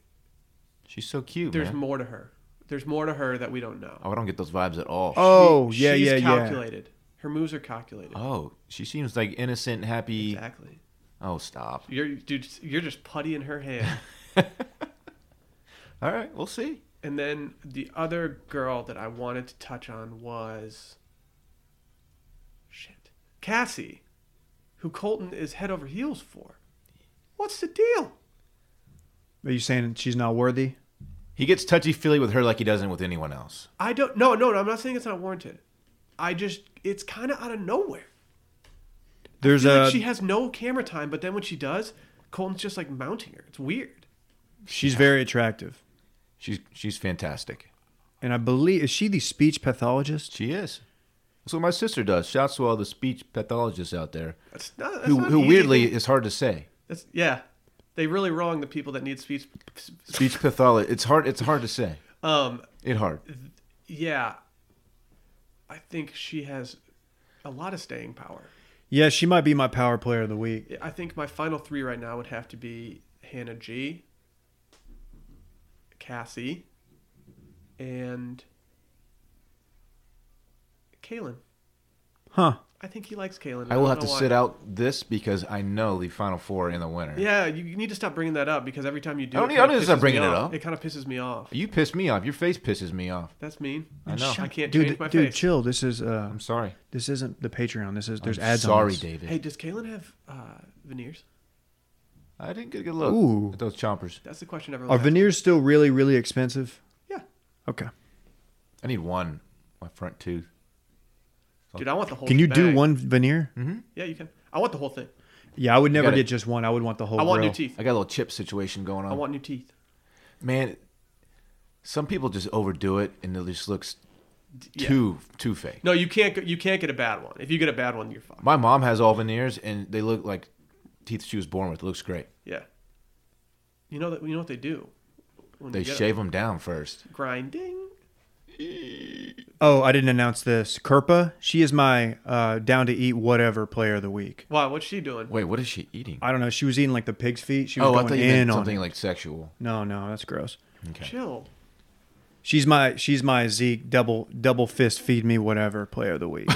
Speaker 3: She's so cute,
Speaker 1: there's
Speaker 3: man.
Speaker 1: more to her. There's more to her that we don't know.
Speaker 3: oh, I don't get those vibes at all. Oh,
Speaker 2: Oh,
Speaker 1: She-
Speaker 2: yeah,
Speaker 1: she's
Speaker 2: yeah, Oh, yeah.
Speaker 1: calculated. Her moves are calculated.
Speaker 3: Oh, she seems like innocent, happy.
Speaker 1: Exactly.
Speaker 3: Oh, stop.
Speaker 1: You're dude, you're just putty in her hand.
Speaker 3: All right, we'll see.
Speaker 1: and then the other girl that I wanted to touch on was shit. Cassie, who Colton is head over heels for. What's the deal?
Speaker 2: Are you saying she's not worthy?
Speaker 3: He gets touchy feely with her like he doesn't with anyone else.
Speaker 1: I don't no, no, no, I'm not saying it's not warranted. I just it's kind of out of nowhere.
Speaker 2: There's
Speaker 1: Like,
Speaker 2: a
Speaker 1: she has no camera time, but then when she does, Colton's just like mounting her. It's weird.
Speaker 2: she's very attractive,
Speaker 3: She's she's fantastic.
Speaker 2: and I believe is she the speech pathologist?
Speaker 3: She is. That's what my sister does. Shouts to all the speech pathologists out there,
Speaker 1: That's not, that's
Speaker 3: who
Speaker 1: not
Speaker 3: who
Speaker 1: easy.
Speaker 3: weirdly is hard to say.
Speaker 1: That's, yeah, they really wrong the people that need speech.
Speaker 3: Speech pathologist. It's hard. It's hard to say.
Speaker 1: Um,
Speaker 3: It hard.
Speaker 1: yeah, I think she has a lot of staying power.
Speaker 2: Yeah, she might be my power player of the week.
Speaker 1: I think my final three right now would have to be Hannah G, Cassie, and Kalen.
Speaker 2: Huh?
Speaker 1: I think he likes Kalen.
Speaker 3: I will have to sit out this because I know the final four in the winner.
Speaker 1: Yeah, you you need to stop bringing that up because every time you do,
Speaker 3: I don't
Speaker 1: it
Speaker 3: need- I
Speaker 1: kinda
Speaker 3: don't need to
Speaker 1: pisses
Speaker 3: stop
Speaker 1: me
Speaker 3: bringing it
Speaker 1: off.
Speaker 3: up.
Speaker 1: It kind of pisses me off.
Speaker 3: You piss me off. Your face pisses me off.
Speaker 1: That's mean.
Speaker 3: I know.
Speaker 1: I can't
Speaker 2: dude,
Speaker 1: change my
Speaker 2: dude,
Speaker 1: face.
Speaker 2: chill. This is uh,
Speaker 3: I'm sorry.
Speaker 2: this isn't the Patreon. This is there's
Speaker 3: I'm
Speaker 2: ads.
Speaker 3: Sorry,
Speaker 2: on this.
Speaker 3: David.
Speaker 1: Hey, does Kalen have uh, veneers?
Speaker 3: I didn't get a good look
Speaker 2: Ooh.
Speaker 3: at those chompers.
Speaker 1: That's the question everyone.
Speaker 2: Are
Speaker 1: asks.
Speaker 2: veneers still really really expensive?
Speaker 1: Yeah,
Speaker 2: Okay.
Speaker 3: I need one. My front tooth.
Speaker 1: dude, I want the whole.
Speaker 2: Can you do
Speaker 1: bag.
Speaker 2: one veneer?
Speaker 3: Mm-hmm.
Speaker 1: Yeah, you can. I want the whole thing.
Speaker 2: Yeah, I would never
Speaker 3: gotta-
Speaker 2: get just one. I would want the whole.
Speaker 1: I want
Speaker 2: grill.
Speaker 1: new teeth.
Speaker 3: I got a little chip situation going on.
Speaker 1: I want new teeth.
Speaker 3: Man, some people just overdo it and it just looks
Speaker 1: D- yeah.
Speaker 3: too too fake.
Speaker 1: No, you can't. go- You can't get a bad one. If you get a bad one, you're fucked.
Speaker 3: My mom has all veneers and they look like teeth she was born with. It looks great.
Speaker 1: Yeah. You know that. You know what they do. When
Speaker 3: They
Speaker 1: you get
Speaker 3: shave them down first.
Speaker 1: them. grinding.
Speaker 2: Oh, I didn't announce this. Kerpa, she is my uh, down to eat whatever player of the week.
Speaker 1: Wow, what's she doing?
Speaker 3: Wait, what is she eating?
Speaker 2: I don't know. She was eating like the pig's feet. She was
Speaker 3: oh, I
Speaker 2: going
Speaker 3: thought you
Speaker 2: in
Speaker 3: meant
Speaker 2: on it.
Speaker 3: something like sexual.
Speaker 2: No, no, that's gross.
Speaker 3: Okay.
Speaker 1: Chill.
Speaker 2: She's my she's my Zeke double double fist feed me whatever player of the week.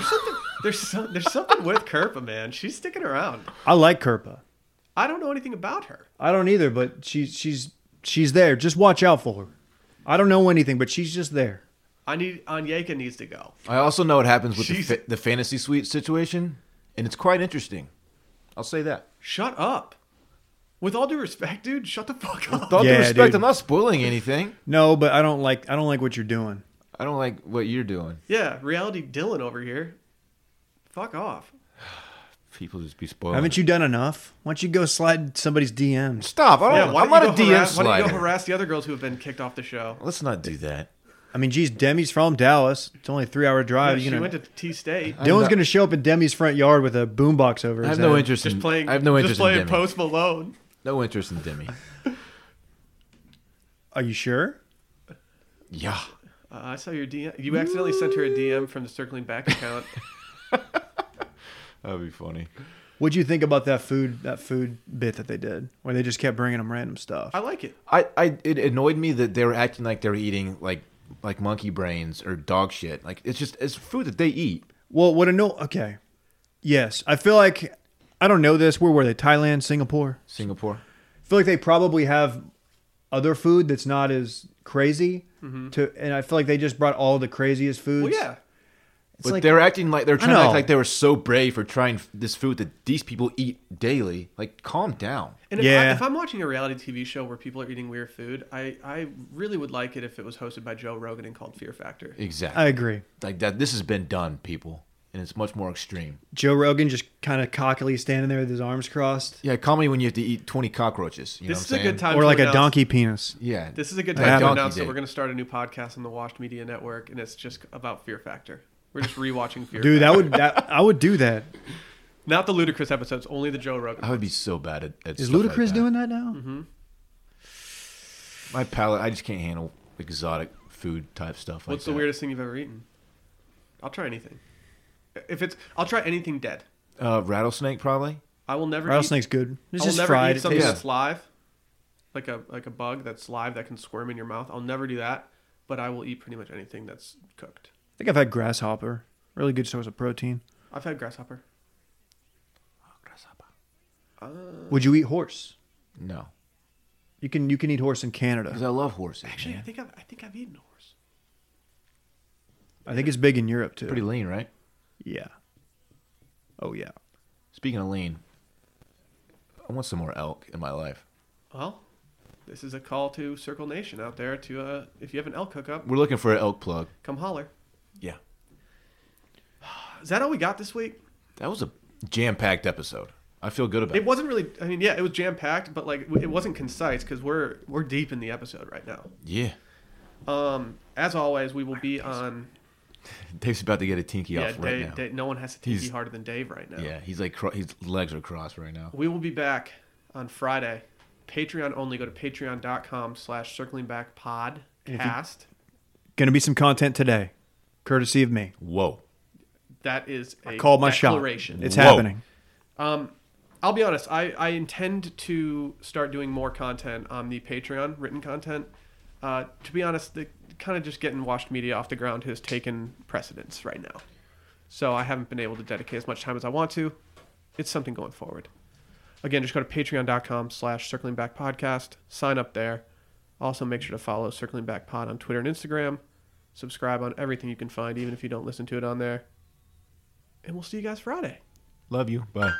Speaker 1: There's some, there's something with Kerpa, man. She's sticking around.
Speaker 2: I like Kerpa.
Speaker 1: I don't know anything about her.
Speaker 2: I don't either, but she's she's she's there. Just watch out for her. I don't know anything, but she's just there.
Speaker 1: I need Anyeka needs to go.
Speaker 3: I also know what happens with the,
Speaker 1: She's-
Speaker 3: fa- the fantasy suite situation, and it's quite interesting. I'll say that.
Speaker 1: Shut up. With all due respect, dude, shut the fuck up.
Speaker 3: With all
Speaker 2: Yeah,
Speaker 3: due respect,
Speaker 2: dude.
Speaker 3: I'm not spoiling anything.
Speaker 2: No, but I don't like I don't like what you're doing.
Speaker 3: I don't like what you're doing.
Speaker 1: yeah, reality Dylan over here. Fuck off.
Speaker 3: People just be spoiling.
Speaker 2: Haven't you done enough? Why don't you go slide somebody's DMs?
Speaker 3: Stop! I don't,
Speaker 1: Yeah, why
Speaker 3: Oh, I'm
Speaker 1: don't,
Speaker 3: not
Speaker 1: you
Speaker 3: a
Speaker 1: go,
Speaker 3: DM
Speaker 1: harass, why don't you go
Speaker 3: slider.
Speaker 1: harass the other girls who have been kicked off the show?
Speaker 3: Let's not do that.
Speaker 2: I mean, geez, Demi's from Dallas. It's only a three hour
Speaker 1: Yeah,
Speaker 3: Uh,
Speaker 2: drive.
Speaker 1: she
Speaker 2: you know,
Speaker 1: went to T State.
Speaker 2: Dylan's
Speaker 3: not-
Speaker 2: gonna show up at Demi's front yard with a boombox over.
Speaker 3: I
Speaker 2: his
Speaker 3: have no
Speaker 2: head.
Speaker 3: interest
Speaker 1: Just
Speaker 3: in
Speaker 1: playing.
Speaker 3: Mm. I have no interest
Speaker 1: Just playing
Speaker 3: in Demi.
Speaker 1: Post Malone.
Speaker 3: no interest in Demi.
Speaker 2: Are you sure?
Speaker 3: Yeah.
Speaker 1: Uh, I saw your DM. You accidentally sent her a DM from the circling back account.
Speaker 3: That'd be funny.
Speaker 2: What'd you think about that food that food bit that they did, where they just kept bringing them random stuff?
Speaker 1: I like it.
Speaker 3: I, I it annoyed me that they were acting like they were eating like like monkey brains or dog shit. Like it's just it's food that they eat.
Speaker 2: Well, what a no. Okay, yes, I feel like I don't know this. Where were they? Thailand, Singapore.
Speaker 3: Singapore.
Speaker 2: I feel like they probably have other food that's not as crazy. To and I feel like they just brought all the craziest foods.
Speaker 1: Well, Mm-hmm. yeah.
Speaker 3: but
Speaker 2: like-
Speaker 3: they're acting like they're trying to
Speaker 2: know.
Speaker 3: act like they were so brave for trying f- this food that these people eat daily. Like, calm down.
Speaker 1: And if, I,
Speaker 2: Yeah.
Speaker 1: if I'm watching a reality TV show where people are eating weird food, I, I really would like it if it was hosted by Joe Rogan and called Fear Factor.
Speaker 3: Exactly.
Speaker 2: I agree.
Speaker 3: like that. This has been done, people, and it's much more extreme.
Speaker 2: Joe Rogan just kind of cockily standing there with his arms crossed,
Speaker 3: Yeah, comedy when you have to eat twenty cockroaches. You
Speaker 1: This is
Speaker 3: know what I'm
Speaker 1: a
Speaker 3: saying?
Speaker 1: good time.
Speaker 2: or
Speaker 1: to
Speaker 2: like a
Speaker 1: announce-
Speaker 2: donkey penis.
Speaker 3: Yeah,
Speaker 1: This is a good
Speaker 3: Like
Speaker 1: time to
Speaker 3: Donkey
Speaker 1: announce that
Speaker 3: Day.
Speaker 1: we're going to start a new podcast on the Washed Media Network, and it's just about Fear Factor. We're just rewatching Fear. Factor.
Speaker 2: Dude, that would that, I would do that.
Speaker 1: not the ludicrous episodes, only the Joe Rogan.
Speaker 3: I would be so bad at. at
Speaker 2: Is
Speaker 3: stuff like
Speaker 2: Ludacris
Speaker 3: that.
Speaker 2: doing that now?
Speaker 1: Mm-hmm.
Speaker 3: My palate, I just can't handle exotic food type stuff. Like
Speaker 1: What's the
Speaker 3: that.
Speaker 1: weirdest thing you've ever eaten? I'll try anything. If it's, I'll try anything dead.
Speaker 3: Uh, rattlesnake, probably.
Speaker 1: I will never.
Speaker 2: Rattlesnake's good.
Speaker 1: Eat,
Speaker 2: It's
Speaker 1: I will
Speaker 2: just
Speaker 1: never
Speaker 2: fried.
Speaker 1: eat
Speaker 2: It
Speaker 1: something
Speaker 2: tastes-
Speaker 3: Yeah.
Speaker 1: that's live, like a like a bug that's live that can squirm in your mouth. I'll never do that. But I will eat pretty much anything that's cooked.
Speaker 2: I think I've had grasshopper. Really good source of protein.
Speaker 1: I've had grasshopper.
Speaker 2: Would you eat horse?
Speaker 3: No,
Speaker 2: You can you can eat horse in
Speaker 3: because
Speaker 2: Canada.
Speaker 3: I love horses.
Speaker 1: Actually, I
Speaker 3: man.
Speaker 1: think I've, I think I've eaten horse.
Speaker 2: I think it's big in Europe too.
Speaker 3: pretty lean, right?
Speaker 2: yeah. Oh yeah.
Speaker 3: Speaking of lean, I want some more elk in my life.
Speaker 1: Well, this is a call to Circle Nation out there to uh, if you have an elk hookup,
Speaker 3: We're looking for an elk plug.
Speaker 1: come holler.
Speaker 3: Yeah,
Speaker 1: Is that all we got this week?
Speaker 3: that was a jam-packed episode. I feel good about it.
Speaker 1: It wasn't really. I mean, yeah, it was jam packed, but like it wasn't concise because we're we're deep in the episode right now.
Speaker 3: Yeah,
Speaker 1: Um, as always, we will be on.
Speaker 3: Dave's about to get a tinky
Speaker 1: Yeah,
Speaker 3: off right
Speaker 1: Dave,
Speaker 3: now.
Speaker 1: Dave- no one has to tiki
Speaker 3: He's-
Speaker 1: harder than Dave right now.
Speaker 3: Yeah, he's like cro- his legs are crossed right now.
Speaker 1: We will be back on Friday. Patreon only. Go to patreon.com slash circling back pod
Speaker 2: if you-
Speaker 1: cast.
Speaker 2: Gonna be some content today, courtesy of me.
Speaker 3: Whoa.
Speaker 1: That is a
Speaker 2: Called my shot.
Speaker 1: declaration.
Speaker 2: It's
Speaker 3: Whoa.
Speaker 2: happening.
Speaker 1: I'll be honest. I, I intend to start doing more content on the Patreon, written content. Uh, to be honest, the kind of just getting washed media off the ground has taken precedence right now. So I haven't been able to dedicate as much time as I want to. It's something going forward. Again, just go to patreon.com slash circling back podcast. Sign up there. Also, make sure to follow Circling Back Pod on Twitter and Instagram. Subscribe on everything you can find, even if you don't listen to it on there. And we'll see you guys Friday.
Speaker 3: Love you. Bye.